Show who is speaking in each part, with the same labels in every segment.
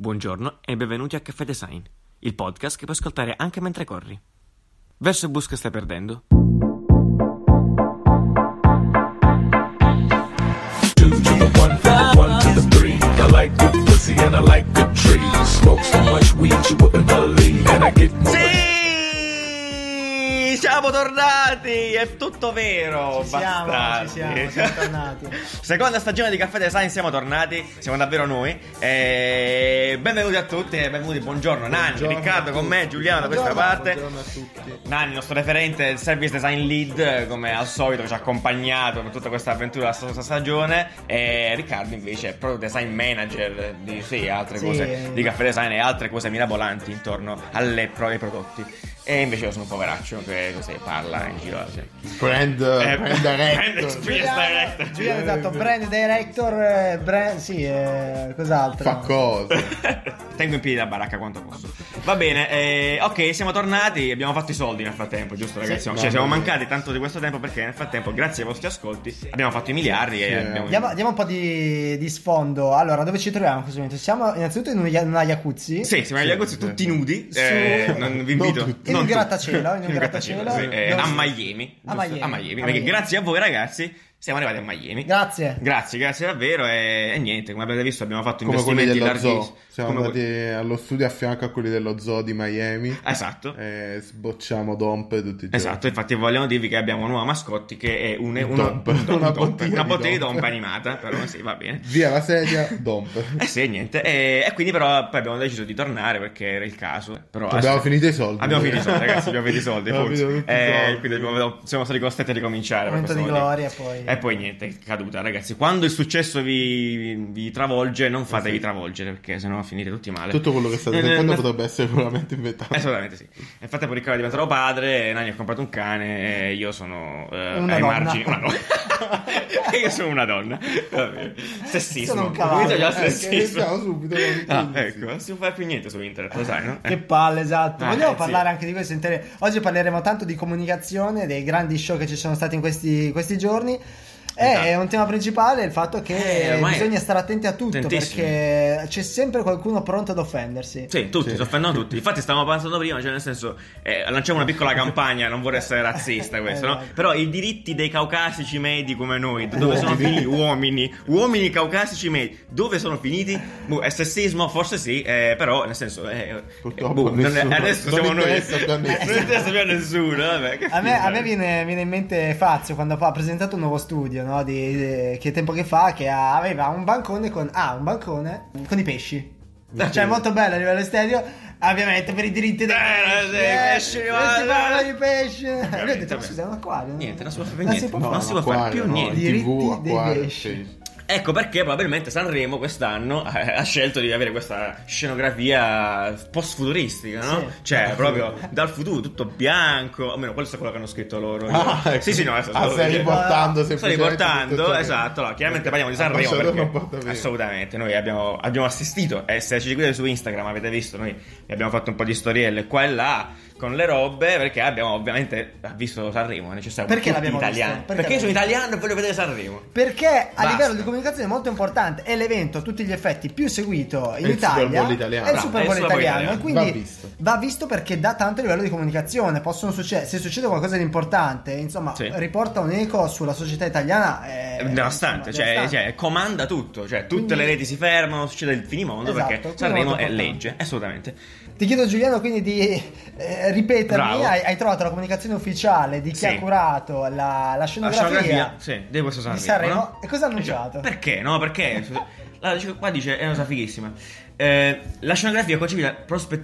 Speaker 1: Buongiorno e benvenuti a Caffè Design, il podcast che puoi ascoltare anche mentre corri. Verso il bus che stai perdendo.
Speaker 2: two to the one, from the one to the three. I like good pussy and I like good trees. Smoke so much weed you wouldn't believe, and I get more.
Speaker 3: Sì, siamo tornati, è tutto vero.
Speaker 4: Ci siamo,
Speaker 3: bastardi.
Speaker 4: ci siamo, siamo tornati.
Speaker 3: Seconda stagione di Caffè Design, siamo tornati, siamo davvero noi. E benvenuti a tutti, e benvenuti, buongiorno Nanni,
Speaker 4: Buongiorno a
Speaker 3: Riccardo
Speaker 4: tutti.
Speaker 3: con me, Giuliano da questa
Speaker 4: Buongiorno,
Speaker 3: parte.
Speaker 4: Buongiorno a tutti.
Speaker 3: Nanni, il nostro referente il service design lead, come al solito, che ci ha accompagnato per tutta questa avventura della scorsa stagione. E Riccardo, invece, è proprio design manager di sì, altre
Speaker 4: Sì,
Speaker 3: cose
Speaker 4: eh.
Speaker 3: di caffè design e altre cose mirabolanti intorno alle pro- ai prodotti. E invece io sono un poveraccio che così parla in giro. Cioè.
Speaker 5: Brand,
Speaker 3: Eh,
Speaker 5: brand
Speaker 3: brand-
Speaker 5: director
Speaker 3: Director.
Speaker 4: Giuliano, Giuliano, esatto, brand director, eh, brand, sì, eh, cos'altro?
Speaker 5: fa cose.
Speaker 3: Tengo in piedi la baracca quanto posso. Va bene, eh, ok, siamo tornati. Abbiamo fatto i soldi nel frattempo, giusto, ragazzi?
Speaker 5: Sì,
Speaker 3: cioè, siamo
Speaker 5: mamma mia.
Speaker 3: mancati tanto di questo tempo perché nel frattempo, grazie ai vostri ascolti, abbiamo fatto i miliardi e
Speaker 5: Sì, eh.
Speaker 3: abbiamo.
Speaker 4: Diamo, diamo un po' di, di sfondo. Allora, dove ci troviamo in questo momento? Siamo innanzitutto in una, in una jacuzzi.
Speaker 3: Sì, siamo agli
Speaker 5: Sì,
Speaker 3: aguzzi
Speaker 5: sì.
Speaker 3: tutti nudi.
Speaker 4: Su-
Speaker 3: eh, non, vi
Speaker 5: Non
Speaker 3: invito.
Speaker 5: tutti.
Speaker 4: In un
Speaker 3: tutti.
Speaker 4: grattacielo, in un grattacielo,
Speaker 3: sì, eh,
Speaker 4: dove
Speaker 3: a
Speaker 4: si-
Speaker 3: Miami.
Speaker 4: A
Speaker 3: giusto?
Speaker 4: Miami.
Speaker 3: A Miami.
Speaker 4: A
Speaker 3: Perché
Speaker 4: Miami.
Speaker 3: grazie a voi, ragazzi, siamo arrivati a Miami.
Speaker 4: Grazie.
Speaker 3: Grazie, grazie davvero. eh, E, e niente, come avete visto, abbiamo fatto
Speaker 5: come quelli
Speaker 3: investimenti
Speaker 5: dello
Speaker 3: larghissimi.
Speaker 5: zoo. Siamo
Speaker 3: Come
Speaker 5: andati allo studio a fianco a quelli dello zoo di Miami
Speaker 3: que- Esatto.
Speaker 5: e sbocciamo Domp tutti i giorni.
Speaker 3: Esatto, infatti vogliamo dirvi che abbiamo una nuova mascotte che è un,
Speaker 5: Un
Speaker 3: una,
Speaker 5: Domp.
Speaker 3: un Domp,
Speaker 5: Una
Speaker 3: Domp,
Speaker 5: bottiglia
Speaker 3: una
Speaker 5: di
Speaker 3: bottiglia di
Speaker 5: Domp.
Speaker 3: Domp animata, però sì, va bene.
Speaker 5: Via la sedia, Domp.
Speaker 3: Eh sì, niente. E, e quindi però poi abbiamo deciso di tornare perché era il caso. Però
Speaker 5: Abbiamo
Speaker 3: adesso-
Speaker 5: finito i soldi.
Speaker 3: Abbiamo finito i soldi, ragazzi, abbiamo finito i soldi.
Speaker 5: Abbiamo
Speaker 3: forse.
Speaker 5: finito tutti i
Speaker 3: Eh,
Speaker 5: soldi.
Speaker 3: quindi abbiamo- siamo stati costretti a ricominciare. per
Speaker 4: Momento di
Speaker 3: questo motivo.
Speaker 4: gloria, poi.
Speaker 3: E poi niente, caduta, ragazzi. Quando il successo vi, vi travolge, non fatevi
Speaker 5: Eh Sì.
Speaker 3: travolgere, perché sennò finite tutti male.
Speaker 5: Tutto quello che state
Speaker 3: Eh,
Speaker 5: sentendo
Speaker 3: eh,
Speaker 5: potrebbe essere veramente inventato.
Speaker 3: eh, Assolutamente sì. Infatti, poi Riccardo è diventato padre, Nani ha comprato un cane e io sono eh,
Speaker 4: Una
Speaker 3: ai
Speaker 4: donna.
Speaker 3: margini. Una donna. E io sono una donna. Va bene. Sessismo.
Speaker 4: Sono un cavallo.
Speaker 3: Quindi già
Speaker 5: Eh, che
Speaker 3: sessismo.
Speaker 5: iniziamo subito con il
Speaker 3: Ah,
Speaker 5: giudizio.
Speaker 3: ecco, non si fa più niente su internet, lo sai, no?
Speaker 4: Che palle, esatto.
Speaker 3: Eh,
Speaker 4: Vogliamo
Speaker 3: sì.
Speaker 4: parlare anche di questo. inter- Oggi parleremo tanto di comunicazione, dei grandi show che ci sono stati in questi, questi giorni.
Speaker 3: Esatto.
Speaker 4: E un tema principale è il fatto che
Speaker 3: Eh, ormai-
Speaker 4: bisogna stare attenti a tutto
Speaker 3: Tantissimo.
Speaker 4: perché c'è sempre qualcuno pronto ad offendersi.
Speaker 3: Sì, tutti,
Speaker 5: Sì.
Speaker 3: si offendono tutti. Infatti, stavamo pensando prima, cioè, nel senso, eh, lanciamo una piccola campagna. Non vorrei essere razzista, questo, no?
Speaker 4: Esatto.
Speaker 3: Però i diritti dei caucasici medi come noi, dove sono
Speaker 5: Uomini.
Speaker 3: finiti? Uomini, uomini caucasici medi, dove sono finiti? Boh, è sessismo? Forse sì, eh, però, nel senso, eh,
Speaker 5: Purtroppo
Speaker 3: boh, non è-
Speaker 5: nessuno.
Speaker 3: adesso
Speaker 5: Non
Speaker 3: siamo noi.
Speaker 5: interessa più a nessuno.
Speaker 3: Non interessa più a nessuno. Vabbè, che
Speaker 4: A me,
Speaker 3: figata.
Speaker 4: a me viene, viene in mente Fazio quando fa- ha presentato un nuovo studio no? di, di- che tempo che fa che ha- aveva un bancone con ah, un bancone con i pesci. Cioè, molto bello a livello estetico, ovviamente per i diritti dei
Speaker 3: Eh,
Speaker 4: pesci.
Speaker 3: sì,
Speaker 4: eh,
Speaker 3: pesci,
Speaker 4: non
Speaker 3: guarda.
Speaker 4: si parla di pesci. E lui ha detto:
Speaker 3: vabbè.
Speaker 4: Ma scusa, è un acquario. no?"
Speaker 3: Niente, non si può fare
Speaker 4: Non si
Speaker 3: niente.
Speaker 4: può
Speaker 3: No,
Speaker 4: fare.
Speaker 3: non si può fare
Speaker 5: acquario,
Speaker 3: più
Speaker 5: no,
Speaker 3: niente.
Speaker 5: in
Speaker 4: Diritti
Speaker 5: TV,
Speaker 4: dei
Speaker 5: acquario,
Speaker 4: pesci.
Speaker 5: sì.
Speaker 3: Ecco perché probabilmente Sanremo quest'anno eh, ha scelto di avere questa scenografia post-futuristica, no?
Speaker 4: Sì.
Speaker 3: Cioè, proprio dal futuro, tutto bianco, almeno questo è quello che hanno scritto loro.
Speaker 5: Ah, ecco.
Speaker 3: Sì, sì, no, adesso
Speaker 5: Ah,
Speaker 3: stavo
Speaker 5: stai
Speaker 3: dicendo.
Speaker 5: riportando
Speaker 3: Sto
Speaker 5: semplicemente tutto ciò
Speaker 3: riportando,
Speaker 5: che-
Speaker 3: esatto. allora, chiaramente parliamo di
Speaker 5: Ah,
Speaker 3: Sanremo
Speaker 5: Barcellona non porta
Speaker 3: perché
Speaker 5: via.
Speaker 3: assolutamente noi abbiamo, abbiamo assistito. E se ci seguite su Instagram avete visto, noi abbiamo fatto un po' di storielle qua e là con le robe perché abbiamo ovviamente visto Sanremo. È necessario
Speaker 4: Perché
Speaker 3: tutti
Speaker 4: l'abbiamo visto?
Speaker 3: italiani.
Speaker 4: Perché
Speaker 3: perché io sono
Speaker 4: l'abbiamo
Speaker 3: italiano e voglio vedere Sanremo.
Speaker 4: Perché a
Speaker 3: Basta.
Speaker 4: livello di comunicazione è molto importante. È l'evento a tutti gli effetti più seguito in
Speaker 5: È il
Speaker 4: Italia.
Speaker 5: Super Bowl italiano.
Speaker 4: È il
Speaker 3: Bravo, Ah,
Speaker 4: Super
Speaker 3: è il
Speaker 4: Bowl
Speaker 3: Super Bowl
Speaker 4: italiano. E
Speaker 3: italiano.
Speaker 4: quindi
Speaker 5: Va visto.
Speaker 4: va visto perché dà tanto livello di comunicazione. Possono succe- se succede qualcosa di importante, insomma,
Speaker 3: Sì.
Speaker 4: riporta un eco sulla società italiana. eh,
Speaker 3: È devastante,
Speaker 4: insomma,
Speaker 3: cioè,
Speaker 4: devastante.
Speaker 3: cioè, comanda tutto, cioè tutte
Speaker 4: Quindi-
Speaker 3: le reti si fermano, succede il finimondo
Speaker 4: Esatto,
Speaker 3: perché
Speaker 4: quindi
Speaker 3: Sanremo
Speaker 4: molto
Speaker 3: è
Speaker 4: importante.
Speaker 3: legge, assolutamente.
Speaker 4: Ti chiedo Giuliano quindi di eh, ripetermi,
Speaker 3: Bravo.
Speaker 4: hai, hai trovato la comunicazione ufficiale di chi
Speaker 3: Sì.
Speaker 4: ha curato la, la
Speaker 3: La
Speaker 4: scenografia,
Speaker 3: scenografia sì, di questo Sanremo.
Speaker 4: di Sanremo
Speaker 3: no?
Speaker 4: e cosa ha
Speaker 3: Eh, cioè,
Speaker 4: annunciato?
Speaker 3: Perché? No, perché? La- dice- qua dice, è una cosa fighissima. Eh, la scenografia è concepita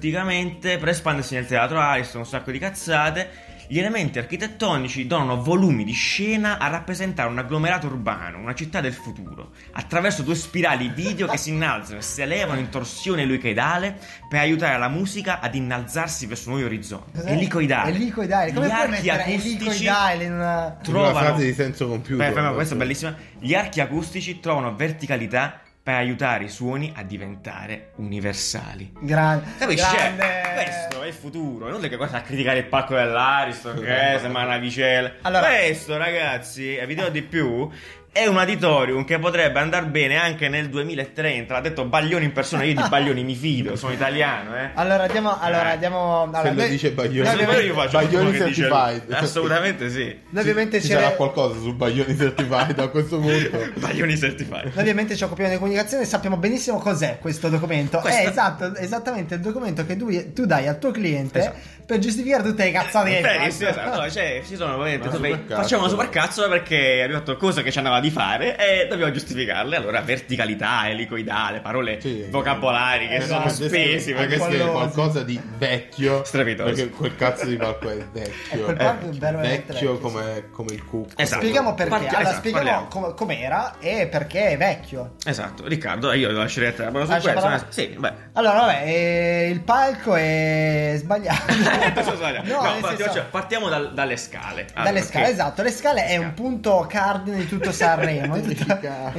Speaker 3: prospetticamente per espandersi nel teatro Ariston, un sacco di cazzate. Gli elementi architettonici donano volumi di scena a rappresentare un agglomerato urbano, una città del futuro, attraverso due spirali video che si innalzano e si elevano in torsione elicoidale per aiutare la musica ad innalzarsi verso nuovi orizzonti.
Speaker 4: Cos'è?
Speaker 3: Elicoidale.
Speaker 4: Elicoidale, come
Speaker 3: Gli
Speaker 4: puoi
Speaker 3: archi
Speaker 4: mettere
Speaker 3: acustici
Speaker 4: elicoidale in una...
Speaker 3: trovano
Speaker 5: Una frase di senso compiuto.
Speaker 3: Beh, ferma, questa è bellissima. Gli archi acustici trovano verticalità per aiutare i suoni a diventare universali.
Speaker 4: Gran...
Speaker 3: Capisci? Cioè,
Speaker 4: grande-
Speaker 3: questo è il futuro. Non è che cosa a criticare il palco dell'Ariston, che sembra una vicella.
Speaker 4: Allora-
Speaker 3: questo, ragazzi, e vi dirò di più. è un auditorium che potrebbe andare bene anche nel 2030. L'ha detto Baglioni in persona. Io di Baglioni mi fido, sono italiano, eh.
Speaker 4: Allora diamo. Allora, diamo allora,
Speaker 5: Se lo dice
Speaker 4: noi
Speaker 5: Baglioni,
Speaker 3: Secondo me
Speaker 4: ovviamente-
Speaker 3: io faccio
Speaker 5: Baglioni
Speaker 3: quello che dice lui.
Speaker 5: certified.
Speaker 3: Assolutamente sì.
Speaker 4: noi ovviamente
Speaker 5: ci
Speaker 4: ci-
Speaker 5: sarà qualcosa su Baglioni Certified a questo punto.
Speaker 3: Baglioni certified.
Speaker 4: Noi ovviamente ci occupiamo di comunicazione e sappiamo benissimo cos'è questo documento.
Speaker 3: Questo-
Speaker 4: È esatto, esattamente il documento che tu, tu dai al tuo cliente
Speaker 3: Esatto.
Speaker 4: per giustificare tutte le cazzate che hai
Speaker 3: Beh,
Speaker 4: fatto.
Speaker 3: sì, esatto. No, cioè, ci sono veramente-
Speaker 5: Una
Speaker 3: vabbè,
Speaker 5: supercazzola.
Speaker 3: facciamo una supercazzola perché abbiamo fatto cose che ci andava di fare e dobbiamo giustificarle. Allora, verticalità, elicoidale, parole,
Speaker 5: Sì.
Speaker 3: vocabolari che
Speaker 5: Eh,
Speaker 3: sono
Speaker 5: no,
Speaker 4: Esatto,
Speaker 3: spesi.
Speaker 5: anche
Speaker 3: perché-
Speaker 5: se è
Speaker 4: quello-
Speaker 5: qualcosa di vecchio.
Speaker 3: Strepitoso.
Speaker 5: Perché quel cazzo di palco è vecchio.
Speaker 4: Eh, quel palco è veramente
Speaker 5: vecchio
Speaker 4: vecchio,
Speaker 5: come, come il cucco.
Speaker 3: Esatto.
Speaker 4: Spieghiamo perché.
Speaker 3: Parti-
Speaker 4: allora,
Speaker 3: esatto,
Speaker 4: spieghiamo
Speaker 3: parliamo.
Speaker 4: com- com'era e perché è vecchio.
Speaker 3: Esatto, Riccardo, io lo lascerei a te. Ma su
Speaker 4: Lascia
Speaker 3: questo,
Speaker 4: parlare.
Speaker 3: eh, sì, beh.
Speaker 4: Allora, vabbè, eh, il palco è sbagliato.
Speaker 3: Adesso sbaglio.
Speaker 4: No,
Speaker 3: No,
Speaker 4: nel
Speaker 3: partiamo,
Speaker 4: senso-
Speaker 3: cioè, partiamo dal- dalle scale. Allora,
Speaker 4: Dalle scale,
Speaker 3: ok.
Speaker 4: esatto, le scale è un punto cardine di tutto Sanremo.
Speaker 5: Di
Speaker 4: Intanto-
Speaker 5: Riccardo.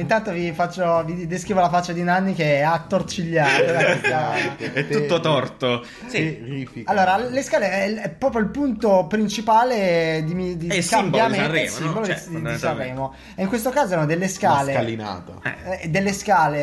Speaker 4: intanto vi, faccio, vi descrivo la faccia di Nanni che è attorcigliata. dai, dai.
Speaker 3: È tutto torto. Sì.
Speaker 5: Terrifica.
Speaker 4: Allora, le scale è, è proprio il punto principale di, mi- di
Speaker 3: È il simbolo di
Speaker 4: cambiamento il
Speaker 3: Sanremo, no?
Speaker 4: simbolo
Speaker 3: Cioè,
Speaker 4: di- di,
Speaker 3: fondamentalmente.
Speaker 4: Sanremo. E in questo caso erano delle
Speaker 5: Una
Speaker 4: scale.
Speaker 5: scalinata.
Speaker 4: eh, delle scale.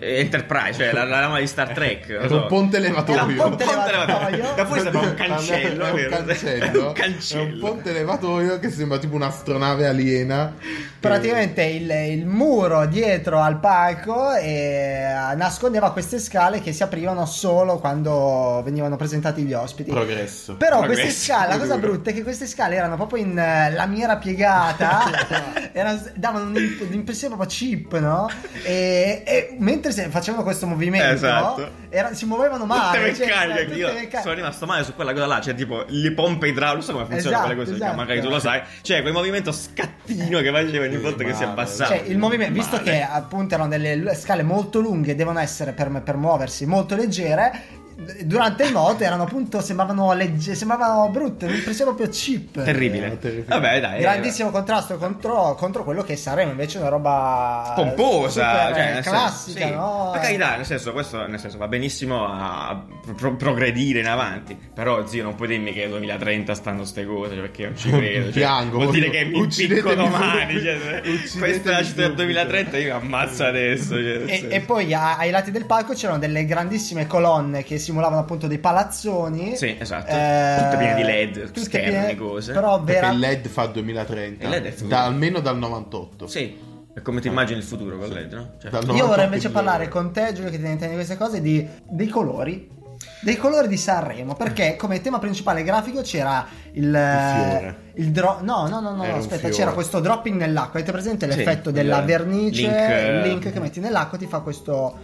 Speaker 4: eh,
Speaker 3: Enterprise, cioè la, la lama di Star Trek. non
Speaker 5: Era
Speaker 3: so.
Speaker 5: un ponte
Speaker 4: Era un
Speaker 5: levatoio.
Speaker 4: ponte
Speaker 3: Un ponte
Speaker 4: levatoio.
Speaker 3: levatoio. Da fuori sembra un cancello.
Speaker 5: È un
Speaker 3: vero?
Speaker 5: cancello.
Speaker 3: È un
Speaker 5: È un
Speaker 3: cancello.
Speaker 5: ponte levatoio che sembra tipo un'astronave aliena.
Speaker 4: Praticamente il, il muro dietro al palco eh, nascondeva queste scale che si aprivano solo quando venivano presentati gli ospiti.
Speaker 5: Progresso.
Speaker 4: Però
Speaker 3: Progresso,
Speaker 4: queste scale, la cosa
Speaker 5: duro.
Speaker 4: brutta è che queste scale erano proprio in eh, lamiera piegata, erano- davano un'im- un'impressione proprio cheap, no? E, e mentre se- facevano questo movimento,
Speaker 3: Esatto.
Speaker 4: era- si muovevano
Speaker 3: Tutte
Speaker 4: male. cioè,
Speaker 3: meccaniche,
Speaker 4: tutte
Speaker 3: io
Speaker 4: meccaniche.
Speaker 3: sono rimasto male su quella cosa là, cioè tipo le pompe idrauliche, come funzionano
Speaker 4: Esatto,
Speaker 3: quelle cose,
Speaker 4: esatto.
Speaker 3: magari tu lo sai, cioè quel movimento scattino che faceva ogni
Speaker 5: Sì,
Speaker 3: volta che si
Speaker 5: male.
Speaker 3: abbassava.
Speaker 4: Cioè, il movimento, visto
Speaker 3: Male.
Speaker 4: che appunto erano delle l- scale molto lunghe, devono essere per, per muoversi molto leggere. d- Durante il moto erano appunto sembravano legge, sembravano brutte, un'impressione proprio cheap.
Speaker 5: Eh,
Speaker 3: Terribile.
Speaker 5: terrificante.
Speaker 3: Vabbè, dai.
Speaker 4: Grandissimo contrasto contro, contro quello che saremo invece è una roba
Speaker 3: eh, Pomposa,
Speaker 4: super,
Speaker 3: cioè,
Speaker 4: eh,
Speaker 3: nel senso,
Speaker 4: classica,
Speaker 3: sì.
Speaker 4: no?
Speaker 3: Per carità, nel senso, questo nel senso, va benissimo a pro- progredire in avanti. Però, zio, non puoi dirmi che nel 2030 stanno ste cose cioè, perché io non ci credo. Cioè,
Speaker 5: Piango,
Speaker 3: vuol dire che
Speaker 5: voglio-
Speaker 3: mi impicco
Speaker 5: uccidetemi
Speaker 3: domani.
Speaker 5: subito.
Speaker 3: Cioè, se-
Speaker 5: Uccidetemi
Speaker 3: questa è la città del
Speaker 5: subito.
Speaker 3: 2030, io mi ammazzo adesso. cioè, nel
Speaker 4: E,
Speaker 3: senso.
Speaker 4: e poi a- ai lati del palco c'erano delle grandissime colonne che simulavano appunto dei palazzoni.
Speaker 3: Sì, esatto.
Speaker 4: Eh,
Speaker 3: Tutte piene di LED,
Speaker 4: tutte
Speaker 3: schermi,
Speaker 4: piene-
Speaker 3: cose.
Speaker 4: Però
Speaker 5: Perché
Speaker 4: vera-
Speaker 5: il LED fa 2030.
Speaker 3: Il LED è figo.
Speaker 5: da, almeno dal 98.
Speaker 3: Sì. È come ti
Speaker 4: Ah.
Speaker 3: immagini il futuro con LED, no? Cioè,
Speaker 5: Dal
Speaker 4: Io
Speaker 5: 98
Speaker 4: vorrei invece
Speaker 5: di-
Speaker 4: parlare con te, Giulio, che ti intendi di queste cose, di, dei colori. Dei colori di Sanremo, perché come tema principale grafico c'era il.
Speaker 5: fiore.
Speaker 4: il dro- no, no, no, no,
Speaker 5: Era un
Speaker 4: aspetta,
Speaker 5: fiore.
Speaker 4: c'era questo dropping nell'acqua. Avete presente
Speaker 3: Sì,
Speaker 4: l'effetto della
Speaker 3: il
Speaker 4: vernice?
Speaker 3: link,
Speaker 4: il link che metti nell'acqua ti fa questo.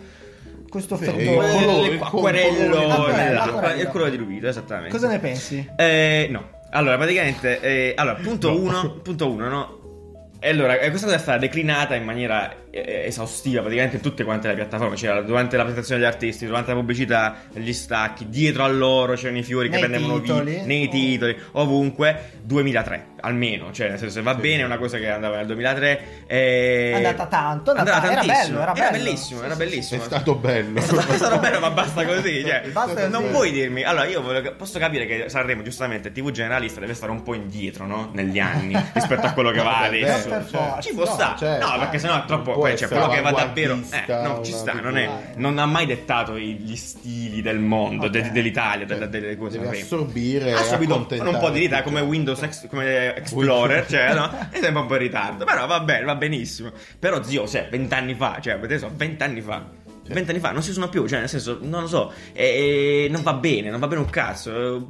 Speaker 4: Questo
Speaker 5: eh, Sì,
Speaker 4: effetto.
Speaker 5: il colore,
Speaker 3: Eh,
Speaker 5: il
Speaker 3: acquerello,
Speaker 5: colore.
Speaker 4: Acquerello,
Speaker 3: acquerello,
Speaker 4: acquerello.
Speaker 3: cioè, il colore diluito, esattamente.
Speaker 4: Cosa ne pensi?
Speaker 3: Eh, no. Allora, praticamente, eh, allora, punto
Speaker 5: No.
Speaker 3: uno, punto uno, no? E allora, eh, questa cosa è stata declinata in maniera eh, esaustiva praticamente in tutte quante le piattaforme. C'era durante la presentazione degli artisti, durante la pubblicità, gli stacchi, dietro a loro c'erano i fiori che
Speaker 4: Nei
Speaker 3: prendevano
Speaker 4: titoli.
Speaker 3: vita, nei titoli, ovunque. 2003, almeno, cioè, nel senso, va bene, è una cosa che andava nel 2003. eh,
Speaker 4: È andata tanto, è andata-
Speaker 3: andava
Speaker 4: era
Speaker 3: tantissimo.
Speaker 4: bello, era bello.
Speaker 3: bellissimo,
Speaker 5: eh.
Speaker 3: era bellissimo.
Speaker 5: È stato bello.
Speaker 3: È stato, è stato bello, ma basta così. Cioè,
Speaker 4: Basta
Speaker 3: non
Speaker 4: così.
Speaker 3: puoi dirmi. Allora, io voglio- posso capire che Sanremo, giustamente, TV generalista deve stare un po' indietro, no? Negli anni rispetto a quello che
Speaker 5: No,
Speaker 3: va
Speaker 5: vabbè,
Speaker 3: adesso. cioè,
Speaker 4: per forza.
Speaker 3: Ci può stare,
Speaker 5: certo.
Speaker 3: no, perché sennò è troppo.
Speaker 5: Non può
Speaker 3: cioè,
Speaker 5: essere
Speaker 3: quello che va davvero. Eh,
Speaker 5: avanguardista,
Speaker 3: no, ci
Speaker 5: una
Speaker 3: sta,
Speaker 5: tipo-
Speaker 3: non, è- non ha mai dettato i- gli stili del mondo, de- dell'Italia, delle, delle cose.
Speaker 5: cioè, Deve
Speaker 3: Sanremo.
Speaker 5: assorbire
Speaker 3: Ha Ah, subito un-
Speaker 5: accontentare
Speaker 3: un po' di ritardo
Speaker 5: tutti.
Speaker 3: come Windows Ex- come Explorer, cioè, no? È sempre un po' in ritardo, però va bene, va benissimo. Però, zio, cioè, vent'anni fa, cioè, adesso, vent'anni fa. Vent'anni fa non si sono più, cioè, nel senso, non lo so, eh, non va bene, non va bene un cazzo. eh,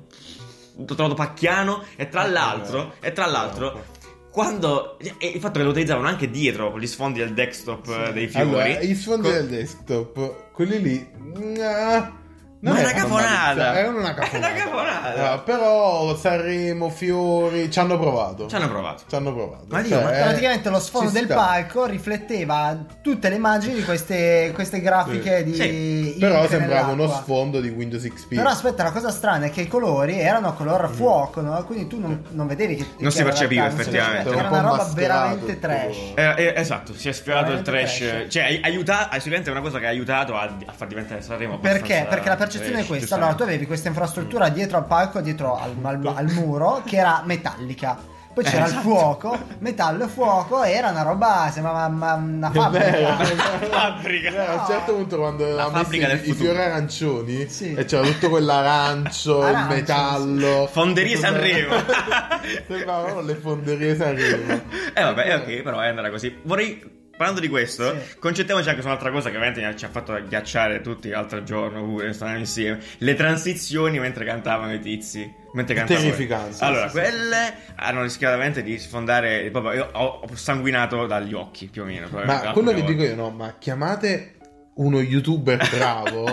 Speaker 3: L'ho trovato pacchiano e
Speaker 5: Eh,
Speaker 3: tra l'altro, e tra l'altro. Quando e il fatto che lo utilizzavano anche dietro gli sfondi del desktop eh, dei fiori,
Speaker 5: Allora, i sfondi
Speaker 3: co-
Speaker 5: del desktop, quelli lì. nah, non
Speaker 3: Ma è una
Speaker 5: erano
Speaker 3: cafonata.
Speaker 5: malizia- Erano una
Speaker 3: È
Speaker 5: cafonata.
Speaker 3: una cafonata.
Speaker 5: Ah, però Sanremo, Fiori ci hanno provato.
Speaker 3: ci hanno provato.
Speaker 5: Ci hanno provato.
Speaker 3: Ma Dio,
Speaker 5: Cioè,
Speaker 3: ma
Speaker 5: eh,
Speaker 4: Praticamente lo sfondo
Speaker 5: ci
Speaker 4: del
Speaker 5: sta.
Speaker 4: palco rifletteva tutte le immagini di queste, queste grafiche di.
Speaker 3: Sì,
Speaker 5: Però
Speaker 4: ink
Speaker 5: sembrava uno
Speaker 4: nell'acqua.
Speaker 5: sfondo di Windows XP.
Speaker 4: Però aspetta, la cosa strana è che i colori erano color fuoco, no? quindi tu non, non vedevi che.
Speaker 3: Non si
Speaker 4: che era
Speaker 3: percepiva,
Speaker 4: la- non si
Speaker 3: effettivamente.
Speaker 4: percepiva, Era
Speaker 5: Un
Speaker 4: una
Speaker 5: po'
Speaker 4: roba
Speaker 5: mascherato,
Speaker 4: veramente
Speaker 5: tipo.
Speaker 4: trash.
Speaker 3: Eh, eh, esatto, si è sfiorato il
Speaker 4: Veramente
Speaker 3: trash.
Speaker 4: trash.
Speaker 3: Cioè, ai- aiuta, ai- sicuramente è una cosa che ha aiutato a, a far diventare Sanremo
Speaker 4: Perché?
Speaker 3: abbastanza
Speaker 4: Perché la
Speaker 3: trash,
Speaker 4: percezione è questa.
Speaker 3: giustamente.
Speaker 4: Allora, tu avevi questa infrastruttura dietro al palco, dietro al, al- al muro, che era metallica. Poi
Speaker 3: Eh,
Speaker 4: c'era il
Speaker 3: esatto.
Speaker 4: fuoco, metallo e fuoco, era una roba, sembrava ma- una
Speaker 5: È
Speaker 4: fabbrica.
Speaker 5: vero.
Speaker 3: Fabbrica.
Speaker 5: Eh, a un certo punto quando
Speaker 3: La
Speaker 5: avevamo
Speaker 3: fabbrica del
Speaker 5: messo i- i
Speaker 3: futuro.
Speaker 5: fiori arancioni
Speaker 4: Sì.
Speaker 5: e c'era tutto quell'arancio, il
Speaker 4: Arancio,
Speaker 5: metallo.
Speaker 3: Fonderie Sanremo.
Speaker 5: Sembravano le fonderie Sanremo.
Speaker 3: Eh vabbè, è ok, però è andata così. Vorrei. Parlando di questo,
Speaker 4: Sì.
Speaker 3: concentriamoci anche su un'altra cosa che ovviamente ci ha fatto ghiacciare tutti l'altro giorno, pure, stavamo insieme. Le transizioni mentre cantavano i tizi. Mentre cantavano.
Speaker 5: Terrificanti, sì,
Speaker 3: Allora,
Speaker 5: sì,
Speaker 3: quelle hanno rischiato veramente di sfondare. Proprio, io ho, ho sanguinato dagli occhi più o meno.
Speaker 5: Ma quello che dico io no, ma chiamate uno youtuber bravo.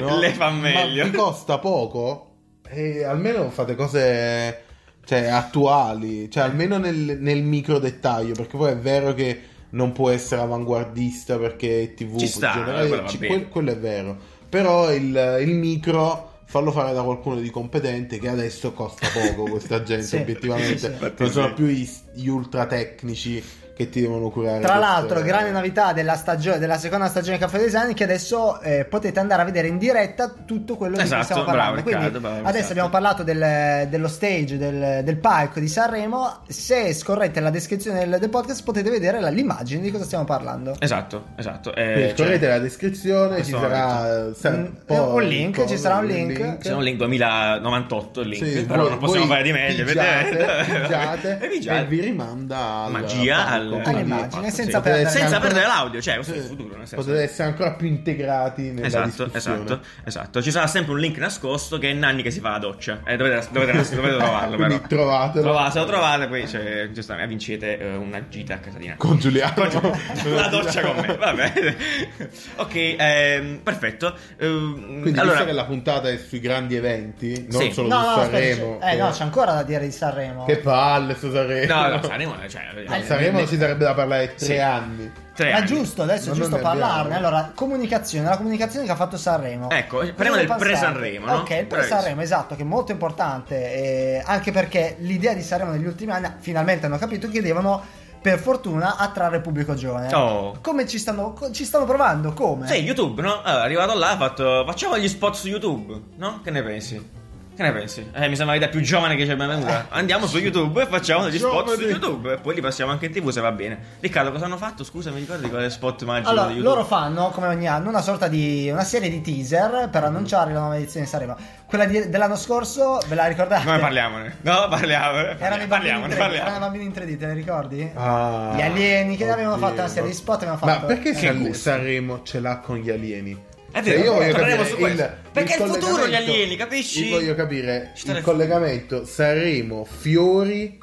Speaker 5: no?
Speaker 3: Le fa meglio.
Speaker 5: Ma vi costa poco e almeno fate cose cioè, attuali, cioè almeno nel, nel micro dettaglio, perché poi è vero che non può essere avanguardista perché è TV
Speaker 3: Ci sta, eh,
Speaker 5: generale,
Speaker 3: quello va
Speaker 5: ci-
Speaker 3: bene.
Speaker 5: quel- quello è vero. Però il, il micro farlo fare da qualcuno di competente che adesso costa poco questa gente
Speaker 4: Sì,
Speaker 5: obiettivamente
Speaker 4: sì, sì.
Speaker 5: non sono più gli, gli ultra tecnici che ti devono curare eh.
Speaker 4: Tra
Speaker 5: queste-
Speaker 4: l'altro, grande novità della, stagio- della seconda stagione di Caffè Design che adesso eh, potete andare a vedere in diretta tutto quello di
Speaker 3: Esatto,
Speaker 4: cui stiamo
Speaker 3: bravo,
Speaker 4: parlando. Quindi
Speaker 3: Riccardo, bravo,
Speaker 4: adesso
Speaker 3: esatto.
Speaker 4: abbiamo parlato del- dello stage, del, del palco di Sanremo. Se scorrete la descrizione del, del podcast potete vedere la- l'immagine di cosa stiamo parlando.
Speaker 3: Esatto, esatto.
Speaker 5: Quindi
Speaker 3: Eh,
Speaker 5: scorrete
Speaker 3: cioè,
Speaker 5: la descrizione, ci
Speaker 3: questo
Speaker 5: sarà eh, sa-
Speaker 4: Mm,
Speaker 5: un po'
Speaker 4: un link,
Speaker 5: cosa,
Speaker 4: ci sarà un link.
Speaker 3: Ci sono link 2098 il link,
Speaker 5: Sì,
Speaker 3: però
Speaker 5: voi-
Speaker 3: non possiamo
Speaker 5: voi
Speaker 3: fare di meglio.
Speaker 5: pigiate,
Speaker 3: vedete?
Speaker 5: pigiate
Speaker 3: e
Speaker 5: e vi rimanda al
Speaker 3: magia
Speaker 5: palco,
Speaker 3: al-
Speaker 5: quindi
Speaker 4: All'immagine,
Speaker 3: Sì.
Speaker 4: senza
Speaker 5: potete
Speaker 4: perdere-
Speaker 5: essere
Speaker 3: senza
Speaker 5: ancora-
Speaker 3: perdere l'audio, cioè questo è il
Speaker 5: Sì.
Speaker 3: futuro. Nel senso.
Speaker 5: potete essere ancora più integrati nella
Speaker 3: Esatto,
Speaker 5: discussione.
Speaker 3: esatto, esatto. Ci sarà sempre un link nascosto che è Nanni che si fa la doccia. Eh, dovete, dovete, dovete trovarlo.
Speaker 5: Quindi
Speaker 3: però.
Speaker 5: trovatelo.
Speaker 3: Trovate- se lo trovate, poi c'è- giustamente vincete eh, una gita a casa di Nanni.
Speaker 5: Con Giuliano.
Speaker 3: Con Gio- la doccia con me, vabbè. ok, ehm, perfetto. Ehm,
Speaker 5: Quindi visto
Speaker 3: allora,
Speaker 5: che la puntata è sui grandi eventi, non
Speaker 3: Sì.
Speaker 5: solo
Speaker 4: no,
Speaker 5: su
Speaker 4: no, aspetta,
Speaker 5: Sanremo.
Speaker 4: c'è- eh,
Speaker 5: che-
Speaker 4: no, c'è ancora da dire di Sanremo.
Speaker 5: Che palle su
Speaker 4: Eh,
Speaker 5: Sanremo.
Speaker 3: no, no, Sanremo, cioè,
Speaker 5: A Sanremo ci sarebbe da parlare tre
Speaker 3: Sì.
Speaker 5: anni.
Speaker 3: tre
Speaker 4: Era
Speaker 3: anni.
Speaker 4: Ah, giusto, adesso è
Speaker 5: Ma
Speaker 4: giusto
Speaker 5: non ne abbiamo.
Speaker 4: parlarne. Allora, comunicazione, la comunicazione che ha fatto Sanremo.
Speaker 3: Ecco,
Speaker 4: Cosa
Speaker 3: parliamo
Speaker 4: ne
Speaker 3: del
Speaker 4: pensate?
Speaker 3: pre-Sanremo, no?
Speaker 4: Ok, il
Speaker 3: Bravissimo.
Speaker 4: pre-Sanremo, esatto, che è molto importante, eh, anche perché l'idea di Sanremo negli ultimi anni finalmente hanno capito che devono, per fortuna, attrarre pubblico giovane.
Speaker 3: Oh.
Speaker 4: Come ci stanno, co- ci stanno provando? Come?
Speaker 3: Sì, YouTube, no? Allora, è arrivato là, ha fatto. Facciamo gli spot su YouTube, no? Che ne pensi? Che ne pensi? Eh, mi sembra l'idea più giovane che ci abbia venuta. Andiamo su YouTube e facciamo degli spot su
Speaker 5: Giovani.
Speaker 3: YouTube. E poi li passiamo anche in tv se va bene. Riccardo, cosa hanno fatto? Scusa, mi ricordi quale spot magico
Speaker 4: Allora,
Speaker 3: di YouTube?
Speaker 4: loro fanno come ogni anno una sorta di una serie di teaser per
Speaker 3: Mm-hmm.
Speaker 4: annunciare la nuova edizione di Sanremo. Quella di- dell'anno scorso, ve la ricordate?
Speaker 3: Noi parliamone. No, parliamone.
Speaker 4: Erano i bambini, in
Speaker 3: Parliamone,
Speaker 4: 3D, erano i
Speaker 3: parliamone.
Speaker 4: bambini in 3D, te le ricordi?
Speaker 5: Ah,
Speaker 4: Gli alieni, che ne avevano
Speaker 5: oddio.
Speaker 4: fatto una serie di spot, avevano
Speaker 5: Ma
Speaker 4: fatto-
Speaker 5: perché
Speaker 4: eh,
Speaker 5: San-
Speaker 3: gusto.
Speaker 5: Sanremo ce l'ha con gli alieni? Cioè,
Speaker 3: È vero,
Speaker 5: io voglio
Speaker 3: torneremo
Speaker 5: capire
Speaker 3: su questo. Perché è il futuro,
Speaker 5: collegamento-
Speaker 3: gli alieni, capisci?
Speaker 5: Io voglio capire
Speaker 3: Ci
Speaker 5: il
Speaker 3: telefo-
Speaker 5: collegamento Sanremo, fiori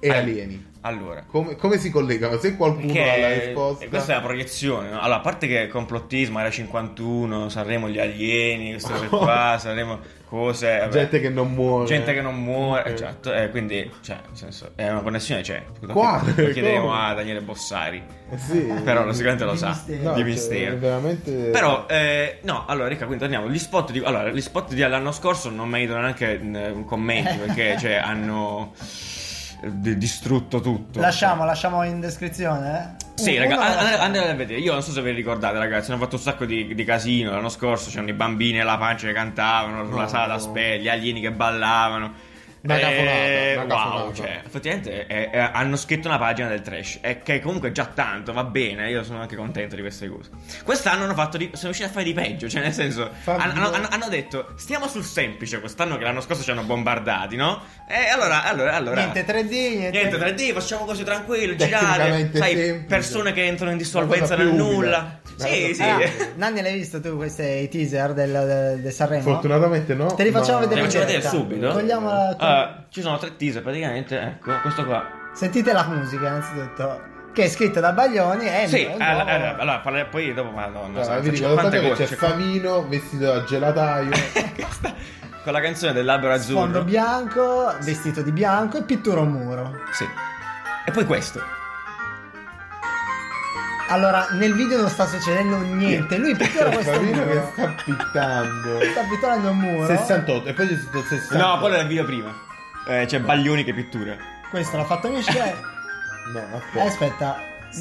Speaker 5: e
Speaker 3: Eh.
Speaker 5: alieni.
Speaker 3: Allora.
Speaker 5: Come, come si collegano? Se qualcuno ha la
Speaker 3: Perché
Speaker 5: risposta...
Speaker 3: questa è la proiezione, no? allora a parte che complottismo era 51, Sanremo gli alieni, queste cose qua, Sanremo cose, vabbè.
Speaker 5: Gente che non muore.
Speaker 3: gente che non muore,
Speaker 5: Ok.
Speaker 3: esatto, eh, quindi cioè, nel senso, è una connessione c'è.
Speaker 5: Qua?
Speaker 3: Lo chiederemo
Speaker 5: Come?
Speaker 3: a Daniele Bossari,
Speaker 5: Eh Sì.
Speaker 3: però lo- sicuramente lo
Speaker 4: Di
Speaker 3: sa,
Speaker 4: mistero.
Speaker 3: di
Speaker 5: cioè,
Speaker 3: mistero.
Speaker 5: veramente...
Speaker 3: Però, eh, no, allora, Ricca, quindi torniamo. Gli spot di, allora, gli spot di l'anno scorso non meritano neanche mm, commenti perché cioè, hanno eh, di- distrutto tutto.
Speaker 4: Lasciamo, lasciamo in descrizione. eh?
Speaker 3: Sì,
Speaker 4: Un-
Speaker 3: raga,
Speaker 4: uno-
Speaker 3: and- and- andate a vedere. Io non so se vi ricordate, ragazzi. Hanno fatto un sacco di, di casino l'anno scorso. C'erano i bambini alla pancia che cantavano sulla
Speaker 5: No.
Speaker 3: sala da spè, gli alieni che ballavano.
Speaker 5: Una
Speaker 3: Eh,
Speaker 5: cafonata, una
Speaker 3: wow,
Speaker 5: cafonata.
Speaker 3: cioè, effettivamente eh, eh, hanno scritto una pagina del trash. E che comunque è già tanto, va bene. Io sono anche contento di queste cose. Quest'anno hanno fatto di- sono riusciti a fare di peggio. Cioè, nel senso,
Speaker 5: Fabio.
Speaker 3: han- hanno, hanno- hanno detto stiamo sul semplice quest'anno, che l'anno scorso ci hanno bombardati, no? E allora, allora, allora.
Speaker 4: Niente 3D, niente.
Speaker 3: Niente 3D, facciamo cose tranquille, girate,
Speaker 5: Tecnicamente
Speaker 3: sai,
Speaker 5: semplice.
Speaker 3: persone che entrano in dissolvenza
Speaker 5: Una cosa
Speaker 3: nel
Speaker 5: più
Speaker 3: nulla.
Speaker 5: umida.
Speaker 3: Sì, sì.
Speaker 5: Una cosa
Speaker 4: Ah,
Speaker 5: più-
Speaker 4: Nanni, l'hai visto tu questi teaser del, del- del Sanremo?
Speaker 5: Fortunatamente no.
Speaker 4: Te li facciamo
Speaker 5: ma-
Speaker 4: vedere
Speaker 3: Facciamo
Speaker 4: in diretta.
Speaker 3: vedere subito?
Speaker 4: Togliamo la-
Speaker 3: Ah, ci sono tre teaser praticamente, ecco, questo qua.
Speaker 4: Sentite la musica, innanzitutto. Che è scritta da Baglioni
Speaker 5: Eh,
Speaker 4: e
Speaker 3: Sì,
Speaker 4: è un
Speaker 3: allora,
Speaker 4: nuovo-
Speaker 3: allora, allora, parla- poi dopo madonna,
Speaker 5: Allora,
Speaker 3: sa,
Speaker 5: Ah, vi
Speaker 3: c'è
Speaker 5: ricordo
Speaker 3: quante ecco.
Speaker 5: tanto
Speaker 3: cose,
Speaker 5: che c'è Favino vestito da gelataio.
Speaker 3: con la canzone del labbro azzurro.
Speaker 4: Sfondo bianco, vestito di bianco e pittura un muro.
Speaker 3: Sì. E poi questo.
Speaker 4: Allora, nel video non sta succedendo niente. Lui pittura questo
Speaker 5: Favino che
Speaker 4: muro.
Speaker 5: sta pittando.
Speaker 4: Sta pitturando un muro.
Speaker 5: 68 e poi c'è stato 60.
Speaker 3: No, quello era il video prima. Eh, c'è Baglioni che pittura.
Speaker 4: Questo l'ha fatto Michel.
Speaker 5: No, aspetta.
Speaker 4: Eh, aspetta. Di-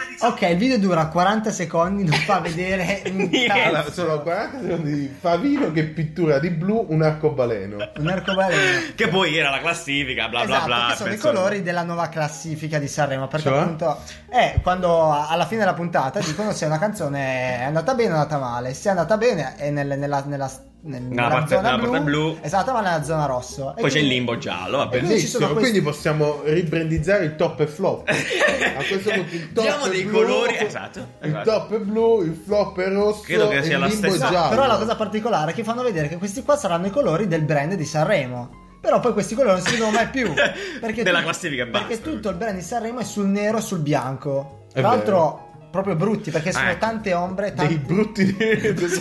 Speaker 4: Eh, Ok, il video dura 40 secondi, non fa vedere un
Speaker 3: Niente.
Speaker 4: cazzo.
Speaker 5: Allora, sono 40 secondi di Favino che pittura di blu un arcobaleno.
Speaker 4: Un arcobaleno.
Speaker 3: Che poi era la classifica, bla bla
Speaker 4: esatto,
Speaker 3: bla.
Speaker 4: che sono i
Speaker 3: penso-
Speaker 4: colori della nuova classifica di Sanremo perché
Speaker 5: Cioè?
Speaker 4: appunto eh, quando a- alla fine della puntata dicono se una canzone è andata bene o è andata male se è andata bene è nel- nella, nella, nel- nella
Speaker 3: parte-
Speaker 4: zona
Speaker 3: nella parte blu.
Speaker 4: esatto ma nella zona rosso E
Speaker 3: Poi c'è il
Speaker 4: quindi-
Speaker 3: limbo giallo, vabbè.
Speaker 4: E quindi ci sono
Speaker 5: Benissimo,
Speaker 4: questi-
Speaker 5: quindi possiamo ribrandizzare il top e flop. A questo punto il top
Speaker 3: Diamo Diciamo
Speaker 5: è
Speaker 3: dei
Speaker 5: blu,
Speaker 3: colori, esatto,
Speaker 5: Il
Speaker 3: esatto.
Speaker 5: top è blu, il flop è rosso.
Speaker 3: Credo che
Speaker 5: e
Speaker 3: sia
Speaker 5: il
Speaker 3: la
Speaker 5: limbo è
Speaker 3: stessa-
Speaker 5: giallo.
Speaker 4: però la cosa particolare è che fanno vedere che questi qua saranno i colori del brand di Sanremo però poi questi colori non si vedono mai più perché
Speaker 3: Della classifica e
Speaker 4: perché
Speaker 3: basta.
Speaker 4: tutto il brand di Sanremo è sul nero e sul bianco
Speaker 5: È
Speaker 4: tra l'altro
Speaker 5: vero.
Speaker 4: proprio brutti perché sono
Speaker 3: Ah, ecco.
Speaker 4: tante ombre tanti...
Speaker 5: Dei brutti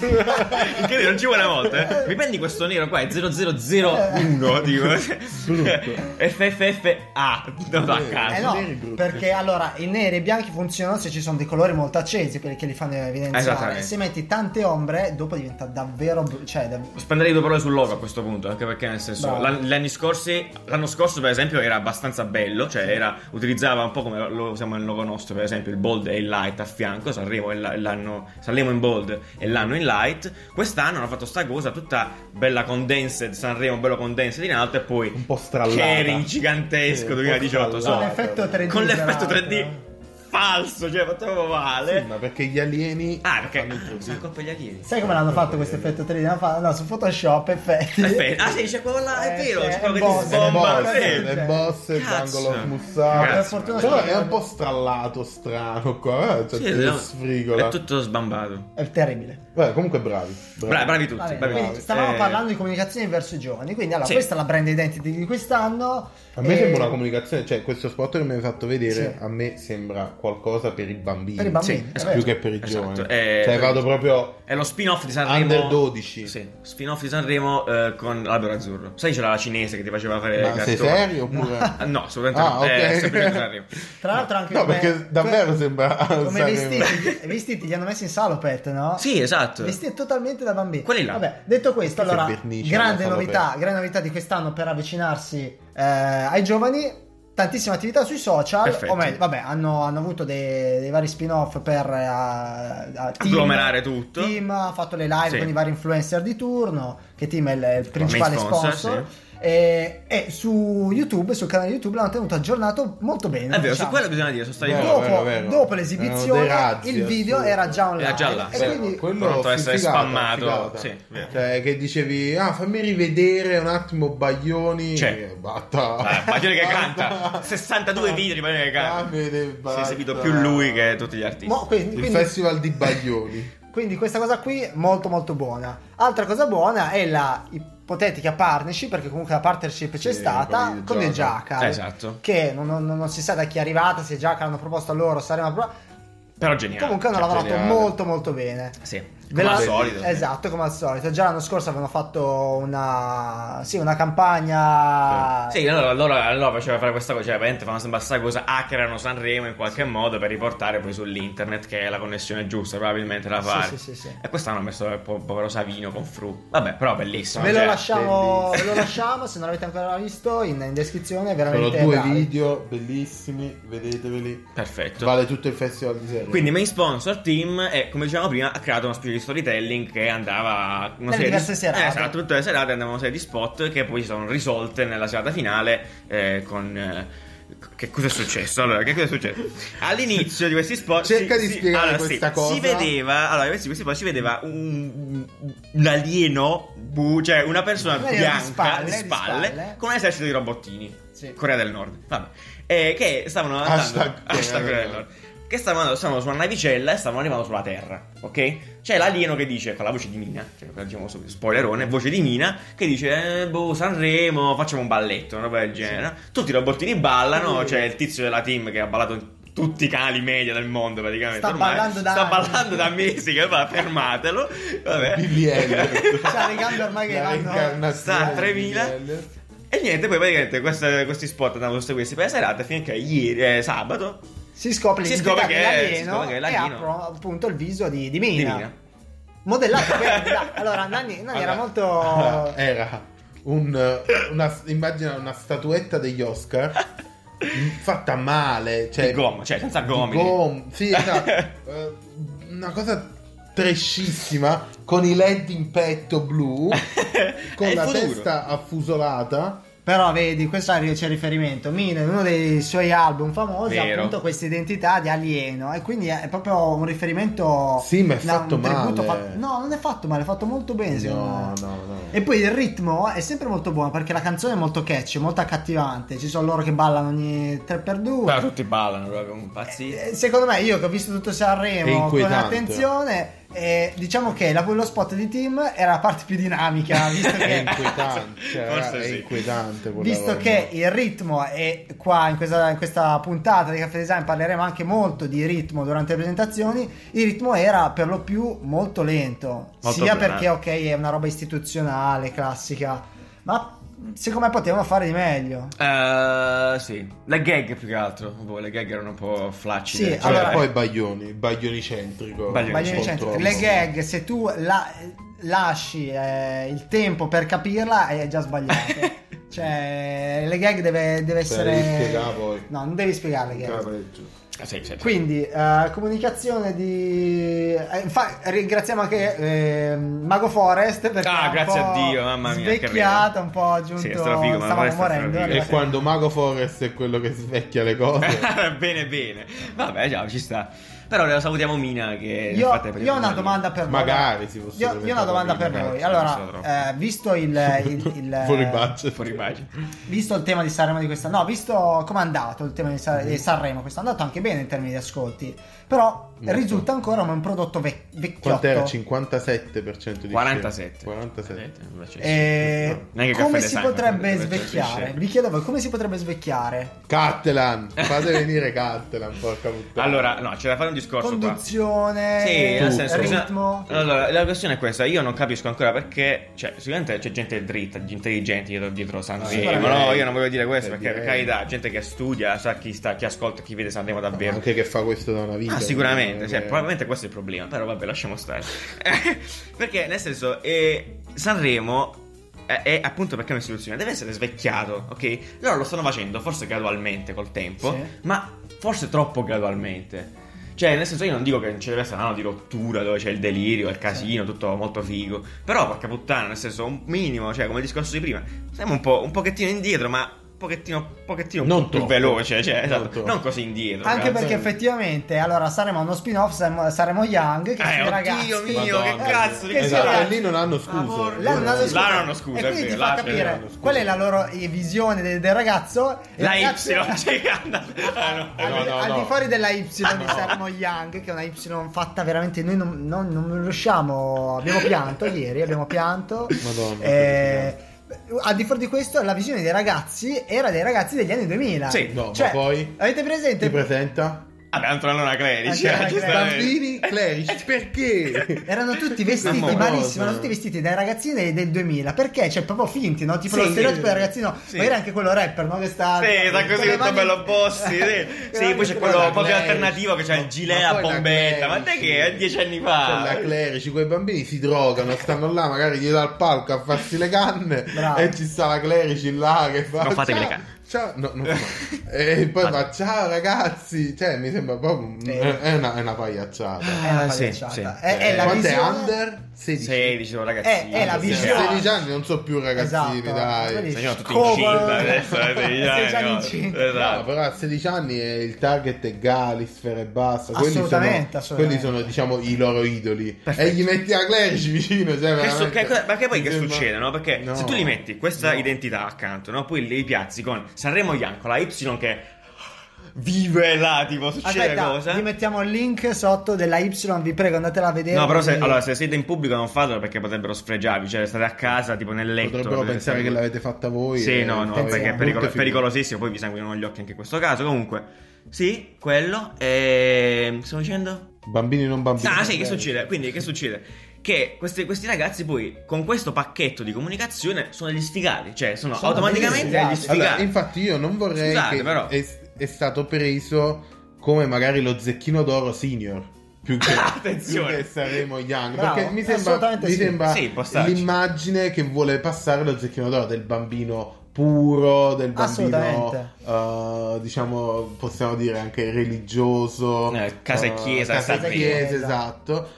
Speaker 3: Incredibile, non ci vuole una volta. eh. Mi prendi questo nero qua, è 0001, tipo.
Speaker 5: Eh. Brutto.
Speaker 3: FFFA, non a caso.
Speaker 4: Eh
Speaker 5: I neri
Speaker 4: no,
Speaker 5: brutti.
Speaker 4: perché allora i neri e i bianchi funzionano se ci sono dei colori molto accesi, quelli che li fanno evidenziare.
Speaker 3: Esattamente.
Speaker 4: Se metti tante ombre, dopo diventa davvero. bru- Cioè, dav-
Speaker 3: Spenderei due parole sul logo a questo punto, anche perché nel senso
Speaker 4: Bravo.
Speaker 3: l'an- gli anni scorsi, l'anno scorso per esempio era abbastanza bello, cioè era, utilizzava un po' come lo- lo usiamo nel logo nostro, per esempio il bold e il light a fianco, Sanremo, e la- e l'anno- Sanremo in bold e l'anno in light, quest'anno hanno fatto sta cosa tutta bella condensed, Sanremo bello condensed in alto e poi
Speaker 5: Un po' strallata.
Speaker 3: sharing gigantesco
Speaker 5: Sì, un po'
Speaker 3: 2018, so.
Speaker 4: con
Speaker 5: no,
Speaker 4: l'effetto
Speaker 5: vabbè.
Speaker 4: 3D.
Speaker 3: con l'effetto
Speaker 4: tra
Speaker 3: 3D
Speaker 4: l'altro.
Speaker 3: falso, cioè facciamo male.
Speaker 5: ma perché gli alieni
Speaker 3: Ah, perché...
Speaker 5: fanno così.
Speaker 3: Sono colpa gli alieni.
Speaker 4: Sai come l'hanno fatto questo effetto 3D? L'hanno fatto- no, su Photoshop, effetti.
Speaker 3: Perfetto. Ah sì, c'è quello là, è
Speaker 4: Eh,
Speaker 3: vero,
Speaker 4: sì,
Speaker 3: c'è
Speaker 4: è
Speaker 3: quello che
Speaker 4: boss,
Speaker 3: ti
Speaker 4: è boh,
Speaker 5: Le
Speaker 3: sbomba.
Speaker 5: boss,
Speaker 4: boss,
Speaker 3: sì.
Speaker 5: le boss, il
Speaker 3: Cazzo.
Speaker 5: triangolo smussato.
Speaker 4: Per fortuna
Speaker 5: Però
Speaker 4: che-
Speaker 5: è un po' strallato, strano qua. eh, Cioè,
Speaker 3: Sì,
Speaker 5: te
Speaker 3: no,
Speaker 5: sfrigola.
Speaker 3: È tutto sbambato.
Speaker 4: È terribile.
Speaker 5: Vabbè, comunque bravi.
Speaker 3: Bravi, bravi tutti.
Speaker 4: Vabbè,
Speaker 3: bravi
Speaker 4: quindi
Speaker 3: tutti.
Speaker 4: stavamo
Speaker 3: Eh,
Speaker 4: parlando di comunicazione verso i giovani. Quindi, allora,
Speaker 3: Sì.
Speaker 4: questa è la brand identity di quest'anno.
Speaker 5: A me
Speaker 4: e-
Speaker 5: sembra
Speaker 3: Eh.
Speaker 5: una comunicazione, cioè questo spot che mi hai fatto vedere,
Speaker 4: Sì.
Speaker 5: a me sembra qualcosa per i bambini.
Speaker 4: Per i bambini,
Speaker 3: Sì,
Speaker 4: è
Speaker 3: esatto.
Speaker 4: vero.
Speaker 5: Più che per i
Speaker 3: Esatto,
Speaker 5: giovani.
Speaker 3: eh,
Speaker 5: cioè vado proprio...
Speaker 3: È lo spin-off di Sanremo.
Speaker 5: Under 12.
Speaker 3: Sì, spin-off di Sanremo eh, con l'albero azzurro. Sai c'era la cinese che ti faceva fare
Speaker 5: Ma sei
Speaker 3: cartoni.
Speaker 5: serio oppure...
Speaker 3: Ah, No, assolutamente
Speaker 5: Ah,
Speaker 3: no.
Speaker 5: ok.
Speaker 3: È semplicemente Sanremo.
Speaker 4: Tra l'altro, anche
Speaker 5: No,
Speaker 4: come-
Speaker 5: perché davvero sembra...
Speaker 4: Come
Speaker 5: Sanremo.
Speaker 4: vestiti, i vestiti li hanno messi in salopette, no?
Speaker 3: Sì, esatto.
Speaker 4: Vestiti totalmente da bambini.
Speaker 3: Quelli là.
Speaker 4: Vabbè, detto questo,
Speaker 5: Che
Speaker 4: allora,
Speaker 5: vernice,
Speaker 4: grande
Speaker 5: alla
Speaker 4: novità,
Speaker 5: salopette.
Speaker 4: grande novità di quest'anno per avvicinarsi eh, ai giovani. Tantissime attività sui social,
Speaker 3: Perfetto.
Speaker 4: o meglio, vavabbè, hanno, hanno avuto dei, dei vari spin-off per eh, a- a team.
Speaker 3: Agglomerare tutto.
Speaker 4: Team ha fatto le live
Speaker 3: Sì.
Speaker 4: con i vari influencer di turno, che Team è il, il principale sponsor.
Speaker 3: sponsor,
Speaker 4: E, e su YouTube, sul canale YouTube l'hanno tenuto aggiornato molto bene.
Speaker 3: È vero, su
Speaker 4: diciamo.
Speaker 3: quello bisogna dire, sono stati
Speaker 5: Vero,
Speaker 4: Dopo,
Speaker 5: vero, vero.
Speaker 4: dopo
Speaker 5: Erano
Speaker 4: l'esibizione,
Speaker 5: dei razzi,
Speaker 4: il video
Speaker 5: assurdo.
Speaker 4: era già online.
Speaker 3: Era già là,
Speaker 4: E
Speaker 3: vero.
Speaker 4: quindi-
Speaker 5: quello
Speaker 3: Pronto a essere
Speaker 5: figata,
Speaker 3: spammato,
Speaker 5: figata.
Speaker 3: sì, vero.
Speaker 5: cioè che dicevi ah fammi rivedere un attimo Baglioni
Speaker 3: Cioè.
Speaker 5: e batta
Speaker 3: Ah, Baglioni che canta. 62 video di Baglioni che canta.
Speaker 4: Ah,
Speaker 5: Davide
Speaker 3: Si
Speaker 5: Batta.
Speaker 3: è seguito più lui che tutti gli artisti.
Speaker 4: mo- quindi,
Speaker 5: Ah, il
Speaker 4: quindi-
Speaker 5: festival di Baglioni
Speaker 4: quindi questa cosa qui è molto molto buona. Altra cosa buona è la ipotetica partnership, perché comunque la partnership c'è
Speaker 5: Sì,
Speaker 4: stata
Speaker 5: con il
Speaker 4: con il
Speaker 5: Jackal.
Speaker 4: Jackal.
Speaker 3: Esatto.
Speaker 4: Che non, non- non si sa da chi è arrivata, se Jackal hanno proposto a loro, saremo a...
Speaker 3: Però geniale.
Speaker 4: Comunque hanno
Speaker 3: Cioè,
Speaker 4: lavorato
Speaker 5: geniale.
Speaker 4: molto molto bene.
Speaker 3: Sì,
Speaker 4: Ve
Speaker 3: come
Speaker 4: la-
Speaker 3: al solito.
Speaker 4: Esatto, come al solito. Già l'anno scorso avevano fatto una, sì, una campagna...
Speaker 3: Sì, allora, allora, allora faceva fare questa cosa, cioè veramente fanno sempre questa cosa, hackerano Sanremo in qualche modo per riportare poi sull'internet che è la connessione giusta, probabilmente la
Speaker 4: Sì,
Speaker 3: fare.
Speaker 4: sì, sì, sì.
Speaker 3: E quest'anno hanno messo il po- povero Savino con Fru. Vabbè, però bellissimo.
Speaker 4: Ve lo,
Speaker 3: cioè,
Speaker 4: lasciamo,
Speaker 5: bellissimo.
Speaker 4: ve lo lasciamo, se non l'avete ancora visto, in, in descrizione. è
Speaker 5: sono
Speaker 4: Veramente
Speaker 5: due
Speaker 4: bravi.
Speaker 5: video bellissimi vedeteveli
Speaker 3: Perfetto.
Speaker 5: vale tutto il festival di Sanremo
Speaker 3: Cioè, Quindi main sponsor team e come dicevamo prima ha creato una specie di storytelling che andava una
Speaker 4: Nelle diverse
Speaker 3: di...
Speaker 4: serate.
Speaker 3: Eh, esatto, tutte le serate andavano una serie di spot che poi si sono risolte nella serata finale eh, con eh, che cosa è successo? Allora, che cosa è successo? All'inizio di questi spot
Speaker 5: Cerca
Speaker 3: si-
Speaker 5: di
Speaker 3: si-
Speaker 5: spiegare
Speaker 3: allora,
Speaker 5: questa
Speaker 3: sì,
Speaker 5: cosa.
Speaker 3: Si vedeva, allora, in questi questi spot si vedeva un, un alieno, bu- cioè una persona
Speaker 4: Un alieno di
Speaker 3: bianca
Speaker 4: spalle,
Speaker 3: di
Speaker 4: di
Speaker 3: spalle,
Speaker 4: spalle.
Speaker 3: con un esercito di robottini.
Speaker 4: Sì.
Speaker 3: Corea del Nord. Vabbè. Eh, che stavano andando
Speaker 5: Hashtag
Speaker 3: hashtag Corea del Nord. Che stavano, andando- stavano su una navicella e stavano arrivando sulla Terra, ok? C'è l'alieno che dice, con la voce di Mina, cioè, diciamo subito, spoilerone, voce di Mina, che dice, eh, boh, Sanremo, facciamo un balletto, una roba del genere. no? Tutti i robottini ballano, c'è il tizio della team che ha ballato in tutti i canali media del mondo praticamente.
Speaker 4: Sta
Speaker 3: ormai.
Speaker 4: ballando da
Speaker 3: Sta
Speaker 4: anni.
Speaker 3: ballando da mesi, che va, fermatelo. Vabbè.
Speaker 5: Billy Elliot
Speaker 3: Cioè,
Speaker 4: C'ha Cioè, le gambe ormai che
Speaker 5: La
Speaker 4: vanno...
Speaker 5: reincarnazione
Speaker 3: Sta a
Speaker 5: di
Speaker 3: 3000.
Speaker 5: Billy Elliot.
Speaker 3: E niente, poi praticamente queste- questi spot andavano su questi per la serata finché ieri, eh, sabato,
Speaker 4: Si scopre
Speaker 3: Si
Speaker 4: l'identità
Speaker 3: scopre che- si
Speaker 4: dell'alieno
Speaker 3: scopre che è
Speaker 4: e
Speaker 3: l'alieno.
Speaker 4: apro appunto il viso di, di Mina.
Speaker 3: di Mina.
Speaker 4: Modellato bene. da- Allora, Nanni, Nanni era
Speaker 5: Allora,
Speaker 4: molto...
Speaker 5: allora, era un, una, immagina una statuetta degli Oscar fatta male, cioè
Speaker 3: Di gomma, cioè, senza
Speaker 5: di
Speaker 3: gomiti.
Speaker 5: gom- sì, esatto. Eh, una cosa trescissima con i led in petto blu,
Speaker 3: È
Speaker 5: con
Speaker 3: il
Speaker 5: la
Speaker 3: futuro.
Speaker 5: testa affusolata.
Speaker 4: Però vedi, questo arri- c'è riferimento. Mino in uno dei suoi album famosi ha
Speaker 3: Vero.
Speaker 4: appunto questa identità di alieno e quindi è proprio un riferimento
Speaker 5: Sì, ma è
Speaker 4: no,
Speaker 5: fatto
Speaker 4: un tributo
Speaker 5: male.
Speaker 4: fatto- No, non è fatto male, è fatto molto bene, secondo
Speaker 5: No,
Speaker 4: me.
Speaker 5: no, no.
Speaker 4: E poi il ritmo è sempre molto buono perché la canzone è molto catchy, molto accattivante. Ci sono loro che ballano ogni 3x2.
Speaker 3: Però tutti ballano proprio impazziti.
Speaker 4: Eh, Secondo me, io che ho visto tutto
Speaker 5: È
Speaker 4: Sanremo con
Speaker 5: inquietante.
Speaker 4: attenzione, eh, diciamo che la- lo spot di Tim era la parte più dinamica, visto
Speaker 5: È
Speaker 4: che,
Speaker 5: inquietante, cioè,
Speaker 3: Forse
Speaker 5: è
Speaker 3: sì.
Speaker 5: inquietante quella
Speaker 4: visto
Speaker 5: roba.
Speaker 4: che il ritmo è qua in questa, in questa puntata di Caffè Design parleremo anche molto di ritmo durante le presentazioni. Il ritmo era per lo più molto lento,
Speaker 3: Molto
Speaker 4: sia
Speaker 3: bene.
Speaker 4: perché, ok, è una roba istituzionale, classica, ma secondo me potevano fare di meglio.
Speaker 3: Eh, sì, le gag più che altro. Boh, le gag erano un po' flaccide.
Speaker 4: Sì,
Speaker 3: Cioè,
Speaker 5: Cioè,
Speaker 4: Allora-
Speaker 5: poi Baglioni, Baglioni centrico.
Speaker 3: Baglioni
Speaker 4: Ma io
Speaker 3: Baglioni
Speaker 4: dicendo,
Speaker 5: Purtroppo.
Speaker 4: le gag, se tu la- lasci eh, il tempo per capirla, è già sbagliato. cioè, le gag deve, deve
Speaker 3: Cioè,
Speaker 4: essere.
Speaker 5: Beh, devi spiegare poi.
Speaker 4: No, non devi spiegare le gag.
Speaker 5: Cavaleggio.
Speaker 3: Ah, sì, sì, sì.
Speaker 4: Quindi, eh, comunicazione di. eh, infa- ringraziamo anche eh, Mago Forest perché.
Speaker 3: Ah,
Speaker 4: è un
Speaker 3: grazie
Speaker 4: po'
Speaker 3: a Dio, mamma mia, che
Speaker 4: Svecchiato,
Speaker 3: ride.
Speaker 4: un po' giunto.
Speaker 3: Sì, è strafigo, Mago
Speaker 4: stavamo
Speaker 3: Forest è
Speaker 4: morendo.
Speaker 3: strafigo.
Speaker 5: E
Speaker 4: allora-
Speaker 3: Sì.
Speaker 5: quando Mago Forest è quello che svecchia le cose.
Speaker 3: bene, bene. Vabbè, già, ci sta. Però la salutiamo Mina che... nel
Speaker 4: Io,
Speaker 3: frattempo-
Speaker 4: io ho una domanda per voi.
Speaker 5: Magari si fosse
Speaker 4: Io, io ho una
Speaker 5: presentato
Speaker 4: domanda
Speaker 5: prima,
Speaker 4: per voi.
Speaker 5: ragazzi,
Speaker 3: non so
Speaker 4: Allora,
Speaker 3: troppo.
Speaker 4: eh, visto il, il- il- eh,
Speaker 5: Fuori budget.
Speaker 3: Fuori immagine.
Speaker 4: visto il tema di Sanremo di questa, no, visto come è andato il tema di, Sa- di Sanremo, questo è andato anche bene in termini di ascolti, però
Speaker 5: Molto.
Speaker 4: risulta ancora come un prodotto vec- vecchiotto.
Speaker 5: Quant'era? 57% di
Speaker 3: 47.
Speaker 5: 47.
Speaker 4: Eh,
Speaker 3: Non è che
Speaker 4: come
Speaker 3: caffè
Speaker 4: si
Speaker 3: design,
Speaker 4: potrebbe
Speaker 3: caffè design,
Speaker 4: svecchiare?
Speaker 3: sì.
Speaker 4: Vi chiedo a voi come si potrebbe svecchiare?
Speaker 5: Cattelan, fate venire Cattelan, porca puttana.
Speaker 3: Allora, no, c'è da fare un discorso qua.
Speaker 4: Conduzione,
Speaker 3: Sì, nel senso, bisogna- Eh,
Speaker 4: ritmo.
Speaker 3: Allora, la questione è questa: io non capisco ancora perché, cioè, sicuramente c'è gente dritta, intelligente dietro, dietro Sanremo.
Speaker 5: sicuramente.
Speaker 3: no, io non voglio dire questo
Speaker 5: Eh,
Speaker 3: perché, per
Speaker 5: direi.
Speaker 3: carità, gente che studia, sa chi sta, chi ascolta, chi vede Sanremo davvero.
Speaker 5: anche che fa questo da una vita.
Speaker 3: Ah, sicuramente,
Speaker 5: eh,
Speaker 3: sì,
Speaker 5: eh.
Speaker 3: probabilmente questo è il problema, però vabbè, lasciamo stare. perché, nel senso, eh, Sanremo è, è appunto perché è un'istituzione, deve essere svecchiato, ok? Loro lo stanno facendo, forse gradualmente col tempo,
Speaker 4: Sì.
Speaker 3: ma forse troppo gradualmente. Cioè, nel senso, io non dico che non ci deve essere un anno di rottura dove c'è il delirio, il casino, tutto molto figo. Però, porca puttana, nel senso, un minimo, cioè, come il discorso di prima, siamo un, po', un pochettino indietro, ma un pochettino, un pochettino
Speaker 5: Non
Speaker 3: più
Speaker 5: troppo.
Speaker 3: veloce, cioè,
Speaker 5: Non
Speaker 3: esatto,
Speaker 5: troppo.
Speaker 3: non così indietro.
Speaker 4: Anche
Speaker 3: cazzo.
Speaker 4: perché effettivamente, allora, saremo uno spin-off, saremo, saremo Young, che
Speaker 3: Eh,
Speaker 4: sono i
Speaker 3: oddio
Speaker 4: ragazzi.
Speaker 3: mio,
Speaker 5: Madonna.
Speaker 3: che cazzo di
Speaker 4: Che
Speaker 5: Esatto,
Speaker 4: sarà?
Speaker 5: e lì non hanno scuse.
Speaker 4: Là non hanno
Speaker 5: Lì
Speaker 4: scusa.
Speaker 3: Là non hanno scusa,
Speaker 4: E
Speaker 3: è
Speaker 4: quindi ti
Speaker 3: vero,
Speaker 4: fa
Speaker 3: là c'è-
Speaker 4: capire
Speaker 5: hanno scusa.
Speaker 4: qual è la loro eh, visione de- del ragazzo. e
Speaker 3: La
Speaker 4: il ragazzo-
Speaker 3: Y, cioè, andate- ah, no,
Speaker 4: Al,
Speaker 5: No, no,
Speaker 4: al
Speaker 5: no.
Speaker 4: di fuori della Y di
Speaker 5: no.
Speaker 4: Saremo Young, che è una Y fatta veramente. Noi non, non- non riusciamo. Abbiamo pianto ieri, abbiamo pianto.
Speaker 5: Madonna,
Speaker 4: Eh, al di fuori di questo, la visione dei ragazzi era dei ragazzi degli anni 2000.
Speaker 3: Sì.
Speaker 5: No,
Speaker 4: Cioè,
Speaker 5: ma poi
Speaker 4: Avete presente?
Speaker 5: ti presenta
Speaker 3: Vabbè, Antonella Clerici,
Speaker 4: Antonella
Speaker 3: eh, giustamente.
Speaker 5: Bambini Clerici, perché?
Speaker 4: Erano tutti vestiti
Speaker 5: Mamma
Speaker 4: malissimo,
Speaker 5: cosa.
Speaker 4: erano tutti vestiti dai ragazzini del, del 2000, perché? Cioè, proprio finti, no? Tipo
Speaker 5: Sì,
Speaker 4: lo stereotipo
Speaker 5: sì.
Speaker 4: del ragazzino,
Speaker 3: Sì.
Speaker 4: ma era anche quello rapper, no? Che sta...
Speaker 3: Sì, sta
Speaker 4: con
Speaker 3: così
Speaker 4: le
Speaker 3: tutto
Speaker 4: mani-
Speaker 3: bello bossi, sì. Sì, poi c'è
Speaker 5: Ma
Speaker 3: quello
Speaker 5: la
Speaker 3: un po' più
Speaker 5: Clerici.
Speaker 3: alternativo che c'ha il gilet
Speaker 5: Ma
Speaker 3: a
Speaker 5: poi la
Speaker 3: bombetta, ma
Speaker 5: Clerici.
Speaker 3: te che è dieci anni
Speaker 4: Ah,
Speaker 5: Cioè,
Speaker 3: fa?
Speaker 4: eh.
Speaker 5: la clerici, quei bambini si drogano, stanno là magari dietro al palco a farsi le canne
Speaker 4: Bravo.
Speaker 5: e ci sta la clerici là che fa...
Speaker 3: Non fatevi
Speaker 5: "Ciao,
Speaker 3: le canne."
Speaker 5: Ciao, no, non fa. e poi fa ciao ragazzi, cioè mi sembra proprio un-
Speaker 4: Sì.
Speaker 5: è, una, è una pagliacciata.
Speaker 4: È una
Speaker 3: Ah, sì,
Speaker 4: pagliacciata.
Speaker 3: sì.
Speaker 4: Eh. È, è la
Speaker 5: Quant'è
Speaker 4: visione...
Speaker 5: under? 16.
Speaker 3: 16 sono ragazzini.
Speaker 4: Eh, è la
Speaker 3: sì.
Speaker 4: visione.
Speaker 5: 16 anni non so più ragazzini,
Speaker 4: Esatto.
Speaker 5: dai.
Speaker 4: Quelli-
Speaker 3: Sì, sono tutti
Speaker 4: Come?
Speaker 3: incinta adesso, eh,
Speaker 4: Sei
Speaker 3: 16
Speaker 4: già
Speaker 3: anni, no.
Speaker 4: incinta.
Speaker 5: No,
Speaker 3: Esatto.
Speaker 5: Ah, però a 16 anni eh, il target è Galisfer e basta. Quelli sono-
Speaker 4: Assolutamente, assolutamente.
Speaker 5: Quelli sono, diciamo, i loro idoli. E gli metti la clerici vicino. Cioè,
Speaker 3: Che so-
Speaker 5: veramente-
Speaker 3: che cosa- ma che poi che
Speaker 5: Mi sembra-
Speaker 3: succede, no? Perché
Speaker 5: No.
Speaker 3: se tu li metti questa
Speaker 5: No.
Speaker 3: identità accanto, no? Poi li piazzi con Sanremo Ianco, la Y che vive là, tipo succede
Speaker 4: Aspetta,
Speaker 3: cosa.
Speaker 4: vi mettiamo il link sotto della Y, vi prego, andatela a vedere.
Speaker 3: No, però se,
Speaker 4: Quindi-
Speaker 3: allora, se siete in pubblico non fatelo perché potrebbero sfregiarvi, cioè state a casa tipo nel letto.
Speaker 5: Potrebbero
Speaker 3: potete
Speaker 5: pensare che
Speaker 3: stare-
Speaker 5: l'avete fatta voi.
Speaker 3: Sì,
Speaker 5: e
Speaker 3: no, no,
Speaker 5: poi-
Speaker 3: perché è
Speaker 4: Brutte
Speaker 3: pericolo-
Speaker 5: figure.
Speaker 3: pericolosissimo, poi vi sanguinano gli occhi anche in questo caso. Comunque, sì, quello. E... Stavo dicendo?
Speaker 5: Bambini non bambini.
Speaker 3: Ah, sì, che succede? Quindi, che succede? Che questi, questi ragazzi poi, con questo pacchetto di comunicazione, sono degli sfigati, cioè sono,
Speaker 4: Sono
Speaker 3: automaticamente
Speaker 4: degli
Speaker 3: degli
Speaker 4: sfigati.
Speaker 3: sfigati.
Speaker 5: Allora, infatti io non vorrei
Speaker 3: Scusate,
Speaker 5: che
Speaker 3: però.
Speaker 5: È, è stato preso come magari lo zecchino d'oro senior. Più che,
Speaker 3: Attenzione.
Speaker 5: più che saremo Young.
Speaker 4: Bravo,
Speaker 5: perché mi sembra,
Speaker 4: assolutamente
Speaker 5: mi
Speaker 4: sì.
Speaker 5: sembra
Speaker 3: Sì, può starci.
Speaker 5: l'immagine che vuole passare lo zecchino d'oro del bambino puro del bambino,
Speaker 4: Assolutamente.
Speaker 5: eh, diciamo, possiamo dire anche religioso.
Speaker 3: Eh, casa e
Speaker 5: eh,
Speaker 3: chiesa,
Speaker 5: casa e
Speaker 3: salvezza.
Speaker 5: chiesa, esatto.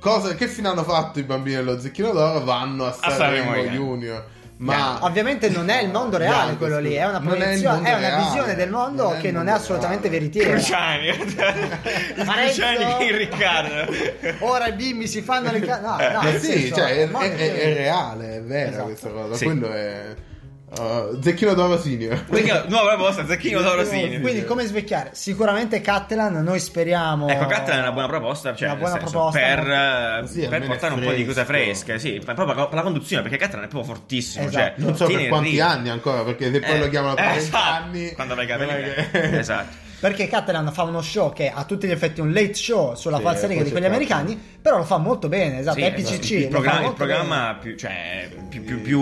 Speaker 5: Cosa, che fine hanno fatto i bambini dello Zecchino d'Oro? Vanno a Sanremo
Speaker 3: Sanremo,
Speaker 5: Junior. Ma
Speaker 4: Ovviamente non è il mondo reale
Speaker 5: Bianco,
Speaker 4: quello lì,
Speaker 5: scusa.
Speaker 4: è una,
Speaker 5: Non è il
Speaker 4: proiezione-
Speaker 5: mondo
Speaker 4: è una
Speaker 5: reale.
Speaker 4: visione del mondo
Speaker 5: Non è il
Speaker 4: che non è
Speaker 5: mondo
Speaker 4: assolutamente
Speaker 5: reale.
Speaker 4: veritiera.
Speaker 3: Cruciani, il
Speaker 4: Parenzo-
Speaker 3: Cruciani che il Riccardo.
Speaker 4: Ora i bimbi si fanno le ca- no,
Speaker 3: Eh,
Speaker 4: no,
Speaker 5: Ma
Speaker 4: nel
Speaker 5: sì,
Speaker 4: senso,
Speaker 5: cioè, è,
Speaker 4: il mondo
Speaker 5: è- è- è reale, è vera
Speaker 4: Esatto.
Speaker 5: questa cosa.
Speaker 3: Sì.
Speaker 5: Quello è. uh, Zecchino d'oro senior.
Speaker 3: Quindi, nuova proposta, Zecchino d'Oro Senior.
Speaker 4: Quindi come svecchiare? Sicuramente Cattelan, noi speriamo...
Speaker 3: Ecco, Catta è una buona proposta, cioè,
Speaker 4: Una
Speaker 3: nel
Speaker 4: buona
Speaker 3: senso,
Speaker 4: proposta,
Speaker 3: per,
Speaker 4: molto-
Speaker 3: eh,
Speaker 5: Sì,
Speaker 3: per
Speaker 5: almeno è
Speaker 3: portare un po' di cose
Speaker 5: fresco.
Speaker 3: fresche, sì, ma proprio per la conduzione, perché Catta è proprio fortissimo,
Speaker 4: Esatto.
Speaker 3: cioè,
Speaker 5: Non so
Speaker 3: tiene
Speaker 5: per
Speaker 3: il
Speaker 5: quanti
Speaker 3: ritmo.
Speaker 5: anni ancora, perché se poi
Speaker 3: Eh,
Speaker 5: lo chiamano per
Speaker 3: eh,
Speaker 5: 20
Speaker 3: esatto,
Speaker 5: anni.
Speaker 3: Quando vai
Speaker 5: non è
Speaker 3: capelli.
Speaker 5: che-
Speaker 3: esatto.
Speaker 4: Perché Catalan fa uno show che è a tutti gli effetti un late show sulla
Speaker 5: Sì,
Speaker 4: falsariga
Speaker 5: poi
Speaker 4: di
Speaker 5: c'è
Speaker 4: quegli
Speaker 5: Cattelan.
Speaker 4: americani, però lo fa molto bene, esatto,
Speaker 3: Sì,
Speaker 4: è PCC.
Speaker 3: esatto. Il,
Speaker 4: lo fa
Speaker 3: programma, il
Speaker 4: molto
Speaker 3: programma più, cioè, più, più, più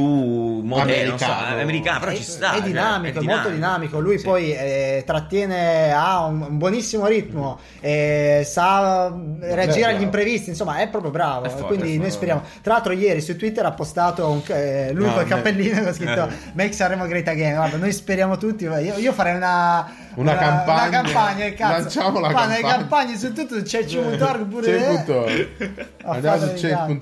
Speaker 3: moderno, non so,
Speaker 5: Americano.
Speaker 3: americano, però
Speaker 4: bene.
Speaker 3: ci sta.
Speaker 4: è
Speaker 3: cioè,
Speaker 4: dinamico, è molto dinamico. Lui
Speaker 3: Sì.
Speaker 4: poi eh, trattiene, ha un, un buonissimo ritmo, eh, sa reagire agli
Speaker 5: bravo.
Speaker 4: imprevisti. Insomma, è proprio bravo.
Speaker 3: È forte,
Speaker 4: quindi
Speaker 3: è
Speaker 4: noi
Speaker 5: forte.
Speaker 4: speriamo. Tra l'altro, ieri su Twitter ha postato un, eh, lui
Speaker 5: No,
Speaker 4: col
Speaker 5: me-
Speaker 4: cappellino che ha scritto Make Sanremo Great Again. Guarda, noi speriamo tutti. Io, io farei una,
Speaker 5: Una campagna.
Speaker 4: campagna, cazzo.
Speaker 5: Lanciamo la
Speaker 4: Fanno le
Speaker 5: campagna.
Speaker 4: campagne su tutto. C'è C.org pure. eh. A fare le
Speaker 5: C'è.org. Andiamo su
Speaker 4: gambe.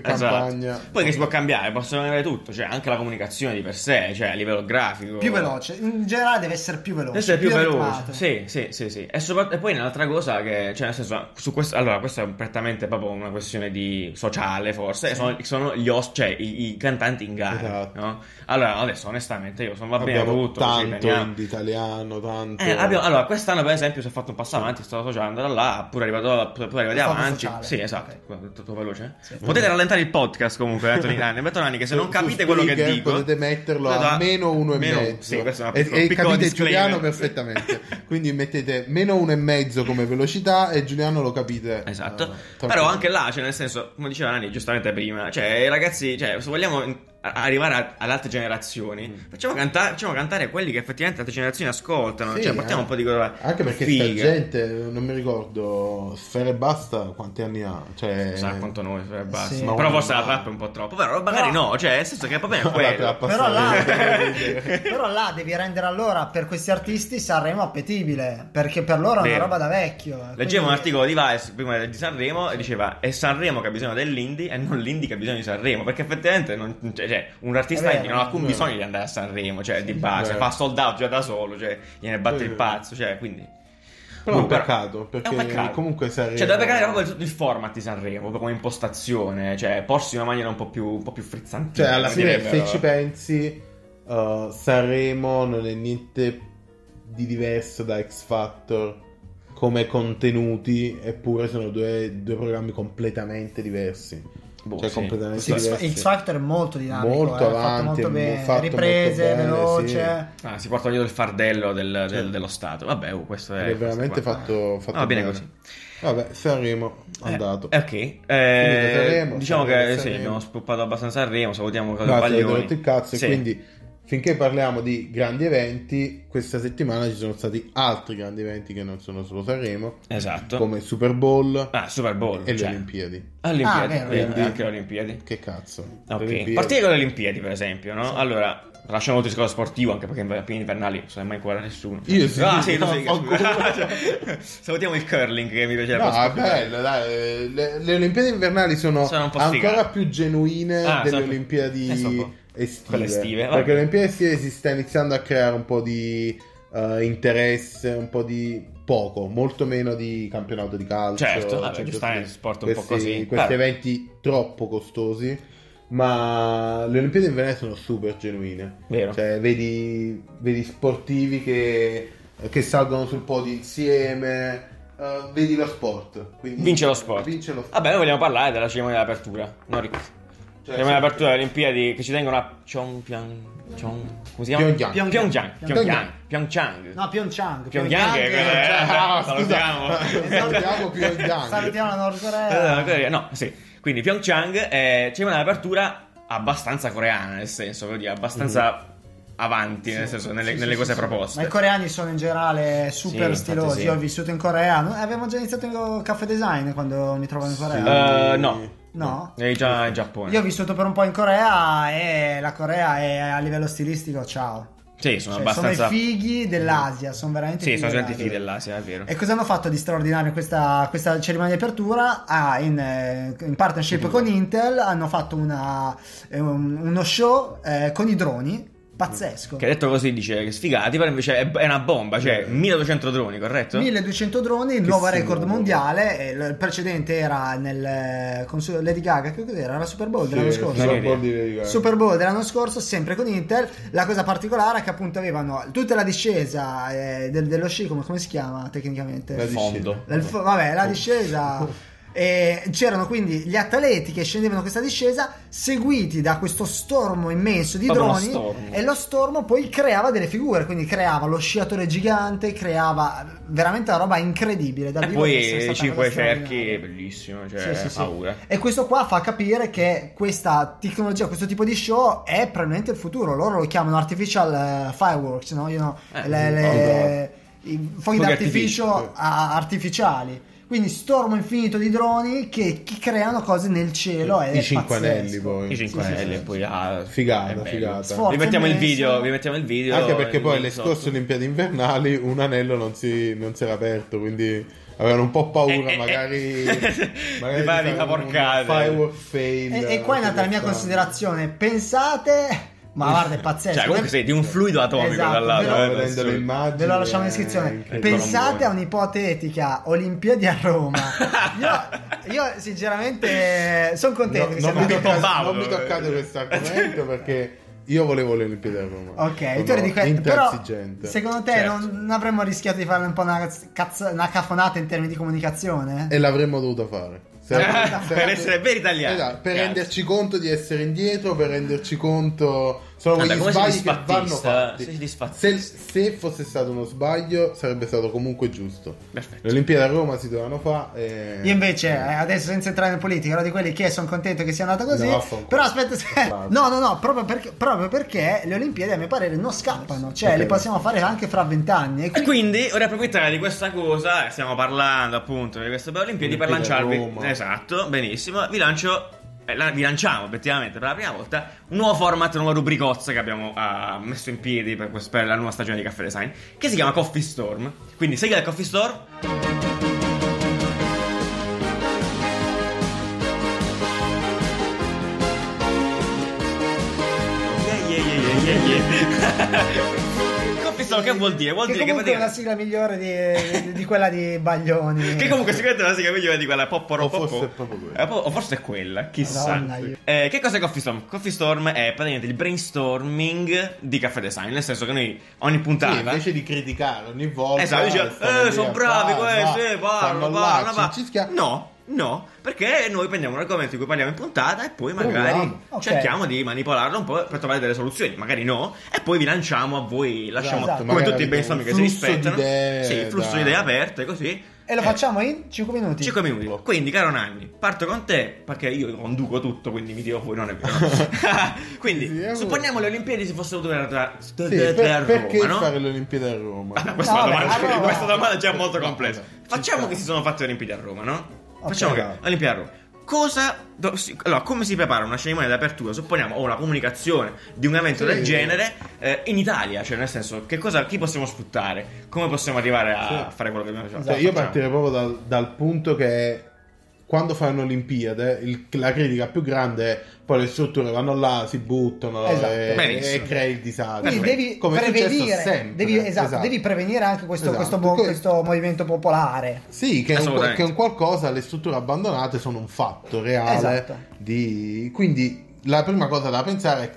Speaker 5: c'è.org,
Speaker 3: Esatto.
Speaker 5: campagna.
Speaker 3: Poi che si può cambiare, possono cambiare tutto, cioè anche la comunicazione di per sé, cioè a livello grafico.
Speaker 4: Più veloce, in generale deve essere più veloce.
Speaker 3: Adesso è più, veloce.
Speaker 4: ritmato.
Speaker 3: Sì, sì, sì, sì. E, sopra- e poi un'altra cosa che, cioè, nel senso, su questo, allora, questa è prettamente proprio una questione di sociale, forse. e Sono, sono gli os, cioè i, i cantanti in gara.
Speaker 5: Esatto.
Speaker 3: no? Allora, adesso, onestamente, io sono va bene
Speaker 5: Abbiamo
Speaker 3: tutto. così,
Speaker 5: tanto
Speaker 3: veniamo.
Speaker 5: indie italiano, tanto.
Speaker 3: Eh, abbiamo- allora, quest'anno, per esempio, si è fatto un passo avanti, sto sociando da là, pure arrivato, pure arrivati
Speaker 4: Stato
Speaker 3: avanti.
Speaker 4: sociale.
Speaker 3: Sì, esatto.
Speaker 4: Ok.
Speaker 3: Guarda, Tutto veloce. Potete rallentare il podcast comunque, eh, Anthony Nanni. Bertolani, che se
Speaker 5: Su-
Speaker 3: non
Speaker 5: Eh, su
Speaker 3: capite quello che
Speaker 5: Spreaker
Speaker 3: dico,
Speaker 5: potete metterlo
Speaker 3: potete-
Speaker 5: a meno uno e
Speaker 3: meno-
Speaker 5: mezzo.
Speaker 3: Sì, questo è una
Speaker 5: e,
Speaker 3: piccola-
Speaker 5: e
Speaker 3: piccolo
Speaker 5: capite
Speaker 3: disclaimer.
Speaker 5: Giuliano perfettamente. Quindi mettete meno uno e mezzo come velocità e Giuliano lo capite.
Speaker 3: Esatto.
Speaker 5: eh,
Speaker 3: Però anche là, cioè, nel senso, come diceva Nani giustamente prima, cioè, i ragazzi, cioè, se vogliamo in- a- arrivare a- ad altre generazioni,
Speaker 5: Mm.
Speaker 3: facciamo, canta- facciamo cantare quelli che effettivamente altre generazioni ascoltano.
Speaker 5: Sì,
Speaker 3: cioè, portiamo
Speaker 5: eh.
Speaker 3: un po' di cosa.
Speaker 5: Anche perché
Speaker 3: figa.
Speaker 5: sta gente, non mi ricordo, Sfera e Basta quanti anni ha? Cioè,
Speaker 3: Sa quanto noi, eh, basta.
Speaker 4: Sì.
Speaker 5: Ma
Speaker 3: però
Speaker 5: una-
Speaker 3: forse la trappa è un po' troppo. Però magari
Speaker 4: No.
Speaker 3: no, cioè, nel senso che il problema è
Speaker 5: la
Speaker 3: quello.
Speaker 5: trappa
Speaker 4: Però là,
Speaker 5: sta-
Speaker 4: però là devi rendere allora per questi artisti Sanremo appetibile perché per loro è una
Speaker 3: Vero.
Speaker 4: roba da vecchio. eh,
Speaker 3: Leggevo
Speaker 4: Quindi-
Speaker 3: un articolo di Vice prima di Sanremo e diceva è Sanremo che ha bisogno dell'indie e non l'indie che ha bisogno di Sanremo perché effettivamente non- cioè, cioè, un artista
Speaker 4: È vero,
Speaker 3: indie non ha alcun
Speaker 5: Eh, vero.
Speaker 3: bisogno di andare a Sanremo cioè di base
Speaker 5: vero.
Speaker 3: fa sold out già da solo cioè gliene batte
Speaker 5: Sì.
Speaker 3: il pazzo cioè quindi
Speaker 5: Però è un
Speaker 3: Boh,
Speaker 5: peccato, perché comunque Sanremo-
Speaker 3: cioè da peccare è proprio tutto il format di Sanremo proprio come impostazione cioè porsi in una maniera un po' più, un po' più frizzantina
Speaker 5: Cioè, alla
Speaker 3: come
Speaker 5: fine,
Speaker 3: direbbero.
Speaker 5: se ci pensi, uh, Sanremo non è niente di diverso da X Factor come contenuti, eppure sono due, due programmi completamente diversi.
Speaker 3: Boh,
Speaker 5: cioè,
Speaker 3: sì.
Speaker 5: completamente
Speaker 4: Sì, X,
Speaker 5: diversi.
Speaker 4: X Factor è molto dinamico,
Speaker 5: Molto
Speaker 4: eh, fatto
Speaker 5: avanti,
Speaker 4: molto
Speaker 5: è
Speaker 4: bene,
Speaker 5: fatto
Speaker 4: riprese,
Speaker 5: molto bene,
Speaker 4: veloce.
Speaker 3: Ah, si porta dietro il fardello del- del- dello Stato vabbè oh, questo è
Speaker 5: Cioè, È
Speaker 3: questo
Speaker 5: veramente
Speaker 3: qua. Ah,
Speaker 5: fatto, fatto
Speaker 3: va bene
Speaker 5: bene.
Speaker 3: così.
Speaker 5: Vabbè, Sanremo
Speaker 3: Eh,
Speaker 5: andato.
Speaker 3: eh, ok, Eh,
Speaker 5: Sanremo,
Speaker 3: diciamo
Speaker 5: Sanremo,
Speaker 3: che sì,
Speaker 5: Sanremo.
Speaker 3: abbiamo spuppato abbastanza Sanremo, salutiamo Claudio
Speaker 5: Grazie, avete
Speaker 3: Baglioni.
Speaker 5: rotto il cazzo.
Speaker 3: Sì.
Speaker 5: E quindi, finché parliamo di grandi eventi, questa settimana ci sono stati altri grandi eventi che non sono solo Sanremo,
Speaker 3: Esatto.
Speaker 5: come il Super Bowl
Speaker 3: Ah, Super Bowl.
Speaker 5: e le
Speaker 3: cioè.
Speaker 5: Olimpiadi.
Speaker 3: Olimpiadi,
Speaker 4: Ah, vero,
Speaker 3: eh,
Speaker 5: vero.
Speaker 3: anche le Olimpiadi.
Speaker 5: Che cazzo? Le
Speaker 3: Ok,
Speaker 5: Olimpiadi. Esatto.
Speaker 3: partire con le Olimpiadi per esempio, no? Allora, lasciamo tutto il discorso sportivo anche perché in pieni invernali non sono mai in cuore a nessuno.
Speaker 5: Io sì.
Speaker 3: Ah, sì, tu sì,
Speaker 5: No,
Speaker 3: scusa. Cioè, salutiamo il curling che mi piaceva.
Speaker 5: No,
Speaker 3: proprio
Speaker 5: è
Speaker 3: sportivo.
Speaker 5: bello, dai, le, le Olimpiadi invernali sono,
Speaker 3: Sono un po'
Speaker 5: ancora
Speaker 3: sfigate.
Speaker 5: più genuine
Speaker 3: Ah,
Speaker 5: delle
Speaker 3: sono-
Speaker 5: Olimpiadi
Speaker 3: eh, sono un po'.
Speaker 5: estive,
Speaker 3: Quelle estive, vabbè.
Speaker 5: perché le Olimpiadi estive si sta iniziando a creare un po' di eh, interesse, un po' di poco, molto meno di campionato di calcio.
Speaker 3: Certo, vabbè,
Speaker 5: Champions
Speaker 3: giustamente,
Speaker 5: League.
Speaker 3: sport un po'
Speaker 5: Questi-
Speaker 3: così.
Speaker 5: Questi
Speaker 3: Vabbè.
Speaker 5: eventi troppo costosi, ma le Olimpiadi invernali sono super genuine.
Speaker 3: Vero.
Speaker 5: Cioè, vedi, vedi sportivi che, che salgono sul podio insieme. eh, vedi lo sport. Quindi-
Speaker 3: Vince lo sport.
Speaker 5: Vince lo sport.
Speaker 3: Vabbè, noi vogliamo parlare della cerimonia dell'apertura. No, Rick.
Speaker 4: Cioè,
Speaker 3: cerimonia
Speaker 5: sì.
Speaker 3: dell'apertura delle Olimpiadi che ci tengono a Pyongyang. Chong- Come si chiama?
Speaker 5: Pyongyang.
Speaker 3: Pyongyang. Pyongyang.
Speaker 5: Pyongyang.
Speaker 3: Pyeongchang.
Speaker 4: No, Pyeongchang.
Speaker 3: Pyongyang è quella.
Speaker 5: Pyongyang.
Speaker 3: eh, Salutiamo.
Speaker 5: Salutiamo Pyongyang.
Speaker 4: Salutiamo la Nord
Speaker 3: Eh,
Speaker 4: Corea.
Speaker 3: Corea, No, sì. Quindi Pyeongchang è cerimonia dell'apertura abbastanza coreana, nel senso, voglio dire, abbastanza avanti, nel senso, nelle,
Speaker 4: Mhm. Sì,
Speaker 3: nelle
Speaker 4: sì,
Speaker 3: cose
Speaker 4: sì, sì.
Speaker 3: proposte.
Speaker 4: Ma i coreani sono in generale
Speaker 3: Sì,
Speaker 4: super
Speaker 3: infatti
Speaker 4: stilosi.
Speaker 3: sì.
Speaker 4: Io ho vissuto in Corea. no? Abbiamo già iniziato il caffè design quando mi trovavo in Corea.
Speaker 5: Sì.
Speaker 3: Eh, no,
Speaker 4: No?
Speaker 3: È già in Giappone.
Speaker 4: Io ho vissuto per un po' in Corea e la Corea è a livello stilistico, ciao.
Speaker 3: Sì, sono
Speaker 4: Cioè,
Speaker 3: abbastanza.
Speaker 4: sono i fighi dell'Asia, sono veramente
Speaker 3: Sì, sono veramente
Speaker 4: dell'Asia.
Speaker 3: fighi dell'Asia, è vero.
Speaker 4: E cosa hanno fatto di straordinario questa, questa cerimonia di apertura? Ah, in, eh, in partnership con Intel hanno fatto una, eh, un- uno show eh, con i droni, pazzesco.
Speaker 3: Che detto così dice che sfigati, però invece è, è una bomba,
Speaker 4: Eh.
Speaker 3: cioè 1200 droni, corretto?
Speaker 4: 1200 droni, il nuovo record
Speaker 5: simbolo.
Speaker 4: mondiale. e il precedente era nel, eh, con su- Lady Gaga, che cos'era? La Super Bowl dell'anno
Speaker 5: Sì,
Speaker 4: scorso.
Speaker 5: Super Bowl di Lady Gaga.
Speaker 4: Super Bowl dell'anno scorso, sempre con Intel. La cosa particolare è che appunto avevano tutta la discesa eh, del- dello sci, come, come si chiama tecnicamente?
Speaker 5: La discesa.
Speaker 3: Fondo.
Speaker 4: Dal fo- vabbè, la discesa. E c'erano quindi gli atleti che scendevano questa discesa, seguiti da questo stormo immenso di
Speaker 3: Proprio uno
Speaker 4: droni.
Speaker 3: stormo.
Speaker 4: E lo stormo poi creava delle figure, quindi creava lo sciatore gigante, creava veramente una roba incredibile.
Speaker 3: E
Speaker 4: davvero
Speaker 3: poi i cinque cerchi è
Speaker 4: e
Speaker 3: bellissimo, cioè paura.
Speaker 4: E questo qua fa capire che questa tecnologia, questo tipo di show è probabilmente il futuro. Loro lo chiamano artificial eh, fireworks, no? You know,
Speaker 3: Eh,
Speaker 4: le- le- i
Speaker 3: Fuochi
Speaker 4: fuochi d'artificio a- artificiali. Quindi stormo infinito di droni che, che creano cose nel cielo. è
Speaker 5: I cinque
Speaker 4: pazzesco.
Speaker 5: anelli boh. poi.
Speaker 3: I 5
Speaker 4: sì,
Speaker 3: anelli
Speaker 4: sì.
Speaker 3: poi ah, è
Speaker 5: Figata,
Speaker 3: bello.
Speaker 5: figata.
Speaker 4: Sforzo.
Speaker 3: Vi mettiamo il
Speaker 4: Forza
Speaker 3: video,
Speaker 4: immenso.
Speaker 3: vi mettiamo il video.
Speaker 5: Anche perché poi
Speaker 3: eh,
Speaker 5: alle
Speaker 3: so.
Speaker 5: scorse Olimpiadi invernali un anello non si, non si era aperto, quindi avevano un po' paura,
Speaker 3: Eh, eh,
Speaker 5: magari,
Speaker 3: eh.
Speaker 5: magari
Speaker 3: Mi pare
Speaker 5: di
Speaker 3: una
Speaker 5: fare un
Speaker 3: porcata.
Speaker 5: Firework fail.
Speaker 4: E, e Eh, qua è nata la mia
Speaker 5: Questa-
Speaker 4: considerazione. Pensate, ma guarda, è pazzesco.
Speaker 3: Cioè, comunque sei di un fluido atomico
Speaker 4: Esatto,
Speaker 3: dall'altro.
Speaker 4: però-
Speaker 5: Stavo
Speaker 3: eh,
Speaker 5: vedendo
Speaker 3: assurdo.
Speaker 5: le immagini.
Speaker 4: Ve lo lasciamo in
Speaker 5: eh,
Speaker 4: descrizione.
Speaker 5: incredibile.
Speaker 4: Pensate a un'ipotetica Olimpiadi a Roma. Io, io sinceramente, sono
Speaker 5: No,
Speaker 4: contento. che
Speaker 5: non,
Speaker 4: siamo
Speaker 5: mi
Speaker 4: andati-
Speaker 5: toccate,
Speaker 3: Paolo,
Speaker 5: non mi
Speaker 3: eh.
Speaker 5: toccate questo argomento perché io volevo le Olimpiadi a Roma.
Speaker 4: Ok,
Speaker 5: Sono
Speaker 4: tu eri di questo. Però,
Speaker 5: intransigente.
Speaker 4: secondo te,
Speaker 3: Certo.
Speaker 4: non, non avremmo rischiato di fare un po' una, cazzo- una cafonata in termini di comunicazione?
Speaker 5: E l'avremmo dovuto fare. Se- se-
Speaker 3: Eh, per essere veri italiani.
Speaker 5: Esatto, per
Speaker 3: Cazzo.
Speaker 5: renderci conto di essere indietro, per renderci conto. Sono
Speaker 3: Vabbè,
Speaker 5: quegli
Speaker 3: come sei
Speaker 5: sbagli che vanno
Speaker 3: disfattista, sei
Speaker 5: fatti. Se,
Speaker 3: disfattista.
Speaker 5: se fosse stato uno sbaglio, sarebbe stato comunque giusto.
Speaker 3: Perfetto.
Speaker 5: Le Olimpiadi a Roma si dovevano fare.
Speaker 4: Io invece, eh, adesso senza entrare in politica, ero di quelli che sono contento che sia andata così.
Speaker 5: No, vaffanculo.
Speaker 4: però aspetta, se-
Speaker 5: Vaffanculo.
Speaker 4: no, no, no, proprio perché, proprio perché le Olimpiadi a mio parere non scappano, cioè
Speaker 5: Ok.
Speaker 4: le possiamo fare anche fra vent'anni. E
Speaker 3: E
Speaker 4: quindi
Speaker 3: quindi vorrei approfittare di questa cosa, stiamo parlando appunto di queste belle Olimpiadi per
Speaker 5: Olimpiadi a
Speaker 3: lanciarvi.
Speaker 5: Roma.
Speaker 3: Esatto, benissimo. Vi lancio eh, la- vi lanciamo effettivamente per la prima volta un nuovo format, una nuova rubricozza che abbiamo ah, messo in piedi per, quest- per la nuova stagione di Caffè Design, che si chiama Coffee Storm. Quindi segui il Coffee Storm. Yeah, yeah, yeah, yeah, yeah, yeah. Coffee Storm che vuol dire? Vuol
Speaker 4: che
Speaker 3: dire che
Speaker 4: comunque
Speaker 3: praticamente-
Speaker 4: è una sigla migliore di, di- di quella di Baglioni.
Speaker 3: che comunque sicuramente è una sigla migliore di quella Popporo
Speaker 5: O forse è proprio quella.
Speaker 3: Eh, po- O forse è quella, chissà.
Speaker 4: Madonna, io-
Speaker 3: Eh, che cos'è Coffee Storm? Coffee Storm è praticamente il brainstorming di Caffè Design, nel senso che noi ogni
Speaker 5: Sì,
Speaker 3: puntata...
Speaker 5: invece di criticare ogni volta.
Speaker 3: Esatto, dice,
Speaker 5: stanno
Speaker 3: eh,
Speaker 5: lì
Speaker 3: sono
Speaker 5: a
Speaker 3: bravi
Speaker 5: parlare,
Speaker 3: questi, eh, parlo,
Speaker 5: stanno là,
Speaker 3: parlo,
Speaker 5: ci-
Speaker 3: parlo.
Speaker 5: ci schia-
Speaker 3: No, no, perché noi prendiamo un argomento di cui parliamo in puntata e poi magari
Speaker 5: Proviamo.
Speaker 4: Ok.
Speaker 3: cerchiamo di manipolarlo un po' per trovare delle soluzioni, magari no, e poi vi lanciamo a voi, lasciamo
Speaker 4: Esatto.
Speaker 3: come
Speaker 5: Magari
Speaker 3: tutti i brainstorming che
Speaker 5: un
Speaker 3: si
Speaker 5: flusso di
Speaker 3: rispettano.
Speaker 5: idee,
Speaker 3: sì, il flusso
Speaker 5: dai.
Speaker 3: di idee aperte, così.
Speaker 4: E lo
Speaker 3: Eh,
Speaker 4: facciamo in 5 minuti.
Speaker 3: 5 minuti. Quindi, caro Nanni, parto con te perché io conduco tutto, quindi mi tiro fuori, non è vero. quindi,
Speaker 5: Sì, è vero.
Speaker 3: supponiamo le Olimpiadi si fossero dovute tra,
Speaker 5: Sì,
Speaker 3: tra-
Speaker 5: per-
Speaker 3: tra eh, Roma,
Speaker 5: perché
Speaker 3: no?
Speaker 5: fare le Olimpiadi a Roma?
Speaker 3: Ah, no, questa, è
Speaker 4: No,
Speaker 3: una
Speaker 4: vabbè,
Speaker 3: domanda,
Speaker 4: allora-
Speaker 3: questa domanda è già molto complessa.
Speaker 5: Vabbè, ci
Speaker 3: Facciamo
Speaker 5: sta.
Speaker 3: che si sono fatte le Olimpiadi a Roma, no? Facciamo che
Speaker 5: va.
Speaker 3: Olimpiadi a Roma. Cosa do- si- allora, come si prepara una cerimonia d'apertura? Supponiamo o una comunicazione di un evento
Speaker 5: Sì.
Speaker 3: del genere eh, in Italia, cioè nel senso che cosa chi possiamo sfruttare? Come possiamo arrivare a
Speaker 5: Sì.
Speaker 3: fare quello che abbiamo già
Speaker 5: Cioè, io partirei proprio dal, dal punto che quando fai un'Olimpiade il- la critica più grande è poi le strutture vanno là, si buttano eh,
Speaker 4: Esatto.
Speaker 5: e,
Speaker 3: Benissimo.
Speaker 5: e crei il disagio.
Speaker 4: Quindi
Speaker 3: Perfetto.
Speaker 4: devi
Speaker 5: Come è successo
Speaker 4: prevenire,
Speaker 5: sempre.
Speaker 4: devi, esatto,
Speaker 5: Esatto.
Speaker 4: devi prevenire anche questo,
Speaker 5: Esatto,
Speaker 4: questo mo-
Speaker 5: perché-
Speaker 4: questo movimento popolare.
Speaker 5: Sì, che è, un,
Speaker 3: Assolutamente.
Speaker 5: che è un qualcosa, le strutture abbandonate sono un fatto reale.
Speaker 4: Esatto.
Speaker 5: di- Quindi la prima cosa da pensare è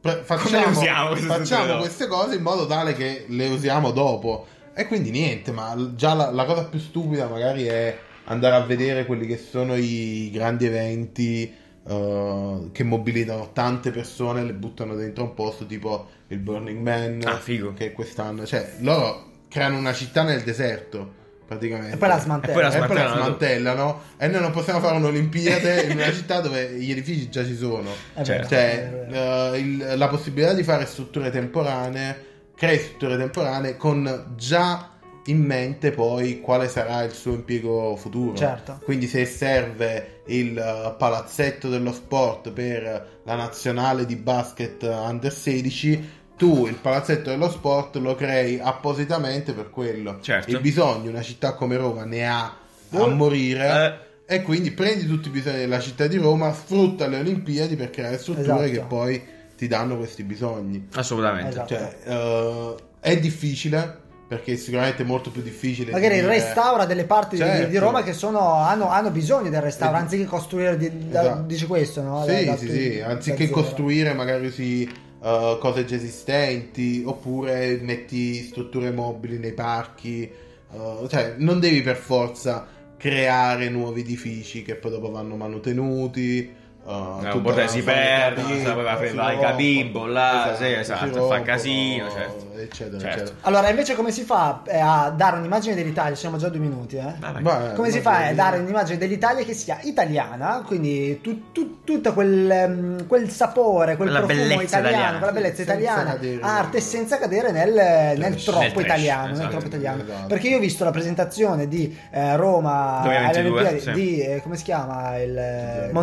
Speaker 5: pre- facciamo,
Speaker 3: usiamo queste
Speaker 5: facciamo
Speaker 3: strutture dopo?
Speaker 5: queste cose in modo tale che le usiamo dopo. E quindi niente, ma l- già la, la cosa più stupida magari è andare a vedere quelli che sono i grandi eventi eh, che mobilitano tante persone e le buttano dentro un posto tipo il Burning Man
Speaker 3: Ah, figo.
Speaker 5: che quest'anno, cioè loro creano una città nel deserto praticamente
Speaker 4: E poi la
Speaker 3: E poi
Speaker 4: smantella.
Speaker 3: la
Speaker 5: e Eh, poi la
Speaker 3: smantellano.
Speaker 5: smantellano e noi non possiamo fare un'Olimpiade in una città dove gli edifici già ci sono.
Speaker 4: È
Speaker 3: Cioè,
Speaker 4: vero, è
Speaker 5: Cioè,
Speaker 4: vero, è vero.
Speaker 5: eh, il- la possibilità di fare strutture temporanee, crei strutture temporanee con già in mente poi quale sarà il suo impiego futuro.
Speaker 4: Certo.
Speaker 5: Quindi se serve il eh, palazzetto dello sport per la nazionale di basket under 16, tu il palazzetto dello sport lo crei appositamente per quello.
Speaker 3: Certo.
Speaker 5: Il bisogno una città come Roma ne ha a
Speaker 3: Oh,
Speaker 5: morire. E quindi prendi tutti i bisogni della città di Roma, sfrutta le Olimpiadi per creare strutture
Speaker 4: Esatto.
Speaker 5: che poi ti danno questi bisogni.
Speaker 3: Assolutamente.
Speaker 4: Esatto.
Speaker 5: Cioè, eh, è difficile perché è sicuramente molto più difficile.
Speaker 4: Magari
Speaker 5: di dire-
Speaker 4: restaura delle parti di-
Speaker 5: Certo.
Speaker 4: di, Roma che sono, hanno, hanno bisogno del restauro,
Speaker 5: Eh,
Speaker 4: anziché costruire, di, da-
Speaker 5: Esatto.
Speaker 4: dici questo, no? Da-
Speaker 5: Sì,
Speaker 4: da-
Speaker 5: sì,
Speaker 4: da-
Speaker 5: sì.
Speaker 4: da
Speaker 5: Anziché
Speaker 4: zero.
Speaker 5: costruire magari sì, eh, cose già esistenti oppure metti strutture mobili nei parchi. eh, cioè, non devi per forza creare nuovi edifici che poi dopo vanno manutenuti. eh,
Speaker 3: Eh,
Speaker 5: tutta
Speaker 3: un bordello si
Speaker 5: la famiglia
Speaker 3: perde, non
Speaker 5: lì,
Speaker 3: si sapeva
Speaker 5: si
Speaker 3: fare, vai,
Speaker 5: rompono,
Speaker 3: Gabibbo, là, sì,
Speaker 5: si
Speaker 3: esatto, fa
Speaker 5: rompono,
Speaker 3: casino, certo.
Speaker 5: eccetera,
Speaker 3: Certo.
Speaker 5: eccetera.
Speaker 4: Allora, invece come si fa eh, a dare un'immagine dell'Italia? Siamo già a due minuti, eh?
Speaker 3: Vabbè.
Speaker 5: Beh,
Speaker 4: Come si fa a
Speaker 5: immagino-
Speaker 4: dare un'immagine dell'Italia che sia italiana, quindi tu- tu- tutto quel, ehm, quel sapore, quel
Speaker 3: Quella
Speaker 4: profumo
Speaker 3: bellezza
Speaker 4: italiano,
Speaker 3: italiana.
Speaker 4: quella bellezza
Speaker 5: Senza
Speaker 4: italiana,
Speaker 5: cadere-
Speaker 4: arte senza cadere nel, nel
Speaker 5: Trash.
Speaker 4: troppo
Speaker 3: Nel trash,
Speaker 4: italiano, nel
Speaker 3: esatto.
Speaker 4: troppo italiano.
Speaker 5: Esatto.
Speaker 4: Perché io ho visto la presentazione di eh, Roma alle
Speaker 3: 2022,
Speaker 4: Olimpiadi
Speaker 3: sì.
Speaker 4: di, eh, come si chiama, il eh,
Speaker 5: Montezemolo.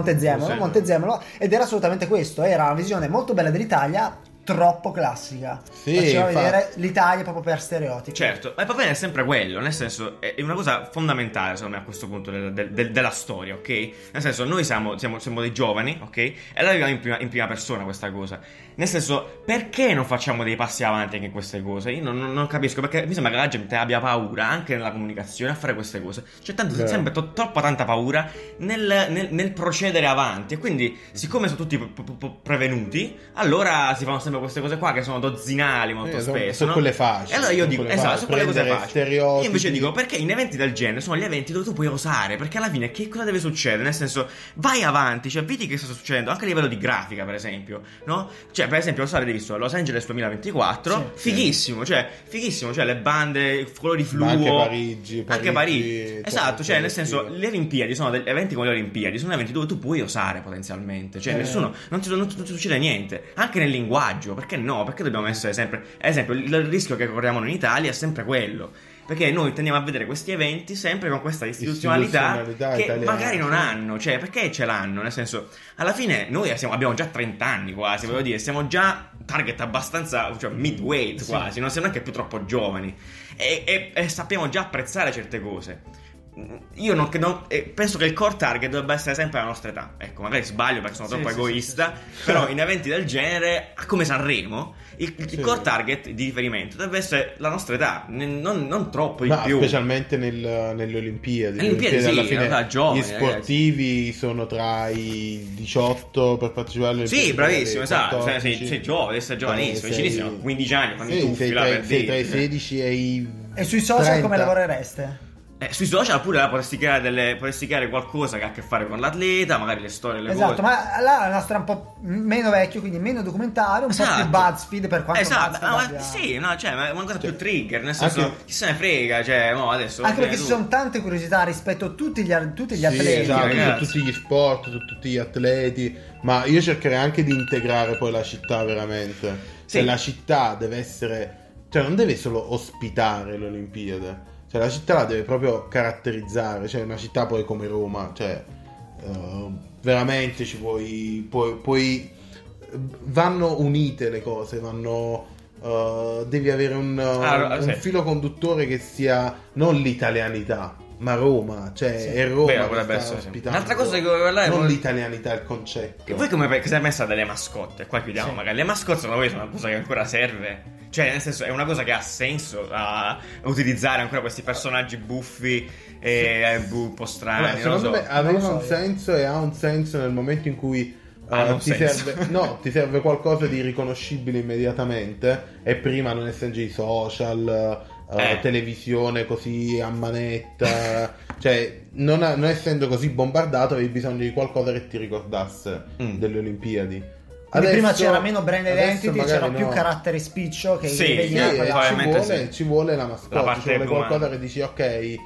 Speaker 4: Montezemolo,
Speaker 3: Sì.
Speaker 4: Montezemolo, ed era assolutamente questo, era una visione molto bella dell'Italia, troppo classica.
Speaker 5: Sì,
Speaker 4: Faceva
Speaker 5: infatti. Cioè,
Speaker 4: vedere l'Italia proprio per stereotipi.
Speaker 3: Certo, ma il problema è sempre quello, nel senso è è una cosa fondamentale secondo me a questo punto del- del- del- della storia, ok? Nel senso noi siamo, siamo- siamo dei giovani, ok? E la viviamo in prima, in prima persona questa cosa. Nel senso perché non facciamo dei passi avanti anche in queste cose? Io non, non- non capisco perché mi sembra che la gente abbia paura anche nella comunicazione a fare queste cose. C'è tanto,
Speaker 5: Vero.
Speaker 3: sempre to- troppa tanta paura nel, nel- nel procedere avanti e quindi siccome sono tutti p- p- p- prevenuti, allora si fanno sempre queste cose qua che sono dozzinali molto
Speaker 5: Eh, sono-
Speaker 3: spesso.
Speaker 5: sono
Speaker 3: no?
Speaker 5: quelle facili,
Speaker 3: E allora io
Speaker 5: sono
Speaker 3: dico,
Speaker 5: quelle
Speaker 3: esatto,
Speaker 5: facili.
Speaker 3: sono quelle cose
Speaker 5: Prendere
Speaker 3: facili. Io
Speaker 5: stereotipi.
Speaker 3: invece dico, perché in eventi del genere sono gli eventi dove tu puoi osare, perché alla fine che cosa deve succedere? Nel senso, vai avanti, cioè vedi che sta succedendo, anche a livello di grafica, per esempio, no? Cioè, per esempio, lo sai, visto a Los Angeles 2024,
Speaker 4: Sì.
Speaker 3: fighissimo, cioè, fighissimo, cioè le bande, colori fluo.
Speaker 5: Ma anche Parigi,
Speaker 3: Anche
Speaker 5: Parigi,
Speaker 3: Parigi. Esatto, cioè, nel senso,
Speaker 5: Parigi.
Speaker 3: le Olimpiadi sono degli eventi come le Olimpiadi, sono eventi dove tu puoi osare potenzialmente, cioè
Speaker 4: Eh.
Speaker 3: nessuno, non ti, non ti- non ti succede niente, anche nel linguaggio, perché no? Perché dobbiamo essere sempre, ad esempio, il il rischio che corriamo noi in Italia è sempre quello, perché noi tendiamo a vedere questi eventi sempre con questa istituzionalità,
Speaker 5: Istituzionalità
Speaker 3: che
Speaker 5: italiana,
Speaker 3: magari non
Speaker 5: sì.
Speaker 3: hanno, cioè perché ce l'hanno, nel senso, alla fine noi siamo- abbiamo già 30 anni quasi, voglio dire, siamo già target abbastanza, cioè mid-weight quasi, non siamo neanche più troppo giovani e, e- e sappiamo già apprezzare certe cose. Io non credo, eh, penso che il core target dovrebbe essere sempre la nostra età. Ecco, magari sbaglio perché sono
Speaker 4: Sì,
Speaker 3: troppo
Speaker 4: sì,
Speaker 3: egoista, però in eventi del genere, come Sanremo, il, il
Speaker 5: Sì.
Speaker 3: core target di riferimento dovrebbe essere la nostra età, ne- non, non troppo di
Speaker 5: Ma
Speaker 3: più.
Speaker 5: specialmente nel- nelle Olimpiadi.
Speaker 3: Alle Eh, Olimpiadi sì, in realtà giovani,
Speaker 5: gli sportivi sono tra i 18 per partecipare alle Olimpiadi.
Speaker 3: Sì, bravissimo, esatto. Cioè, sei,
Speaker 5: 14.
Speaker 3: sei giovane, sei giovanissimo,
Speaker 5: Eh, sei-
Speaker 3: vicinissimo, 15 anni, quando
Speaker 5: sì,
Speaker 3: tu
Speaker 5: sei,
Speaker 3: fila
Speaker 5: tra,
Speaker 3: per
Speaker 5: sei
Speaker 3: dire.
Speaker 5: tra i 16 e i
Speaker 4: E sui social
Speaker 5: 30.
Speaker 4: come lavorereste?
Speaker 3: Eh, sui social pure là potresti creare, delle, potresti creare qualcosa che ha a che fare con l'atleta, magari le storie, le cose.
Speaker 4: Esatto, ma la nostra è un po' meno vecchio, quindi meno documentario, un po' più BuzzFeed per quanto
Speaker 3: esatto.
Speaker 4: BuzzFeed
Speaker 3: Ah, ma
Speaker 4: abbia-
Speaker 3: sì, no, cioè, ma è una cosa più trigger, nel
Speaker 5: Anche-
Speaker 3: senso, chi se ne frega, cioè, mo adesso
Speaker 4: Anche
Speaker 3: viene
Speaker 4: perché ci
Speaker 3: tu.
Speaker 4: sono tante curiosità rispetto a tutti gli, ar- tutti gli
Speaker 5: Sì,
Speaker 4: atleti.
Speaker 5: esatto,
Speaker 3: ragazzi.
Speaker 5: su tutti gli sport, su tutti gli atleti, ma io cercherei anche di integrare poi la città veramente.
Speaker 3: Sì.
Speaker 5: Cioè la città deve essere, cioè non deve solo ospitare le Olimpiadi, cioè la città la deve proprio caratterizzare, cioè una città poi come Roma, cioè eh, veramente ci puoi, puoi, puoi- vanno unite le cose, vanno... eh, devi avere un,
Speaker 3: Ah,
Speaker 5: un
Speaker 3: sì.
Speaker 5: filo conduttore che sia non l'italianità, ma Roma, cioè è Roma
Speaker 3: Vero,
Speaker 5: che
Speaker 3: potrebbe
Speaker 5: sta
Speaker 3: essere, sì.
Speaker 5: ospitando.
Speaker 3: Un'altra cosa che volevo parlare
Speaker 5: non
Speaker 3: è-
Speaker 5: l'italianità, il concetto.
Speaker 3: E voi come che si è messa delle mascotte? Qua chiudiamo,
Speaker 4: Sì.
Speaker 3: magari le mascotte secondo voi sono una cosa che ancora serve. Cioè, nel senso, è una cosa che ha senso a utilizzare ancora questi personaggi buffi e eh, bu- un po' strani.
Speaker 5: Vabbè,
Speaker 3: non lo
Speaker 5: secondo
Speaker 3: so.
Speaker 5: me
Speaker 4: Non
Speaker 5: aveva
Speaker 4: lo
Speaker 5: un
Speaker 4: so io.
Speaker 5: senso e ha un senso nel momento in cui eh,
Speaker 3: Hanno un
Speaker 5: ti,
Speaker 3: senso.
Speaker 5: serve, no, ti serve qualcosa di riconoscibile immediatamente e prima non essendoci i social, eh,
Speaker 3: Eh.
Speaker 5: televisione così a manetta, cioè non, ha- non essendo così bombardato avevi bisogno di qualcosa che ti ricordasse
Speaker 3: Mm.
Speaker 5: delle Olimpiadi.
Speaker 4: Quindi prima
Speaker 5: Adesso-
Speaker 4: c'era meno brand
Speaker 5: adesso
Speaker 4: identity,
Speaker 5: magari
Speaker 4: c'era
Speaker 5: no.
Speaker 4: più carattere spiccio che
Speaker 3: Sì,
Speaker 4: vedi
Speaker 5: Sì,
Speaker 3: Eh,
Speaker 4: nella
Speaker 5: eh,
Speaker 4: quella-
Speaker 5: ci,
Speaker 3: probabilmente
Speaker 5: vuole,
Speaker 3: sì.
Speaker 5: ci vuole la
Speaker 3: La
Speaker 5: mascotte,
Speaker 3: parte
Speaker 5: ci vuole
Speaker 3: più umana.
Speaker 5: qualcosa che dici ok, eh,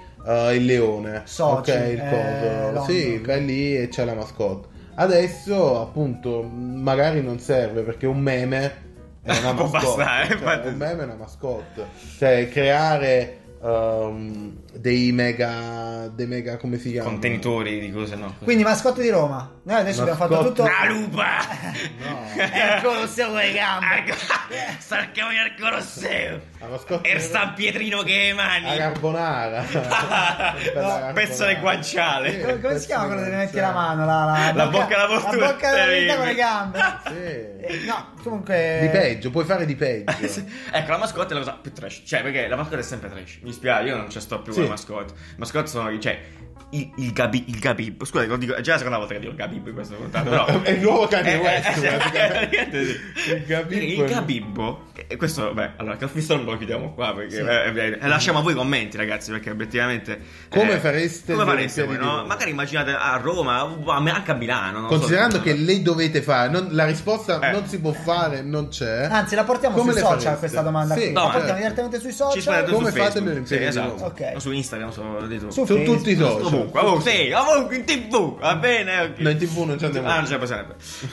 Speaker 5: il leone,
Speaker 4: Soci,
Speaker 5: ok, il
Speaker 4: eh,
Speaker 5: coso.
Speaker 4: London.
Speaker 5: Sì, vai lì e c'è la mascotte. Adesso appunto magari non serve perché un meme è una
Speaker 3: Può
Speaker 5: mascotte.
Speaker 3: bastare,
Speaker 5: cioè,
Speaker 3: infatti.
Speaker 5: un meme è una mascotte. Cioè creare ehm, dei mega dei mega come si chiama?
Speaker 3: Contenitori di cose, no.
Speaker 4: Quindi mascotte di Roma. Noi adesso abbiamo fatto
Speaker 5: Mascotte-
Speaker 4: tutto.
Speaker 3: La lupa!
Speaker 5: No.
Speaker 4: Al Colosseo con le gambe.
Speaker 3: Sarchiamo al Colosseo!
Speaker 5: La mascotte
Speaker 3: E San Pietrino che le
Speaker 5: La
Speaker 3: mani!
Speaker 5: carbonara. Bella
Speaker 3: Pezzo di
Speaker 5: carbonara.
Speaker 3: guanciale.
Speaker 5: Sì,
Speaker 4: Come, come si chiama quello
Speaker 5: pezzo
Speaker 4: dove
Speaker 5: di
Speaker 4: metti la
Speaker 5: guanciale.
Speaker 4: mano? La,
Speaker 3: La bocca alla fortuna.
Speaker 4: La bocca alla verità con le gambe.
Speaker 5: Sì.
Speaker 4: Eh, No, comunque.
Speaker 5: Di peggio, puoi fare di peggio.
Speaker 3: Ecco, la mascotte è la cosa più trash. Cioè, perché la mascotte è sempre trash. Mi spiace, io non ci sto più
Speaker 5: Sì.
Speaker 3: con le mascotte. Le mascotte sono. Cioè, il, il, Gabi, il Gabib. Scusate, lo dico, è già la seconda volta che dico Gabib in questa puntata. Però.
Speaker 5: È il nuovo Kanye
Speaker 3: Eh,
Speaker 5: West,
Speaker 3: eh, eh,
Speaker 5: praticamente.
Speaker 3: sì.
Speaker 5: Il Gabibbo
Speaker 3: Il
Speaker 5: è-
Speaker 3: Gabibbo. e Questo, beh, allora, Calfistone lo chiudiamo qua. Perché, eh, eh, eh, lasciamo a voi i commenti, ragazzi, perché obiettivamente.
Speaker 5: Come
Speaker 3: eh,
Speaker 5: fareste
Speaker 3: Come
Speaker 5: le
Speaker 3: fareste voi,
Speaker 5: Olimpiadi di
Speaker 3: no?
Speaker 5: Roma?
Speaker 3: Magari immaginate a Roma, a- anche a Milano. non so.
Speaker 5: Considerando che le dovete fare, non- la risposta
Speaker 3: Eh.
Speaker 5: non si può fare, non c'è.
Speaker 4: Anzi, la portiamo
Speaker 5: Come
Speaker 4: sui
Speaker 5: le
Speaker 4: social
Speaker 5: fareste?
Speaker 4: questa domanda.
Speaker 5: Sì,
Speaker 4: qui.
Speaker 5: no,
Speaker 4: la
Speaker 5: ma-
Speaker 4: portiamo direttamente sui social.
Speaker 3: eh, Ci sparate
Speaker 5: Come
Speaker 3: su
Speaker 5: fate
Speaker 3: Facebook.
Speaker 5: le Olimpiadi
Speaker 3: Sì,
Speaker 5: di
Speaker 3: esatto.
Speaker 5: Roma?
Speaker 4: Ok.
Speaker 3: O su Instagram, so, di tutto.
Speaker 4: Su
Speaker 5: Su
Speaker 4: Facebook.
Speaker 5: tutti i social.
Speaker 3: Ovunque, ovunque, sì, ovunque, in tv, va bene. ok.
Speaker 5: No, in TV non ci andiamo.
Speaker 3: Ah, non ce la possiamo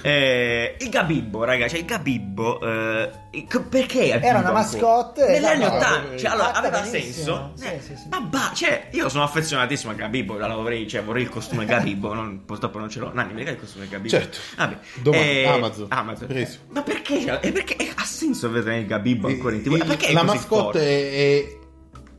Speaker 3: eh, Il Gabibbo, raga, cioè il Gabibbo, eh, il- perché? Era
Speaker 4: una mascotte,
Speaker 3: Negli
Speaker 4: esatto.
Speaker 3: anni Ottanta, cioè, allora,
Speaker 4: Fatta
Speaker 3: aveva senso.
Speaker 4: benissimo.
Speaker 3: Eh,
Speaker 4: Sì, sì, sì.
Speaker 3: Ma bah, cioè, io sono affezionatissimo al Gabibbo, la vorrei, cioè, vorrei il costume Gabibbo, non- purtroppo non ce l'ho. Nanni, mi regala il costume Gabibbo?
Speaker 5: Certo.
Speaker 3: Vabbè.
Speaker 5: Domani,
Speaker 3: Eh,
Speaker 5: Amazon.
Speaker 3: Amazon.
Speaker 5: Preso.
Speaker 3: Ma perché? cioè, E perché? e ha senso vedere il Gabibbo ancora in tv?
Speaker 5: Eh, Il-
Speaker 3: E perché è
Speaker 5: la
Speaker 3: così
Speaker 5: mascotte
Speaker 3: forte?
Speaker 5: è, è-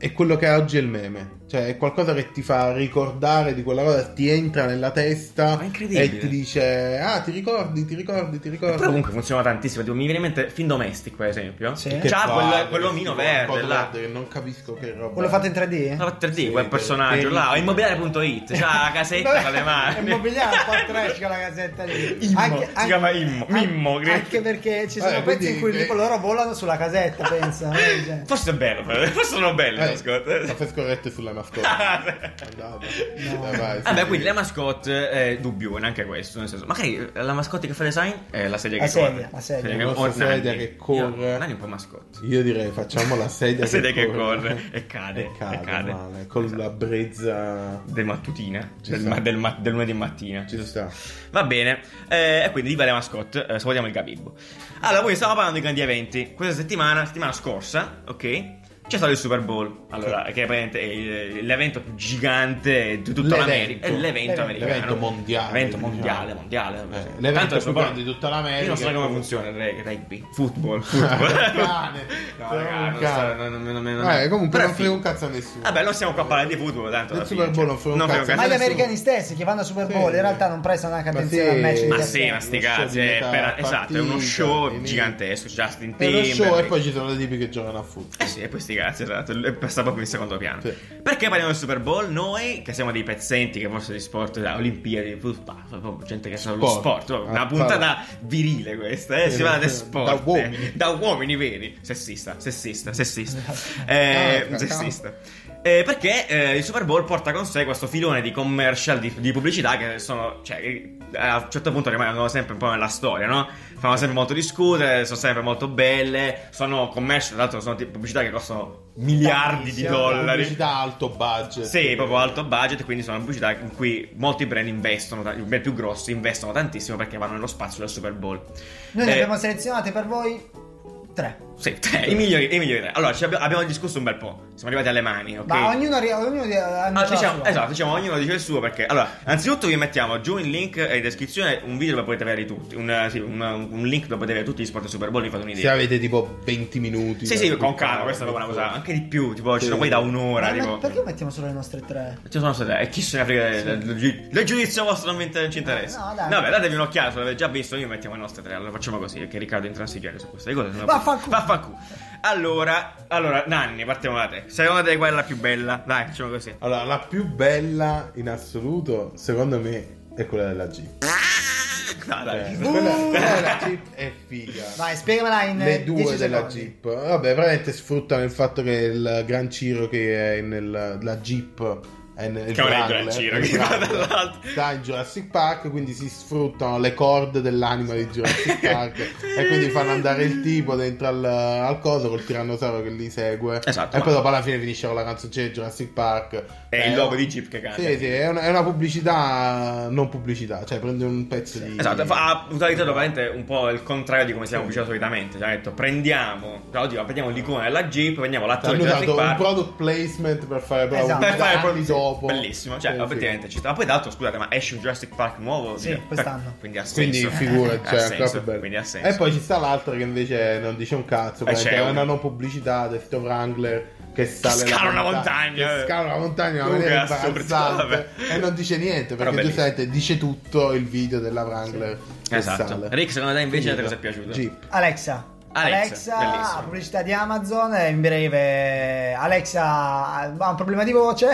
Speaker 5: è quello che è oggi è il meme. Cioè, è qualcosa che ti fa ricordare di quella cosa, ti entra nella testa
Speaker 3: Ma è incredibile.
Speaker 5: e ti dice: Ah, ti ricordi, ti ricordi, ti ricordi.
Speaker 3: Però comunque funziona tantissimo. tipo, mi viene in mente Fin Domestic, per esempio.
Speaker 4: Sì.
Speaker 5: Che
Speaker 3: C'ha
Speaker 5: fa-
Speaker 3: quel, quell'omino
Speaker 5: qualcosa
Speaker 3: verde là.
Speaker 5: verde che non capisco che roba.
Speaker 4: Quello fatto in eh?
Speaker 3: La
Speaker 4: 3D?
Speaker 3: 3D,
Speaker 5: Sì,
Speaker 3: quel
Speaker 5: che-
Speaker 3: personaggio
Speaker 5: che-
Speaker 3: là, o immobiliare.it, c'ha la casetta con le mani.
Speaker 4: È immobiliare un po' trash con la casetta lì.
Speaker 3: Immo, si chiama Immo, Mimmo,
Speaker 4: anche,
Speaker 3: credo.
Speaker 4: perché ci sono
Speaker 5: Vabbè,
Speaker 4: pezzi
Speaker 5: quindi-
Speaker 4: in cui tipo
Speaker 5: eh.
Speaker 4: loro volano sulla casetta, pensa. no? Cioè,
Speaker 3: Forse è bello, però. forse sono belle le
Speaker 5: Eh,
Speaker 3: mascotte.
Speaker 5: caffè scorretto sulla mascotte. Andate. Dai, vai,
Speaker 3: Vabbè,
Speaker 5: sì.
Speaker 3: Eh, quindi la mascotte è dubbione, anche questo, nel senso, magari la mascotte che fa design è la sedia
Speaker 4: La
Speaker 3: che
Speaker 4: sedia,
Speaker 3: corre.
Speaker 4: la sedia.
Speaker 3: Sedia
Speaker 5: La
Speaker 3: che-
Speaker 5: nostra
Speaker 3: o
Speaker 5: sedia
Speaker 3: Nani.
Speaker 5: che corre.
Speaker 3: Io- Nani è un po' mascotte.
Speaker 5: Io direi facciamo la sedia,
Speaker 3: La sedia che corre e cade,
Speaker 5: E cade,
Speaker 3: e cade. Esatto.
Speaker 5: male, con la brezza
Speaker 3: Del mattutina, cioè,
Speaker 5: Ci
Speaker 3: del,
Speaker 5: sta.
Speaker 3: ma- del ma- del lunedì mattina.
Speaker 5: ci sta.
Speaker 3: Va bene, eh, e quindi viva le mascotte, eh, salutiamo il Gabibbo. Allora, voi stavamo parlando di grandi eventi. Questa settimana, settimana scorsa, ok? C'è stato il Super Bowl, allora, che è praticamente il- l'evento più gigante di tutta
Speaker 5: L'evento.
Speaker 3: l'America. È l'evento
Speaker 4: L'evento.
Speaker 3: americano.
Speaker 5: L'evento mondiale,
Speaker 3: L'evento
Speaker 5: diciamo.
Speaker 3: mondiale, mondiale.
Speaker 5: Eh,
Speaker 3: Tanto
Speaker 5: l'evento
Speaker 3: il Super
Speaker 5: più
Speaker 3: Bowl-
Speaker 5: grande di tutta l'America.
Speaker 3: Io non so come funziona il reg- rugby, football, football.
Speaker 5: cane,
Speaker 3: no,
Speaker 5: sei
Speaker 3: raga,
Speaker 5: un
Speaker 3: non
Speaker 5: cane.
Speaker 3: so, non- non- non- non-
Speaker 5: Eh,
Speaker 3: Però
Speaker 5: comunque non
Speaker 3: è
Speaker 5: frega
Speaker 3: figo.
Speaker 5: un cazzo a nessuno.
Speaker 3: Vabbè, non stiamo qua a parlare di football, tanto. alla fine,
Speaker 5: Del Super Bowl
Speaker 3: cioè,
Speaker 5: non frega un
Speaker 3: frega
Speaker 5: cazzo.
Speaker 4: ma gli
Speaker 5: adesso-
Speaker 4: americani stessi che vanno al Super Bowl
Speaker 5: Sì.
Speaker 4: boh, in realtà non prestano neanche
Speaker 5: Ma
Speaker 4: attenzione
Speaker 5: sì.
Speaker 4: al match. di
Speaker 5: Ma
Speaker 3: Ma
Speaker 5: Eh,
Speaker 3: sì,
Speaker 4: stasera.
Speaker 3: ma sti
Speaker 5: uno show
Speaker 3: cazzi,
Speaker 5: di
Speaker 3: è
Speaker 5: metà
Speaker 3: per- esatto, è uno
Speaker 5: partita,
Speaker 3: show
Speaker 5: quindi-
Speaker 3: gigantesco, Justin
Speaker 5: È uno
Speaker 3: Timberlake.
Speaker 5: Eh, show e poi ci sono le tipi che giocano a
Speaker 3: Eh
Speaker 5: football.
Speaker 3: sì, e poi sti cazzi, esatto, è passato proprio in secondo piano.
Speaker 5: Sì.
Speaker 3: Perché parliamo del Super Bowl? Noi, che siamo dei pezzenti, che forse di sport, da Olimpiadi, fu- pa- fa- proprio gente che sa lo
Speaker 5: Sport.
Speaker 3: sport, proprio una
Speaker 5: Ah,
Speaker 3: puntata virile questa, eh,
Speaker 5: Sì,
Speaker 3: si parla di
Speaker 5: sì,
Speaker 3: sport.
Speaker 5: da uomini.
Speaker 3: Da uomini veri. Sessista, sessista, sessista. Eh,
Speaker 5: Calma,
Speaker 3: sessista. Eh, perché eh, il Super Bowl porta con sé questo filone di commercial, di, di pubblicità che sono, cioè, eh, a un certo punto rimangono sempre un po' nella storia, no? Fanno sempre molto discutere, sono sempre molto belle, sono commercial, tra l'altro sono tipo pubblicità che costano miliardi di
Speaker 4: Tantissimo,
Speaker 3: dollari.
Speaker 5: Pubblicità alto budget.
Speaker 3: Sì, proprio alto budget, quindi sono pubblicità in cui molti brand investono, ta- i brand più grossi investono tantissimo perché vanno nello spazio del Super Bowl.
Speaker 4: Noi
Speaker 3: Eh,
Speaker 4: ne abbiamo selezionate per voi tre.
Speaker 3: sì, i migliori, i migliori. Allora, ci abbiamo, abbiamo discusso un bel po'. Siamo arrivati alle mani, ok?
Speaker 4: Ma ognuno, arri- ognuno di- eh, annuncia
Speaker 3: Ah,
Speaker 4: la
Speaker 3: diciamo,
Speaker 4: sua.
Speaker 3: esatto, diciamo ognuno dice il suo perché allora, anzitutto vi mettiamo giù in link e in descrizione un video dove potete avere tutti, un, eh, sì, un, un link dove potete avere tutti gli sport del Super Bowl, vi fate
Speaker 5: Se
Speaker 3: un'idea.
Speaker 5: avete tipo 20 minuti.
Speaker 3: Sì,
Speaker 5: da
Speaker 3: sì, con
Speaker 5: ascoltare,
Speaker 3: calma, questa è proprio una cosa eh.
Speaker 5: tutto.
Speaker 3: anche di più, tipo ci
Speaker 5: Sì.
Speaker 3: sono quelli da un'ora,
Speaker 4: Ma me-
Speaker 3: tipo.
Speaker 4: perché mettiamo solo le nostre tre?
Speaker 3: Ci sono state, e chi se ne frega del- del- del giu- del giudizio vostro non, mi inter- non
Speaker 5: Eh,
Speaker 3: ci interessa.
Speaker 4: No, dai.
Speaker 3: Vabbè, datevi un'occhiata, se l'avete già visto, noi mettiamo le nostre tre. Allora facciamo così, perché Riccardo è intransigente su queste cose. se no-
Speaker 4: Vaffanculo.
Speaker 3: Vaffanculo. Allora, allora, Nanni, partiamo da te. Secondo te qual è la più bella? Dai, facciamo così.
Speaker 5: Allora, la più bella in assoluto, secondo me, è quella della Jeep.
Speaker 3: No, dai.
Speaker 5: Eh, quella, quella della Jeep è figa.
Speaker 4: Uh, Vai, spiegamela in
Speaker 5: Le
Speaker 4: eh,
Speaker 5: due
Speaker 4: 10
Speaker 5: della
Speaker 4: secondi.
Speaker 5: Jeep. Vabbè, veramente sfruttano il fatto che il Gran Ciro che è nel- la Jeep è nel- il
Speaker 3: Che non è il
Speaker 5: Wrangler,
Speaker 3: Gran Giro,
Speaker 5: il
Speaker 3: che va
Speaker 5: Wrangler.
Speaker 3: dall'altro.
Speaker 5: Sta in Jurassic Park, quindi si sfruttano le corde dell'anima di Jurassic Park e quindi fanno andare il tipo dentro al, al coso col tirannosauro che li segue.
Speaker 3: Esatto,
Speaker 5: E
Speaker 3: ma-
Speaker 5: poi dopo alla fine finisce con la canzoncina di Jurassic Park.
Speaker 3: È
Speaker 5: Eh,
Speaker 3: il logo di Jeep che cambia.
Speaker 5: Sì, sì, è una, è una pubblicità non pubblicità, cioè prende un pezzo di...
Speaker 3: Esatto, fa- ha utilizzato veramente un po' il contrario di come siamo abituati solitamente. Cioè, ha detto prendiamo, cioè, oddio, prendiamo l'icona della Jeep, prendiamo l'attore
Speaker 5: Hanno
Speaker 3: di Cioè, Jurassic
Speaker 5: usato un
Speaker 3: Park
Speaker 5: product placement per fare proprio
Speaker 4: Esatto.
Speaker 3: per fare
Speaker 5: anni
Speaker 3: proprio
Speaker 5: dopo.
Speaker 3: bellissimo. Cioè,
Speaker 5: Sì, sì.
Speaker 3: effettivamente ci sta. Ma poi d'altro, scusate, ma esce un Jurassic Park nuovo?
Speaker 4: Sì,
Speaker 3: Cioè,
Speaker 4: quest'anno.
Speaker 3: Quindi ha senso. Eh,
Speaker 5: Quindi figura,
Speaker 3: ha
Speaker 5: cioè, è
Speaker 3: senso,
Speaker 5: proprio bello.
Speaker 3: Quindi ha senso.
Speaker 5: E poi ci sta l'altro che invece non dice un cazzo,
Speaker 3: Eh,
Speaker 5: perché
Speaker 3: c'è
Speaker 5: è
Speaker 3: un-
Speaker 5: una non pubblicità del sito Wrangler che sale la
Speaker 3: scala una montagna.
Speaker 5: Che scala una montagna, una
Speaker 3: Luca,
Speaker 5: maniera
Speaker 3: assurdo,
Speaker 5: imbarazzante.
Speaker 3: vabbè.
Speaker 5: E non dice niente,
Speaker 3: Però
Speaker 5: perché
Speaker 3: bellissimo.
Speaker 5: giustamente dice tutto il video della Wrangler. che
Speaker 3: Esatto.
Speaker 5: sale.
Speaker 3: Rick, secondo te, invece,
Speaker 5: Finito.
Speaker 3: cosa è piaciuto?
Speaker 5: Jeep.
Speaker 4: Alexa.
Speaker 3: Alexa,
Speaker 4: Alexa,
Speaker 3: bellissimo.
Speaker 4: pubblicità di Amazon, in breve Alexa ha un problema di voce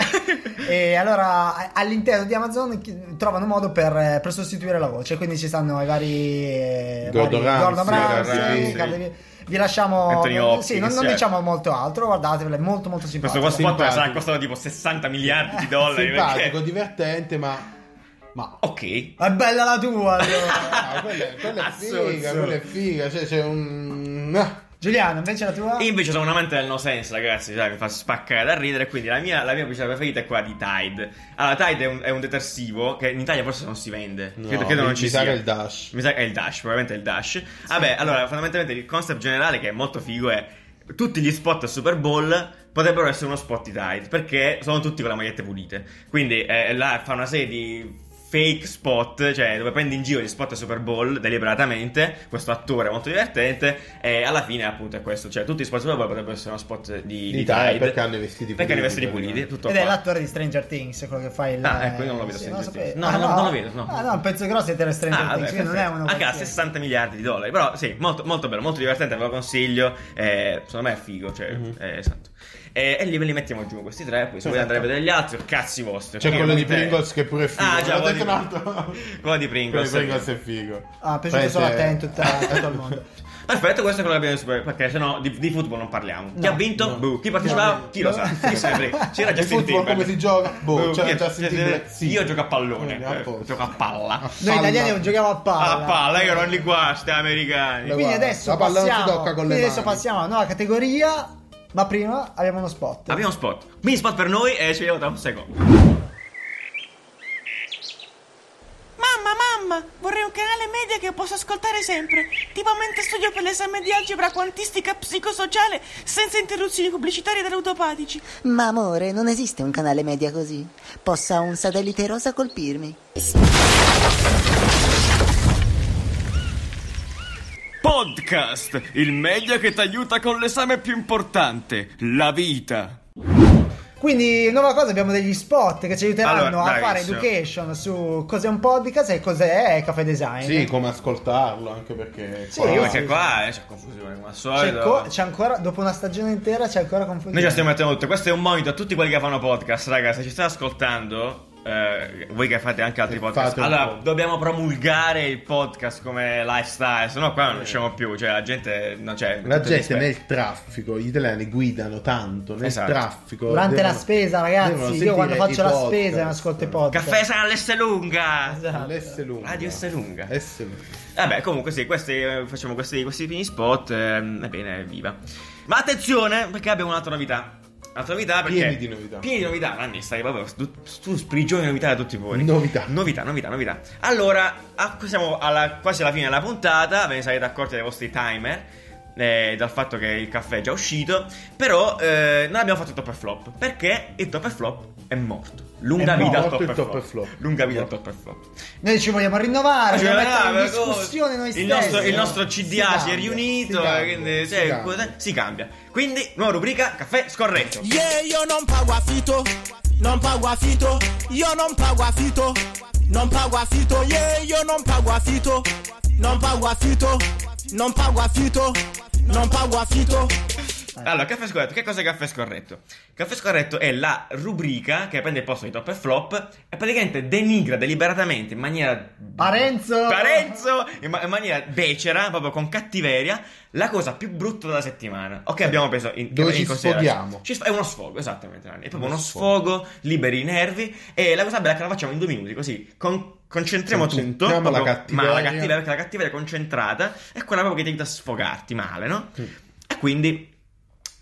Speaker 4: e allora a- all'interno di Amazon chi- trovano un modo per, per sostituire la voce, quindi ci stanno i vari eh,
Speaker 5: Gordon
Speaker 4: vari-
Speaker 5: Ramsay,
Speaker 4: Ramsay,
Speaker 3: Gordon Ramsay.
Speaker 4: Carlo- vi- vi lasciamo
Speaker 3: Anthony Hopkins,
Speaker 4: sì, non, non
Speaker 3: eh.
Speaker 4: diciamo molto altro, guardatevelo, è molto
Speaker 3: Questo
Speaker 4: molto simpatico.
Speaker 3: qua spot
Speaker 5: Simpatico.
Speaker 3: sarà costato tipo 60 miliardi di dollari.
Speaker 5: Simpatico,
Speaker 3: perché...
Speaker 5: divertente, ma... Ma...
Speaker 3: Ok,
Speaker 4: È bella la tua allora.
Speaker 5: Ah, quella, quella è figa,
Speaker 3: Azzurro.
Speaker 5: quella è figa, cioè c'è un... ah.
Speaker 4: Giuliano, invece la tua?
Speaker 3: Io invece sono un amante del no sense, ragazzi, sai, mi fa spaccare da ridere, quindi la mia, la mia pubblicità preferita è quella di Tide. Allora, Tide è un, è un detersivo che in Italia forse non si vende,
Speaker 5: No,
Speaker 3: credo, credo non
Speaker 5: mi-
Speaker 3: ci
Speaker 5: mi
Speaker 3: sia.
Speaker 5: sa che è il Dash.
Speaker 3: Mi sa che è il Dash, probabilmente è il Dash. Vabbè, allora, fondamentalmente il concept generale che è molto figo è tutti gli spot al Super Bowl potrebbero essere uno spot di Tide, perché sono tutti con le magliette pulite. Quindi eh, là fa una serie di fake spot, cioè dove prendi in giro gli spot al Super Bowl deliberatamente, questo attore molto divertente, e alla fine appunto è questo, cioè tutti gli spot al Super Bowl potrebbero essere uno spot di, di
Speaker 5: Tide,
Speaker 3: Tide.
Speaker 5: perché hanno i vestiti
Speaker 3: Perché hanno i
Speaker 5: puliti,
Speaker 3: vestiti puliti, tutto
Speaker 4: Ed è
Speaker 3: qua.
Speaker 4: l'attore di Stranger Things, quello che fa il.
Speaker 3: Ah, ecco, io non lo vedo Stranger
Speaker 4: lo
Speaker 3: Things.
Speaker 4: sapevo.
Speaker 3: No, no, non lo vedo, no.
Speaker 4: Ah, no, un pezzo grosso è di
Speaker 5: Cioè,
Speaker 4: Stranger
Speaker 3: Ah,
Speaker 4: Things,
Speaker 3: vabbè,
Speaker 4: quindi non è
Speaker 3: perfetto.
Speaker 4: uno.
Speaker 3: Anche a
Speaker 4: qualsiasi.
Speaker 3: 60 miliardi di dollari. Però sì, molto, molto bello, molto divertente, ve lo consiglio. eh, secondo me è figo. Cioè,
Speaker 5: Mhm.
Speaker 3: eh, esatto. Eh, e li, ve li mettiamo giù questi tre. Poi se volete andare a vedere gli altri, cazzi vostri.
Speaker 5: Esatto. C'è
Speaker 3: Io
Speaker 5: quello
Speaker 3: non
Speaker 5: di
Speaker 3: te-
Speaker 5: Pringles che pure è figo.
Speaker 3: Ah, già,
Speaker 5: L'ho
Speaker 3: quello
Speaker 5: detto
Speaker 3: di-
Speaker 5: un altro.
Speaker 3: quello di Pringles.
Speaker 5: Quello di Pringles è figo. Cioè,
Speaker 4: Ah, è piaciuto
Speaker 5: Poi
Speaker 4: solo a
Speaker 5: c'è-
Speaker 4: te in tutta- in tutto il mondo.
Speaker 3: Perfetto, questo è quello che abbiamo super. Perché sennò di, di football non parliamo. Chi
Speaker 4: No,
Speaker 3: ha vinto?
Speaker 4: no.
Speaker 3: Boh. Chi partecipava?
Speaker 4: No.
Speaker 3: Chi lo sa? Chi se ne frega. C'era
Speaker 5: Il
Speaker 3: Justin
Speaker 5: football come
Speaker 3: Timberlake.
Speaker 5: si gioca? Boh,
Speaker 3: Boh,
Speaker 5: c'era
Speaker 3: chi-
Speaker 5: Justin
Speaker 3: chi-
Speaker 5: Timberlake, sì.
Speaker 3: Io gioco a pallone.
Speaker 5: Quindi, a
Speaker 3: eh,
Speaker 5: posto.
Speaker 3: Gioco a palla.
Speaker 4: Noi
Speaker 5: Palla.
Speaker 4: italiani non giochiamo a palla.
Speaker 3: A palla, io non li guasto, eh, americani.
Speaker 4: Quindi
Speaker 5: Guarda,
Speaker 4: adesso
Speaker 5: la palla non si
Speaker 4: passiamo.
Speaker 5: tocca con le
Speaker 4: quindi adesso
Speaker 5: mani.
Speaker 4: passiamo alla nuova categoria. Ma prima abbiamo uno spot.
Speaker 3: Abbiamo spot. Mini spot per noi e ci vediamo tra un secondo.
Speaker 6: Mamma, mamma, vorrei un canale media che possa ascoltare sempre, tipo mentre studio per l'esame di algebra quantistica psicosociale senza interruzioni pubblicitarie trautopatici.
Speaker 7: Ma amore, non esiste un canale media così. Possa un satellite rosa colpirmi.
Speaker 1: Podcast, il media che ti aiuta con l'esame più importante, la vita.
Speaker 4: Quindi, nuova cosa, abbiamo degli spot che ci aiuteranno
Speaker 3: Allora,
Speaker 4: a
Speaker 3: dai,
Speaker 4: fare
Speaker 3: sì.
Speaker 4: education su cos'è un podcast e cos'è Caffè Design.
Speaker 5: Sì, come ascoltarlo, anche perché...
Speaker 4: Sì,
Speaker 5: qua-
Speaker 4: io-
Speaker 3: Perché qua eh, c'è confusione come al
Speaker 4: C'è,
Speaker 3: solito.
Speaker 4: co- c'è ancora, dopo una stagione intera, c'è ancora confusione.
Speaker 3: Noi ci stiamo mettendo tutto. Questo è un monito a tutti quelli che fanno podcast, raga. Se ci state ascoltando, eh, voi che fate anche altri
Speaker 5: E
Speaker 3: podcast,
Speaker 5: fate un
Speaker 3: allora
Speaker 5: po'.
Speaker 3: dobbiamo promulgare il podcast come lifestyle. Se no, qua non usciamo più. Cioè, la gente. No, cioè,
Speaker 5: La
Speaker 3: tutto
Speaker 5: gente
Speaker 3: rispetto.
Speaker 5: nel traffico, gli italiani guidano tanto nel
Speaker 3: Esatto.
Speaker 5: traffico.
Speaker 4: Durante
Speaker 5: devono-
Speaker 4: la spesa,
Speaker 5: devono
Speaker 4: ragazzi, io
Speaker 5: sentire
Speaker 4: quando
Speaker 5: i
Speaker 4: faccio la
Speaker 5: podcast. Cioè,
Speaker 4: spesa mi ascolto i podcast.
Speaker 3: Caffè sarà l'Esselunga.
Speaker 4: Esatto.
Speaker 5: L'esselunga.
Speaker 3: Radio Esselunga.
Speaker 5: Esselunga.
Speaker 3: Vabbè, comunque sì, questi, eh, facciamo questi, questi mini spot. ehm, Ebbene, viva. Ma attenzione, perché abbiamo un'altra novità. Un'altra novità perché...
Speaker 5: Pieni di novità.
Speaker 3: Pieni di novità, Nanni, stai proprio stu, stu sprigione di novità da tutti voi.
Speaker 5: Novità.
Speaker 3: Novità, novità, novità. Allora, a- siamo alla- quasi alla fine della puntata, ve ne sarete accorti dai vostri timer. eh, dal fatto che il caffè è già uscito però eh, non abbiamo fatto il top e flop perché il top e flop è morto lunga
Speaker 4: È
Speaker 3: vita al
Speaker 5: morto
Speaker 3: top,
Speaker 5: il
Speaker 3: e
Speaker 5: top
Speaker 3: flop.
Speaker 5: e flop.
Speaker 3: lunga vita al top e flop
Speaker 4: Noi ci vogliamo rinnovare,
Speaker 3: cioè,
Speaker 4: vogliamo mettere in
Speaker 3: brava,
Speaker 4: discussione
Speaker 3: cosa-
Speaker 4: noi
Speaker 3: il
Speaker 4: stessi.
Speaker 3: nostro, il
Speaker 4: no?
Speaker 3: nostro CDA si, è
Speaker 4: cambia,
Speaker 3: riunito,
Speaker 5: si cambia,
Speaker 3: quindi,
Speaker 5: si
Speaker 3: cioè,
Speaker 5: cambia.
Speaker 3: cosa- si cambia. Quindi, nuova rubrica, caffè scorretto.
Speaker 8: Yeah, io non pago affitto, non pago affitto, io non pago affitto, non pago affitto, yeah, io non pago affitto, non pago affitto, non pago affitto, non pago affitto.
Speaker 4: Dai,
Speaker 3: Allora, caffè scorretto, che cos'è caffè scorretto? Caffè scorretto è la rubrica che prende il posto di top e flop e praticamente denigra deliberatamente in maniera.
Speaker 4: Parenzo!
Speaker 3: Parenzo! In, ma- in maniera becera, proprio con cattiveria, la cosa più brutta della settimana. Ok, abbiamo preso in,
Speaker 5: Dove
Speaker 3: in
Speaker 5: ci
Speaker 3: considerazione.
Speaker 5: sfoghiamo.
Speaker 3: Ci sf- è uno sfogo, esattamente. Nanni. È proprio uno sfogo, liberi i nervi. E la cosa bella è che la facciamo in due minuti, così. con- Concentriamo tutto,
Speaker 5: Concentriamo la
Speaker 3: ma la
Speaker 5: cattiveria.
Speaker 3: cattiveria perché la cattiveria concentrata è quella proprio che ti aiuta a sfogarti male, no?
Speaker 5: Sì.
Speaker 3: E quindi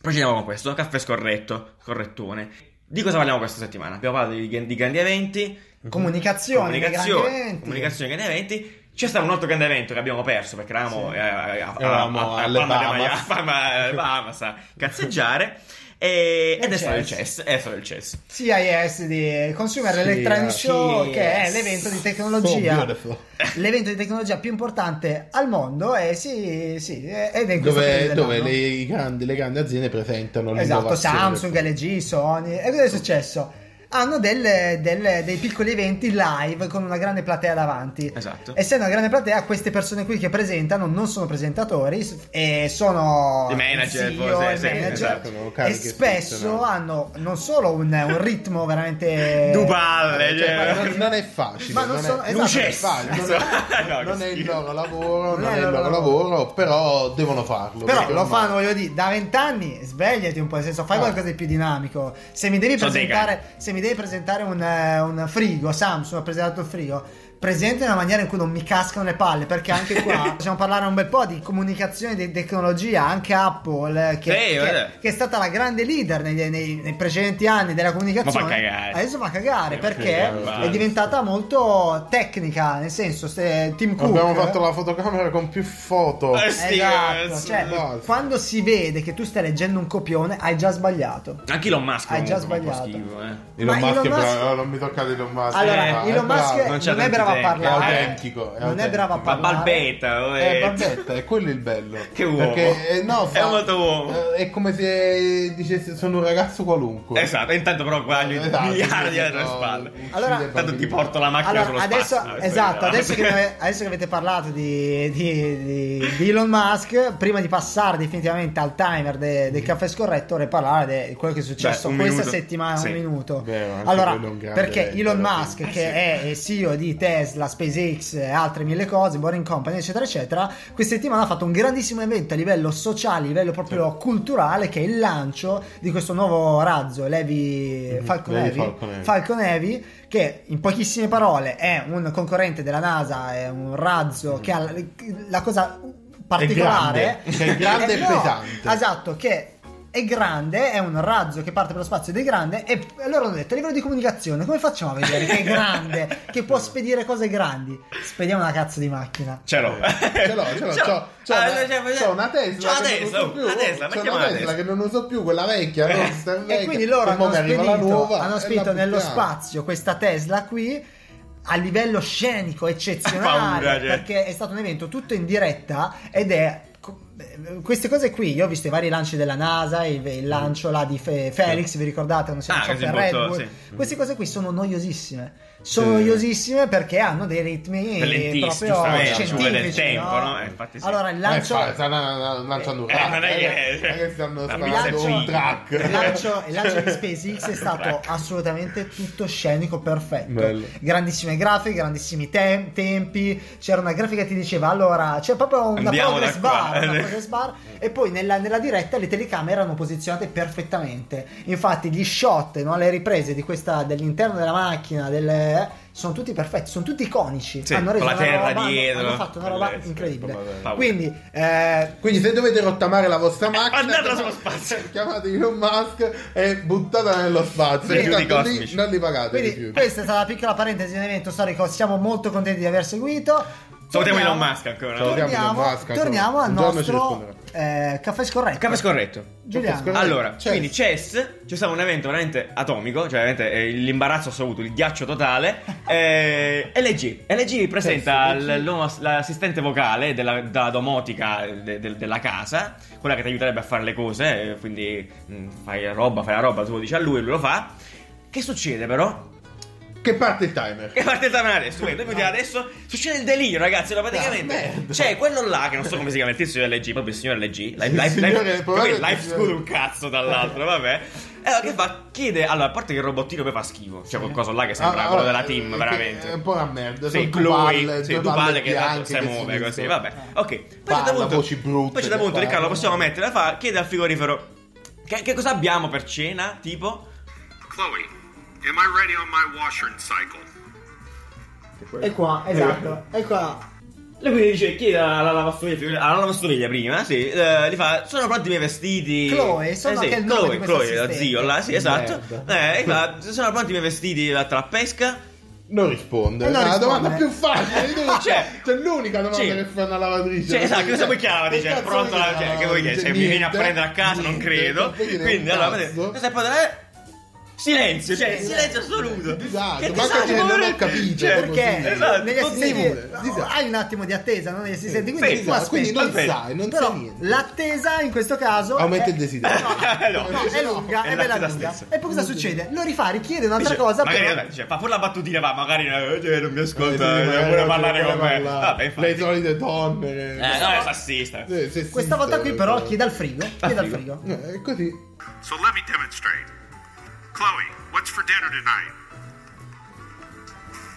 Speaker 3: procediamo con questo, caffè scorretto, correttone. Di cosa parliamo questa settimana? Abbiamo parlato di, di grandi eventi,
Speaker 4: Comunicazione,
Speaker 3: comunicazione,
Speaker 4: comunicazione,
Speaker 3: comunicazione, grandi eventi. C'è stato un altro grande evento che abbiamo perso perché eravamo eh, a, a,
Speaker 5: Eravamo
Speaker 3: a- a-
Speaker 5: alle
Speaker 3: Palma de
Speaker 5: Bahamas.
Speaker 3: Mallorca, a Palma- eh, Bahamas a cazzeggiare. E,
Speaker 4: E
Speaker 3: ed è stato il
Speaker 4: chess.
Speaker 3: chess, è stato il chess.
Speaker 4: CIS di Consumer
Speaker 5: Sì,
Speaker 4: Electronic
Speaker 5: sì.
Speaker 4: Show che è l'evento di
Speaker 5: Oh,
Speaker 4: tecnologia
Speaker 5: beautiful.
Speaker 4: l'evento di tecnologia più importante al mondo e sì, sì ed è in questo
Speaker 5: Dove,
Speaker 4: periodo
Speaker 5: dove
Speaker 4: dell'anno.
Speaker 5: le, i grandi, le grandi aziende presentano
Speaker 4: esatto,
Speaker 5: l'innovazione.
Speaker 4: Samsung, LG, Sony e cosa è successo? Hanno delle- delle- dei piccoli eventi live con una grande platea davanti.
Speaker 3: Esatto.
Speaker 4: Essendo una grande platea, queste persone qui che presentano non sono presentatori s- e sono
Speaker 3: I manager,
Speaker 4: CEO,
Speaker 3: forse,
Speaker 4: i
Speaker 3: sì,
Speaker 4: manager,
Speaker 3: esatto,
Speaker 5: sono
Speaker 4: e
Speaker 5: cariche
Speaker 4: spesso
Speaker 5: funzionali.
Speaker 4: hanno non solo un, un ritmo veramente
Speaker 3: Duballe,
Speaker 5: Cioè,
Speaker 3: cioè,
Speaker 5: ma non, non è facile,
Speaker 4: Ma non
Speaker 5: non,
Speaker 4: sono-
Speaker 5: è,
Speaker 4: esatto,
Speaker 5: non è
Speaker 3: Luces.
Speaker 5: facile, non è-
Speaker 3: Esatto. No,
Speaker 5: non è
Speaker 3: così.
Speaker 5: il loro lavoro, non è il loro lavoro, però devono farlo.
Speaker 4: Però
Speaker 5: perché
Speaker 4: lo
Speaker 5: ormai-
Speaker 4: fanno, voglio dire, da vent'anni svegliati un po', nel senso fai
Speaker 5: Ah.
Speaker 4: qualcosa di più dinamico. Se mi devi
Speaker 3: Eh. Sono dei
Speaker 4: presentare, se mi devi presentare un, eh, un frigo, Samsung ha presentato il frigo, presenta in una maniera in cui non mi cascano le palle, perché anche qua possiamo parlare un bel po' di comunicazione, di tecnologia, anche Apple, eh, che,
Speaker 3: Sì,
Speaker 4: che-
Speaker 3: vabbè.
Speaker 4: che è stata la grande leader nei, nei- nei precedenti anni della comunicazione.
Speaker 3: Ma fa cagare.
Speaker 4: Adesso va a cagare,
Speaker 3: Sì,
Speaker 4: perché
Speaker 3: sì,
Speaker 4: è
Speaker 3: avanti.
Speaker 4: diventata molto tecnica, nel senso, se Tim Cook...
Speaker 5: Abbiamo fatto la fotocamera con più foto.
Speaker 3: Eh, sì,
Speaker 4: Esatto,
Speaker 3: eh,
Speaker 4: cioè,
Speaker 5: basta.
Speaker 4: quando si vede che tu stai leggendo un copione, hai già sbagliato.
Speaker 3: Anche Elon Musk
Speaker 4: Hai già
Speaker 3: comunque, fa un po'
Speaker 4: sbagliato.
Speaker 3: schifo, eh.
Speaker 5: Elon
Speaker 4: Ma
Speaker 5: Musk, è
Speaker 4: Elon Musk-
Speaker 5: bravo, non mi tocca di Elon Musk.
Speaker 4: Allora,
Speaker 5: Eh,
Speaker 4: Elon
Speaker 5: bravo,
Speaker 4: Musk
Speaker 5: non-
Speaker 3: c'ha
Speaker 4: non è
Speaker 3: tanti
Speaker 4: bravo a
Speaker 3: tempi.
Speaker 4: parlare,
Speaker 5: È autentico, è
Speaker 4: non è
Speaker 5: autentico.
Speaker 4: bravo a
Speaker 3: Ma
Speaker 4: parlare.
Speaker 3: balbetta, oh,
Speaker 5: È
Speaker 3: eh.
Speaker 5: barbetta, è quello il bello.
Speaker 3: Che uomo.
Speaker 5: Perché, eh, no,
Speaker 3: È molto uomo.
Speaker 5: eh, È come se dicesse sono un ragazzo qualunque.
Speaker 3: Esatto, e intanto però guadagni
Speaker 5: Esatto,
Speaker 3: miliardi alle tue
Speaker 5: no, Eh,
Speaker 3: spalle.
Speaker 5: uccide
Speaker 4: Allora-
Speaker 5: bambini.
Speaker 3: Tanto ti porto la macchina sullo
Speaker 4: Allora,
Speaker 3: spazio.
Speaker 4: adesso,
Speaker 3: No, questo
Speaker 4: esatto,
Speaker 3: è-
Speaker 4: adesso che, adesso che avete parlato di, di- di- di Elon Musk, prima di passare definitivamente al timer de- del caffè scorretto, vorrei parlare di quello che è successo
Speaker 3: Mm. Beh, un
Speaker 4: questa
Speaker 3: minuto.
Speaker 4: settimana,
Speaker 3: Sì.
Speaker 4: un minuto.
Speaker 5: Vero, anche
Speaker 4: allora,
Speaker 5: quello è un grande
Speaker 4: perché
Speaker 5: evento,
Speaker 4: Elon
Speaker 5: alla
Speaker 4: Musk, che è CEO di Tesla, SpaceX e altre mille cose, Boring Company, eccetera, eccetera, questa settimana ha fatto un grandissimo evento a livello sociale, a livello proprio culturale, che è il lancio di questo nuovo razzo, Levi Falcon
Speaker 5: Levi
Speaker 4: Heavy.
Speaker 5: Falcon Heavy.
Speaker 4: Falcon Heavy, che in pochissime parole è un concorrente della NASA, è un razzo che ha la, la cosa particolare
Speaker 5: grande, che è grande e
Speaker 4: no,
Speaker 5: pesante.
Speaker 4: Esatto, che è grande, è un razzo che parte per lo spazio ed è grande e loro hanno detto a livello di comunicazione come facciamo a vedere che è grande, che può spedire cose grandi? Spediamo una cazzo di macchina.
Speaker 3: Ce l'ho.
Speaker 5: Eh, Ce l'ho, ce l'ho, c'ho, c'ho
Speaker 3: Ah,
Speaker 5: una,
Speaker 3: cioè,
Speaker 5: c'ho una Tesla
Speaker 3: c'ho una Tesla,
Speaker 5: che non
Speaker 3: una
Speaker 5: uso più,
Speaker 3: Tesla,
Speaker 5: c'ho
Speaker 3: mettiamo
Speaker 5: una
Speaker 3: la
Speaker 5: Tesla
Speaker 3: Tesla. Eh.
Speaker 5: che non uso più, quella vecchia, rossa, vecchia,
Speaker 4: E quindi loro
Speaker 5: che mo
Speaker 4: hanno
Speaker 5: mi arriva la
Speaker 4: spedito,
Speaker 5: nuova,
Speaker 4: hanno
Speaker 5: e la
Speaker 4: spedito nello
Speaker 5: buttiamo.
Speaker 4: spazio questa Tesla qui a livello scenico eccezionale
Speaker 3: Paura, cioè.
Speaker 4: perché è stato un evento tutto in diretta ed è eh, queste cose qui io ho visto i vari lanci della NASA il, il lancio là di Fe- Felix vi ricordate non so,
Speaker 3: Ah,
Speaker 4: non so
Speaker 3: che si
Speaker 4: per
Speaker 3: è
Speaker 4: Red
Speaker 3: brutto,
Speaker 4: Bull
Speaker 3: sì.
Speaker 4: queste cose qui sono noiosissime sono
Speaker 5: Sì.
Speaker 4: noiosissime perché hanno dei ritmi
Speaker 3: Lentissimi,
Speaker 4: proprio
Speaker 3: giustamente,
Speaker 4: scientifici
Speaker 5: ci
Speaker 3: vuole del
Speaker 4: no?
Speaker 3: tempo, no? Eh, infatti sì.
Speaker 4: allora il
Speaker 5: Eh,
Speaker 4: lancio
Speaker 5: fa- stanno lanciando un
Speaker 3: Eh,
Speaker 5: razzo,
Speaker 3: non è che-
Speaker 5: non è che stanno
Speaker 3: La
Speaker 5: sparando
Speaker 4: lancio-
Speaker 5: un track.
Speaker 4: Il lancio, il lancio di SpaceX è stato assolutamente tutto scenico perfetto.
Speaker 5: Bello.
Speaker 4: Grandissime grafiche, grandissimi tem- tempi. C'era una grafica che ti diceva allora c'è proprio una
Speaker 3: Andiamo
Speaker 4: progress
Speaker 3: da qua.
Speaker 4: bar, una progress bar. E poi nella, nella diretta le telecamere erano posizionate perfettamente. Infatti, gli shot, no, le riprese di questa, dell'interno della macchina, del- sono tutti perfetti, sono tutti iconici.
Speaker 3: Sì,
Speaker 4: hanno reso
Speaker 3: con la
Speaker 4: una
Speaker 3: terra
Speaker 4: roba- hanno-
Speaker 3: dietro.
Speaker 4: hanno fatto una roba
Speaker 3: Bellezza,
Speaker 4: incredibile.
Speaker 5: proprio
Speaker 3: bello.
Speaker 4: Quindi, eh,
Speaker 5: Quindi se dovete rottamare la vostra macchina
Speaker 3: mandatela sullo spazio.
Speaker 5: Chiamate Elon Musk e buttatela nello spazio
Speaker 3: Sì.
Speaker 5: E tanto
Speaker 3: Aiuti
Speaker 5: lì
Speaker 3: cosmici.
Speaker 5: non li pagate di
Speaker 4: Quindi
Speaker 5: più
Speaker 4: questa è stata la piccola parentesi di un evento storico, siamo molto contenti di aver seguito.
Speaker 3: Salutiamo
Speaker 4: Torniamo-
Speaker 3: Elon Musk ancora.
Speaker 5: Ciao. Salutiamo
Speaker 4: Torniamo,
Speaker 5: Elon Musk,
Speaker 4: torniamo al
Speaker 5: un giorno ci
Speaker 4: nostro eh, caffè scorretto.
Speaker 3: Capo scorretto.
Speaker 5: Cioè,
Speaker 4: Giuliano.
Speaker 5: Caffè scorretto.
Speaker 3: Allora,
Speaker 5: Chess.
Speaker 3: quindi chess, c'è stato un evento veramente atomico, cioè veramente eh, l'imbarazzo assoluto, il ghiaccio totale. Eh, LG, LG presenta
Speaker 5: Chess, LG.
Speaker 3: l- l'uomo- l'assistente vocale della, della domotica de- de- della casa, quella che ti aiuterebbe a fare le cose, eh, quindi mh, fai la roba, fai la roba, tu lo dici a lui, lui lo fa. Che succede però?
Speaker 5: Che parte il timer?
Speaker 3: Che parte il timer adesso? Quindi, quindi adesso succede il delirio, ragazzi.
Speaker 5: Ah,
Speaker 3: Allora, praticamente c'è quello là che non so come si chiama il tizio LG, proprio il signor LG. Life, life,
Speaker 5: signore,
Speaker 3: life-
Speaker 5: proprio
Speaker 3: capito?
Speaker 5: il
Speaker 3: Life
Speaker 5: signor-
Speaker 3: School un cazzo dall'altro, vabbè. E allora che fa? Chiede, allora, a parte che il robottino poi fa schifo, c'è qualcosa là che sembra
Speaker 5: Ah,
Speaker 3: quello
Speaker 5: vabbè,
Speaker 3: della team,
Speaker 5: che
Speaker 3: veramente.
Speaker 5: È un po' una merda.
Speaker 3: Sì,
Speaker 5: Sono due
Speaker 3: Chloe,
Speaker 5: palle-
Speaker 3: sì,
Speaker 5: due
Speaker 3: due palle
Speaker 5: palle
Speaker 3: che tanto si
Speaker 5: bianche
Speaker 3: muove
Speaker 5: che si
Speaker 3: così,
Speaker 5: dicono.
Speaker 3: vabbè. Ok, poi certo
Speaker 5: Palla, voci brutte
Speaker 3: Poi c'è da
Speaker 5: che
Speaker 3: punto,
Speaker 5: fanno.
Speaker 3: Riccardo, possiamo mettere, fa, chiede al frigorifero, che, che cosa abbiamo per cena, tipo?
Speaker 9: Chloe, am I ready on my washing cycle?
Speaker 4: E qua,
Speaker 5: Eh.
Speaker 4: esatto. E qua.
Speaker 3: Lui quindi dice, chiede alla, alla lavastoviglie, alla lavastoviglie prima, sì, eh, gli fa, sono pronti i miei vestiti. Eh,
Speaker 4: Chloe, sono anche il nome
Speaker 3: Chloe,
Speaker 4: di questo
Speaker 3: Chloe, la
Speaker 4: assistente.
Speaker 3: zio, là, sì, esatto.
Speaker 5: merda.
Speaker 3: Eh, gli fa, sono pronti i miei vestiti la trappesca.
Speaker 5: Non risponde.
Speaker 4: E non
Speaker 5: è la
Speaker 4: risponde.
Speaker 5: domanda più facile di tutti.
Speaker 3: Cioè-
Speaker 5: Cioè, l'unica domanda
Speaker 3: sì.
Speaker 5: che fa una lavatrice.
Speaker 3: Cioè, esatto,
Speaker 5: Perché-
Speaker 3: cosa vuoi chiamare?
Speaker 5: Che
Speaker 3: Dice,
Speaker 5: cazzo
Speaker 3: pronto,
Speaker 5: vuoi
Speaker 3: la- cioè,
Speaker 5: chiamare?
Speaker 3: che vuoi che cioè, mi
Speaker 5: Niente,
Speaker 3: vieni a prendere a casa? non
Speaker 5: niente,
Speaker 3: credo.
Speaker 5: non puoi dire
Speaker 3: Quindi,
Speaker 5: un
Speaker 3: allora,
Speaker 5: cazzo.
Speaker 3: vedete, cosa puoi dare? Silenzio, cioè, silenzio assoluto.
Speaker 5: Disagio,
Speaker 3: Che
Speaker 5: manca
Speaker 3: disagio,
Speaker 5: gente, non ho
Speaker 3: poveretto.
Speaker 5: capito,
Speaker 3: Cioè,
Speaker 5: proprio
Speaker 4: Perché
Speaker 3: Esatto,
Speaker 4: negli
Speaker 3: tutti
Speaker 4: assistenti
Speaker 5: muove, disatto.
Speaker 4: hai un attimo di attesa, no? Negli assistenti, quindi
Speaker 3: sì,
Speaker 4: tu
Speaker 5: Esatto, quindi
Speaker 4: aspetti.
Speaker 5: non
Speaker 3: aspetta.
Speaker 5: sai, non
Speaker 4: Però
Speaker 5: sai niente.
Speaker 4: l'attesa in questo caso
Speaker 5: Aumenta
Speaker 4: è-
Speaker 5: il desiderio.
Speaker 3: Eh, No,
Speaker 4: No, è lunga,
Speaker 3: è
Speaker 4: è bella
Speaker 3: l'attesa
Speaker 4: lunga.
Speaker 3: stessa.
Speaker 4: E poi cosa succede? Lo rifà, richiede un'altra
Speaker 3: Dice,
Speaker 4: cosa.
Speaker 3: magari,
Speaker 4: però-
Speaker 3: vabbè, dice, fa pure la battutina, va, magari eh, cioè, non mi
Speaker 5: Eh,
Speaker 3: ascolta,
Speaker 5: quindi
Speaker 3: eh,
Speaker 5: magari
Speaker 3: vuole
Speaker 5: non
Speaker 3: parlare
Speaker 5: ti
Speaker 3: con me.
Speaker 5: parlare.
Speaker 3: Vabbè, infatti.
Speaker 5: Le solite donne. che-
Speaker 3: Eh, no, è sassista.
Speaker 5: Sì, sì, sì,
Speaker 4: Questa
Speaker 5: sì,
Speaker 4: volta
Speaker 5: sì,
Speaker 4: qui
Speaker 5: sì.
Speaker 4: però chiede al frigo. Chiede al frigo.
Speaker 5: Eh, È così.
Speaker 9: So let me demonstrate. Chloe, what's for dinner tonight?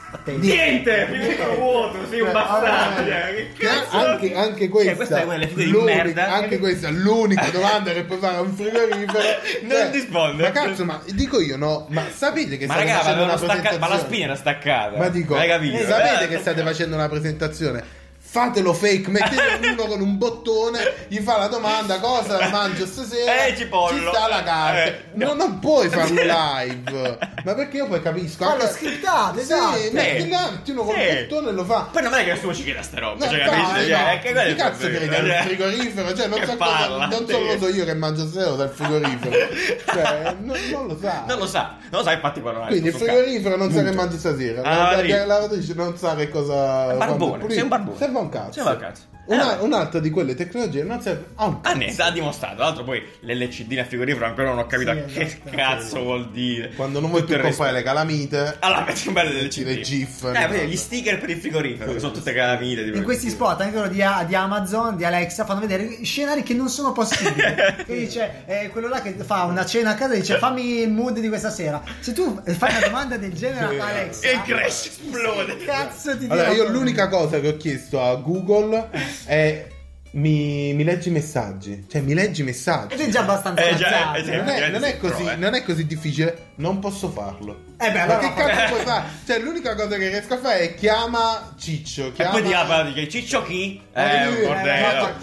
Speaker 4: Attenti.
Speaker 3: Niente! Finito vuoto, sei un bastardo. cioè, Che
Speaker 5: Eh, Che
Speaker 3: cazzo?
Speaker 5: anche, anche questa,
Speaker 3: Cioè, questa è quella figura di
Speaker 5: l'unica-
Speaker 3: merda.
Speaker 5: anche questa è l'unica domanda che puoi fare a un frigorifero
Speaker 3: Non
Speaker 5: Cioè,
Speaker 3: risponde.
Speaker 5: ma cazzo ma dico io no ma sapete che
Speaker 3: Ma
Speaker 5: state
Speaker 3: raga, ma,
Speaker 5: facendo una
Speaker 3: avevano stacca- ma la
Speaker 5: presentazione
Speaker 3: spina era staccata.
Speaker 5: ma dico
Speaker 3: Hai capito?
Speaker 5: sapete
Speaker 3: Eh,
Speaker 5: che state facendo una presentazione fatelo fake mettete uno con un bottone gli fa la domanda cosa mangio stasera
Speaker 3: Eh, cipollo.
Speaker 5: ci sta la carta
Speaker 3: Eh, no.
Speaker 5: no, non puoi fare un live ma perché io poi capisco
Speaker 4: Fallo
Speaker 5: anche-
Speaker 4: scriptato, esatto.
Speaker 5: sì, metti là, metti uno con
Speaker 3: Sì.
Speaker 5: il bottone e lo fa
Speaker 3: Poi non è che nessuno ci chiede sta roba.
Speaker 5: No,
Speaker 3: cioè,
Speaker 5: no,
Speaker 3: capisci? Cioè,
Speaker 5: eh, no.
Speaker 3: eh, che quello è
Speaker 5: Che
Speaker 3: il
Speaker 5: cazzo
Speaker 3: problema,
Speaker 5: credi al
Speaker 3: cioè.
Speaker 5: frigorifero? Cioè, non
Speaker 3: Che
Speaker 5: so
Speaker 3: palla,
Speaker 5: cosa, non
Speaker 3: sì.
Speaker 5: solo so io che mangio stasera dal frigorifero. cioè, non, non lo sa.
Speaker 3: Non lo sa, non lo sa infatti quando non
Speaker 5: Quindi il frigorifero non sa che mangi stasera.
Speaker 3: Ah,
Speaker 5: La- la-
Speaker 3: Madrid.
Speaker 5: la lavatrice non sa che cosa.
Speaker 3: Barbone,
Speaker 5: quando-
Speaker 3: sei un barbone.
Speaker 5: Serve un cazzo.
Speaker 3: Sei un cazzo.
Speaker 5: Una-
Speaker 3: Eh.
Speaker 5: un'altra di quelle tecnologie non serve a un
Speaker 3: Ah,
Speaker 5: cazzo.
Speaker 3: niente, ha dimostrato. Tra l'altro poi l'LCD nel frigorifero ancora non ho capito
Speaker 4: Sì,
Speaker 3: che
Speaker 4: esatto.
Speaker 3: cazzo vuol dire.
Speaker 5: Quando non vuoi
Speaker 3: Tutto
Speaker 5: più
Speaker 3: il
Speaker 5: comprare
Speaker 3: resto-
Speaker 5: le calamite.
Speaker 3: Allora, metti un bello LCD.
Speaker 5: le GIF,
Speaker 3: Eh,
Speaker 5: no,
Speaker 3: vedi,
Speaker 5: no.
Speaker 3: gli sticker per il frigorifero, che sono tutte calamite. tipo.
Speaker 4: In questi spot, anche quello di, di Amazon, di Alexa, fanno vedere scenari che non sono possibili. Quindi c'è eh, quello là che fa una cena a casa e dice fammi il mood di questa sera. Se tu fai una domanda del genere a Alexa,
Speaker 3: E il crash esplode.
Speaker 4: cazzo ti
Speaker 5: Allora,
Speaker 4: dirò
Speaker 5: io
Speaker 4: proprio.
Speaker 5: l'unica cosa che ho chiesto a Google
Speaker 3: Eh.
Speaker 5: è. Mi, mi leggi i messaggi. Cioè, mi leggi i messaggi.
Speaker 4: Ed è già abbastanza
Speaker 3: Eh, già,
Speaker 4: cazzato,
Speaker 3: eh, già.
Speaker 4: eh.
Speaker 5: non, è, non è così,
Speaker 3: Pro, eh.
Speaker 5: non è così difficile, non posso farlo.
Speaker 4: Eh beh,
Speaker 5: Ma
Speaker 4: allora
Speaker 5: che
Speaker 4: fa-
Speaker 5: cazzo puoi fare? Cioè, l'unica cosa che riesco a fare è chiama Ciccio.
Speaker 3: E
Speaker 5: Chiama...
Speaker 3: poi ti apre dice Ciccio chi? Eh,
Speaker 5: Eh,
Speaker 3: un
Speaker 5: lui,
Speaker 3: bordello.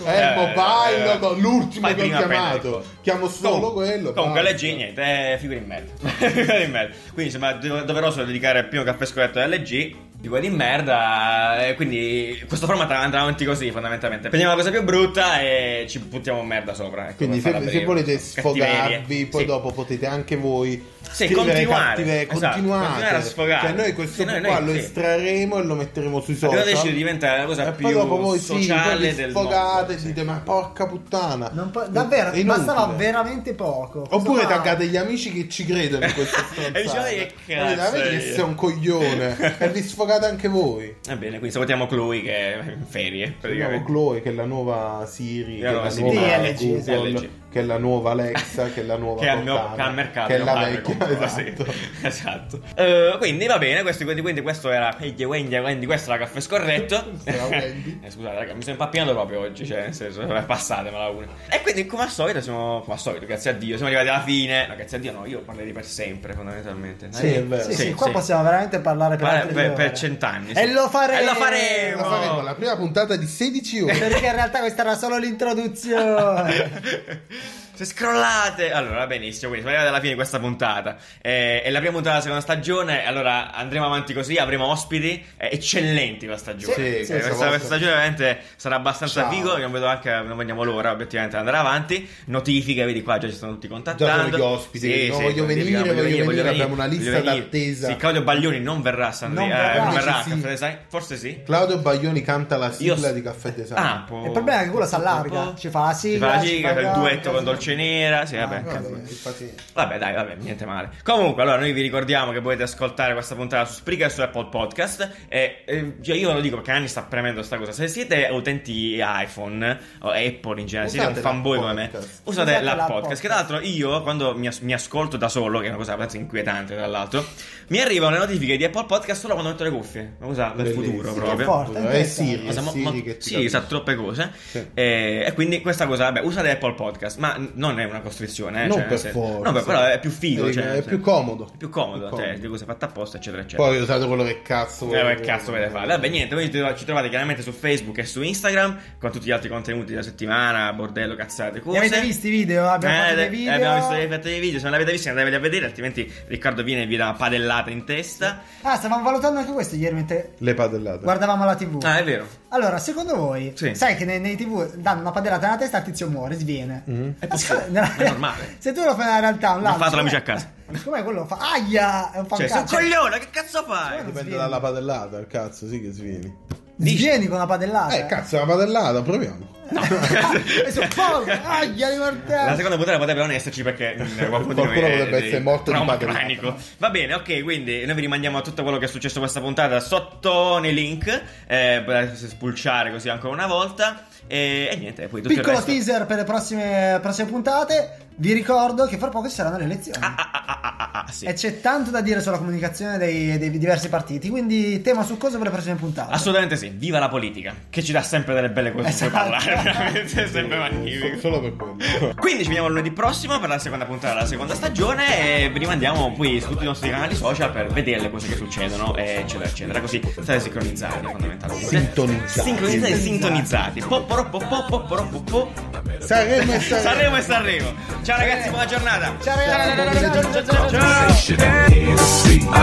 Speaker 5: eh, eh, il mobile,
Speaker 3: eh.
Speaker 5: con l'ultimo
Speaker 3: Fai
Speaker 5: che ho
Speaker 3: prima
Speaker 5: chiamato.
Speaker 3: appena il-
Speaker 5: Chiamo solo quello,
Speaker 3: Comunque,
Speaker 5: basta.
Speaker 3: LG niente, eh, figura di merda. figura di merda. Quindi, insomma, do- doveroso dedicare il primo caffè scoperto a LG. Figura di merda. eh, Quindi, questo format andrà avanti così, fondamentalmente. Prendiamo la cosa più brutta e ci buttiamo merda sopra. ecco,
Speaker 5: Quindi
Speaker 3: per
Speaker 5: se,
Speaker 3: farla
Speaker 5: se
Speaker 3: breve.
Speaker 5: volete
Speaker 3: Cattiverie.
Speaker 5: sfogarvi, poi
Speaker 3: Sì.
Speaker 5: dopo potete anche voi
Speaker 3: Sì,
Speaker 5: scrivere
Speaker 3: continuare.
Speaker 5: cattive-
Speaker 3: Esatto,
Speaker 5: continuate.
Speaker 3: continuare a sfogare.
Speaker 5: Cioè noi questo
Speaker 3: Sì, noi-
Speaker 5: qua
Speaker 3: noi-
Speaker 5: lo
Speaker 3: sì.
Speaker 5: estrarremo e lo metteremo sui social.
Speaker 3: Abbiamo deciso di diventare la cosa
Speaker 5: e
Speaker 3: più
Speaker 5: poi dopo voi sì,
Speaker 3: sociale
Speaker 5: poi vi
Speaker 3: del
Speaker 5: sfogate
Speaker 3: mondo.
Speaker 5: e
Speaker 3: sì.
Speaker 5: dite ma porca puttana.
Speaker 4: Non po-
Speaker 5: È
Speaker 4: davvero, bastava
Speaker 5: inutile.
Speaker 4: veramente poco. Cosa
Speaker 5: Oppure
Speaker 4: fa?
Speaker 5: taggate gli amici che ci credono in questo stronzata.
Speaker 3: E dici, "Ma che cazzo
Speaker 5: Dite, "Ah, vedi
Speaker 3: è?"
Speaker 5: che sei un coglione. e vi sfogate anche voi.
Speaker 3: Va bene, quindi salutiamo Chloe che è in ferie.
Speaker 5: Abbiamo
Speaker 3: Praticamente.
Speaker 5: Chloe che è la nuova Siri,
Speaker 3: La
Speaker 5: che è
Speaker 3: nuova
Speaker 5: la
Speaker 3: Siri.
Speaker 5: nuova
Speaker 4: DLG,
Speaker 5: Google,
Speaker 3: DLG.
Speaker 5: che è la nuova Alexa, che è la nuova
Speaker 3: che al mio
Speaker 5: Cortana,
Speaker 3: che al mercato
Speaker 5: che è
Speaker 3: mio
Speaker 5: la
Speaker 3: padre
Speaker 5: vecchia,
Speaker 3: comprava, sì.
Speaker 5: esatto.
Speaker 3: Esatto. Eh, quindi va bene questo, quindi, quindi questo era quindi, quindi, quindi questo era caffè scorretto
Speaker 5: Era Wendy.
Speaker 3: Eh, scusate raga mi sono impappinato proprio oggi cioè nel senso vabbè, passatemela una e quindi come al solito siamo come al solito grazie a Dio siamo arrivati alla fine no grazie a Dio no io parlerei per sempre fondamentalmente
Speaker 5: Sì, è vero.
Speaker 4: Sì, sì, qua possiamo veramente parlare per,
Speaker 3: Guarda,
Speaker 4: altre
Speaker 3: per-
Speaker 4: due
Speaker 3: per
Speaker 4: ore.
Speaker 3: cent'anni, sì.
Speaker 4: E lo faremo.
Speaker 3: E lo faremo.
Speaker 5: La faremo la prima puntata di 16 ore.
Speaker 4: Perché in realtà questa era solo l'introduzione.
Speaker 3: Se scrollate, allora va benissimo. Quindi siamo arrivati alla fine di questa puntata. Eh, è la prima puntata della seconda stagione. Allora andremo avanti così. Avremo ospiti eh, eccellenti la stagione.
Speaker 5: Sì,
Speaker 3: Eh,
Speaker 5: sì,
Speaker 3: questa,
Speaker 5: questa
Speaker 3: questa stagione veramente sarà abbastanza
Speaker 5: Ciao.
Speaker 3: figo. Non vedo anche, non vogliamo l'ora obiettivamente ad andare avanti. Notifiche, vedi qua, già ci stanno tutti
Speaker 5: Già
Speaker 3: contattando.
Speaker 5: sono gli ospiti,
Speaker 3: Sì,
Speaker 5: che non
Speaker 3: sì,
Speaker 5: voglio
Speaker 3: notifica,
Speaker 5: venire, voglio venire, abbiamo una
Speaker 3: voglio
Speaker 5: lista
Speaker 3: venire.
Speaker 5: d'attesa.
Speaker 3: Sì, Claudio Baglioni non verrà a Sanremo.
Speaker 4: Non verrà,
Speaker 3: eh,
Speaker 5: ormai
Speaker 3: verrà
Speaker 5: ci
Speaker 3: a
Speaker 5: si-
Speaker 3: Caffè Design? Forse sì.
Speaker 5: Claudio Baglioni canta la sigla
Speaker 3: Io-
Speaker 5: di Caffè Design.
Speaker 3: Ah, può...
Speaker 4: Il problema è che quello si allarga.
Speaker 3: po'.
Speaker 4: Ci fa
Speaker 3: Si fa
Speaker 4: la sigla.
Speaker 3: la
Speaker 4: ci
Speaker 3: sigla, fa il
Speaker 4: la-
Speaker 3: duetto con Dolce Nera. Sì, vabbè,
Speaker 5: Ah, Vabbè,
Speaker 3: cavolo.
Speaker 5: Eh, infatti-
Speaker 3: Vabbè, dai, vabbè, niente male. Comunque, allora, noi vi ricordiamo che potete ascoltare questa puntata su Spreaker e su Apple Podcast. E, e, cioè, io ve lo dico perché Anni sta premendo sta cosa. Se siete utenti iPhone o Apple in generale, siete un
Speaker 5: Usate l'app
Speaker 3: fanboy come me,
Speaker 5: podcast.
Speaker 3: usate,
Speaker 4: Usate
Speaker 3: l'app
Speaker 4: l'app
Speaker 3: podcast. Che tra l'altro io, quando mi, as- mi ascolto da solo, che è una cosa abbastanza inquietante, tra l'altro, mi arrivano le notifiche di Apple Podcast solo quando metto le cuffie. Una cosa del
Speaker 5: Bellissimo.
Speaker 3: futuro
Speaker 5: Che
Speaker 3: proprio.
Speaker 4: forte.
Speaker 5: Eh sì,
Speaker 3: Cosa mo- mo-
Speaker 5: che ti
Speaker 3: sì, esatto.
Speaker 5: capisce.
Speaker 3: sa troppe cose.
Speaker 5: Sì.
Speaker 3: Eh, e quindi questa cosa, vabbè, usate Apple Podcast, ma n- non è una costrizione. eh,
Speaker 5: Non
Speaker 3: cioè,
Speaker 5: per
Speaker 3: se-
Speaker 5: forza.
Speaker 3: no, per- però è più figo.
Speaker 5: È-
Speaker 3: cioè,
Speaker 5: è
Speaker 3: nel
Speaker 5: più
Speaker 3: senso-
Speaker 5: comodo.
Speaker 3: È più comodo,
Speaker 5: Più
Speaker 3: cioè,
Speaker 5: comodo.
Speaker 3: le cose fatte apposta, eccetera, eccetera.
Speaker 5: Poi usate quello che cazzo
Speaker 3: Eh, ma che cazzo volete fare? Vabbè, niente, quindi ci tro- ci trovate chiaramente su Facebook e su Instagram con tutti gli altri contenuti della settimana, bordello, cazzate, cose.
Speaker 4: Li avete visti i video? Ah, Abbiamo fatto dei
Speaker 3: eh,
Speaker 4: video.
Speaker 3: abbiamo visto dei fatti dei video, se non l'avete visto andateveli a vedere, altrimenti Riccardo viene e vi dà una padellata in testa.
Speaker 4: Ah, stavamo valutando anche questo ieri mentre
Speaker 5: Le padellate.
Speaker 4: guardavamo la TV.
Speaker 3: Ah, è vero.
Speaker 4: Allora, secondo voi,
Speaker 3: Sì.
Speaker 4: sai che nei, nei TV danno una padellata nella testa e il tizio muore, sviene.
Speaker 3: Mm. È
Speaker 4: Ma
Speaker 3: possibile,
Speaker 4: secondo- nella-
Speaker 3: ma è normale.
Speaker 4: Se tu lo fai in realtà un lancio.
Speaker 3: fatelo, amici,
Speaker 4: eh,
Speaker 3: a casa.
Speaker 4: Com'è quello? Fa aia, è un
Speaker 3: Cioè, sei un
Speaker 4: pancaccio.
Speaker 3: coglione, che cazzo fai?
Speaker 5: Dipende dalla padellata, il cazzo, sì che svieni.
Speaker 4: Svieni con la padellata. Ah,
Speaker 5: Eh, cazzo, è una padellata, proviamo.
Speaker 4: E sono fuoco, aia di mortello.
Speaker 3: La seconda puntata potrebbe non esserci perché mm, qualcuno,
Speaker 5: Qualcuno potrebbe essere morto di
Speaker 3: trauma
Speaker 5: padellata.
Speaker 3: cranico. Va bene, ok, quindi noi vi rimandiamo a tutto quello che è successo questa puntata sotto nei link, eh, potete spulciare così ancora una volta e, e niente, poi tutto il
Speaker 4: Piccolo
Speaker 3: resto.
Speaker 4: teaser per le prossime, prossime puntate. Vi ricordo che fra poco ci saranno le elezioni.
Speaker 3: Ah, ah, ah, ah, ah, ah, sì.
Speaker 5: Eh,
Speaker 4: E c'è tanto da dire sulla comunicazione dei, dei diversi partiti. Quindi, tema su cosa per le prossime puntate.
Speaker 3: Assolutamente sì, viva la politica, che ci dà sempre delle belle cose su cui
Speaker 4: Esatto.
Speaker 3: parlare, veramente è sempre magnifico.
Speaker 5: Solo per quello.
Speaker 3: Quindi ci vediamo lunedì prossimo per la seconda puntata della seconda stagione e vi rimandiamo poi su tutti i nostri canali social per vedere le cose che succedono eccetera eccetera così state sincronizzati fondamentalmente
Speaker 5: Sintonizzati.
Speaker 3: sincronizzati e sintonizzati po, po, po, po, po, po, po, po.
Speaker 5: Sanremo e
Speaker 3: Sanremo e Sanremo ciao ragazzi buona giornata
Speaker 4: Ciao, ragazzi.
Speaker 3: ciao, ciao, ciao, ciao.
Speaker 2: Sensation and Hennessy. I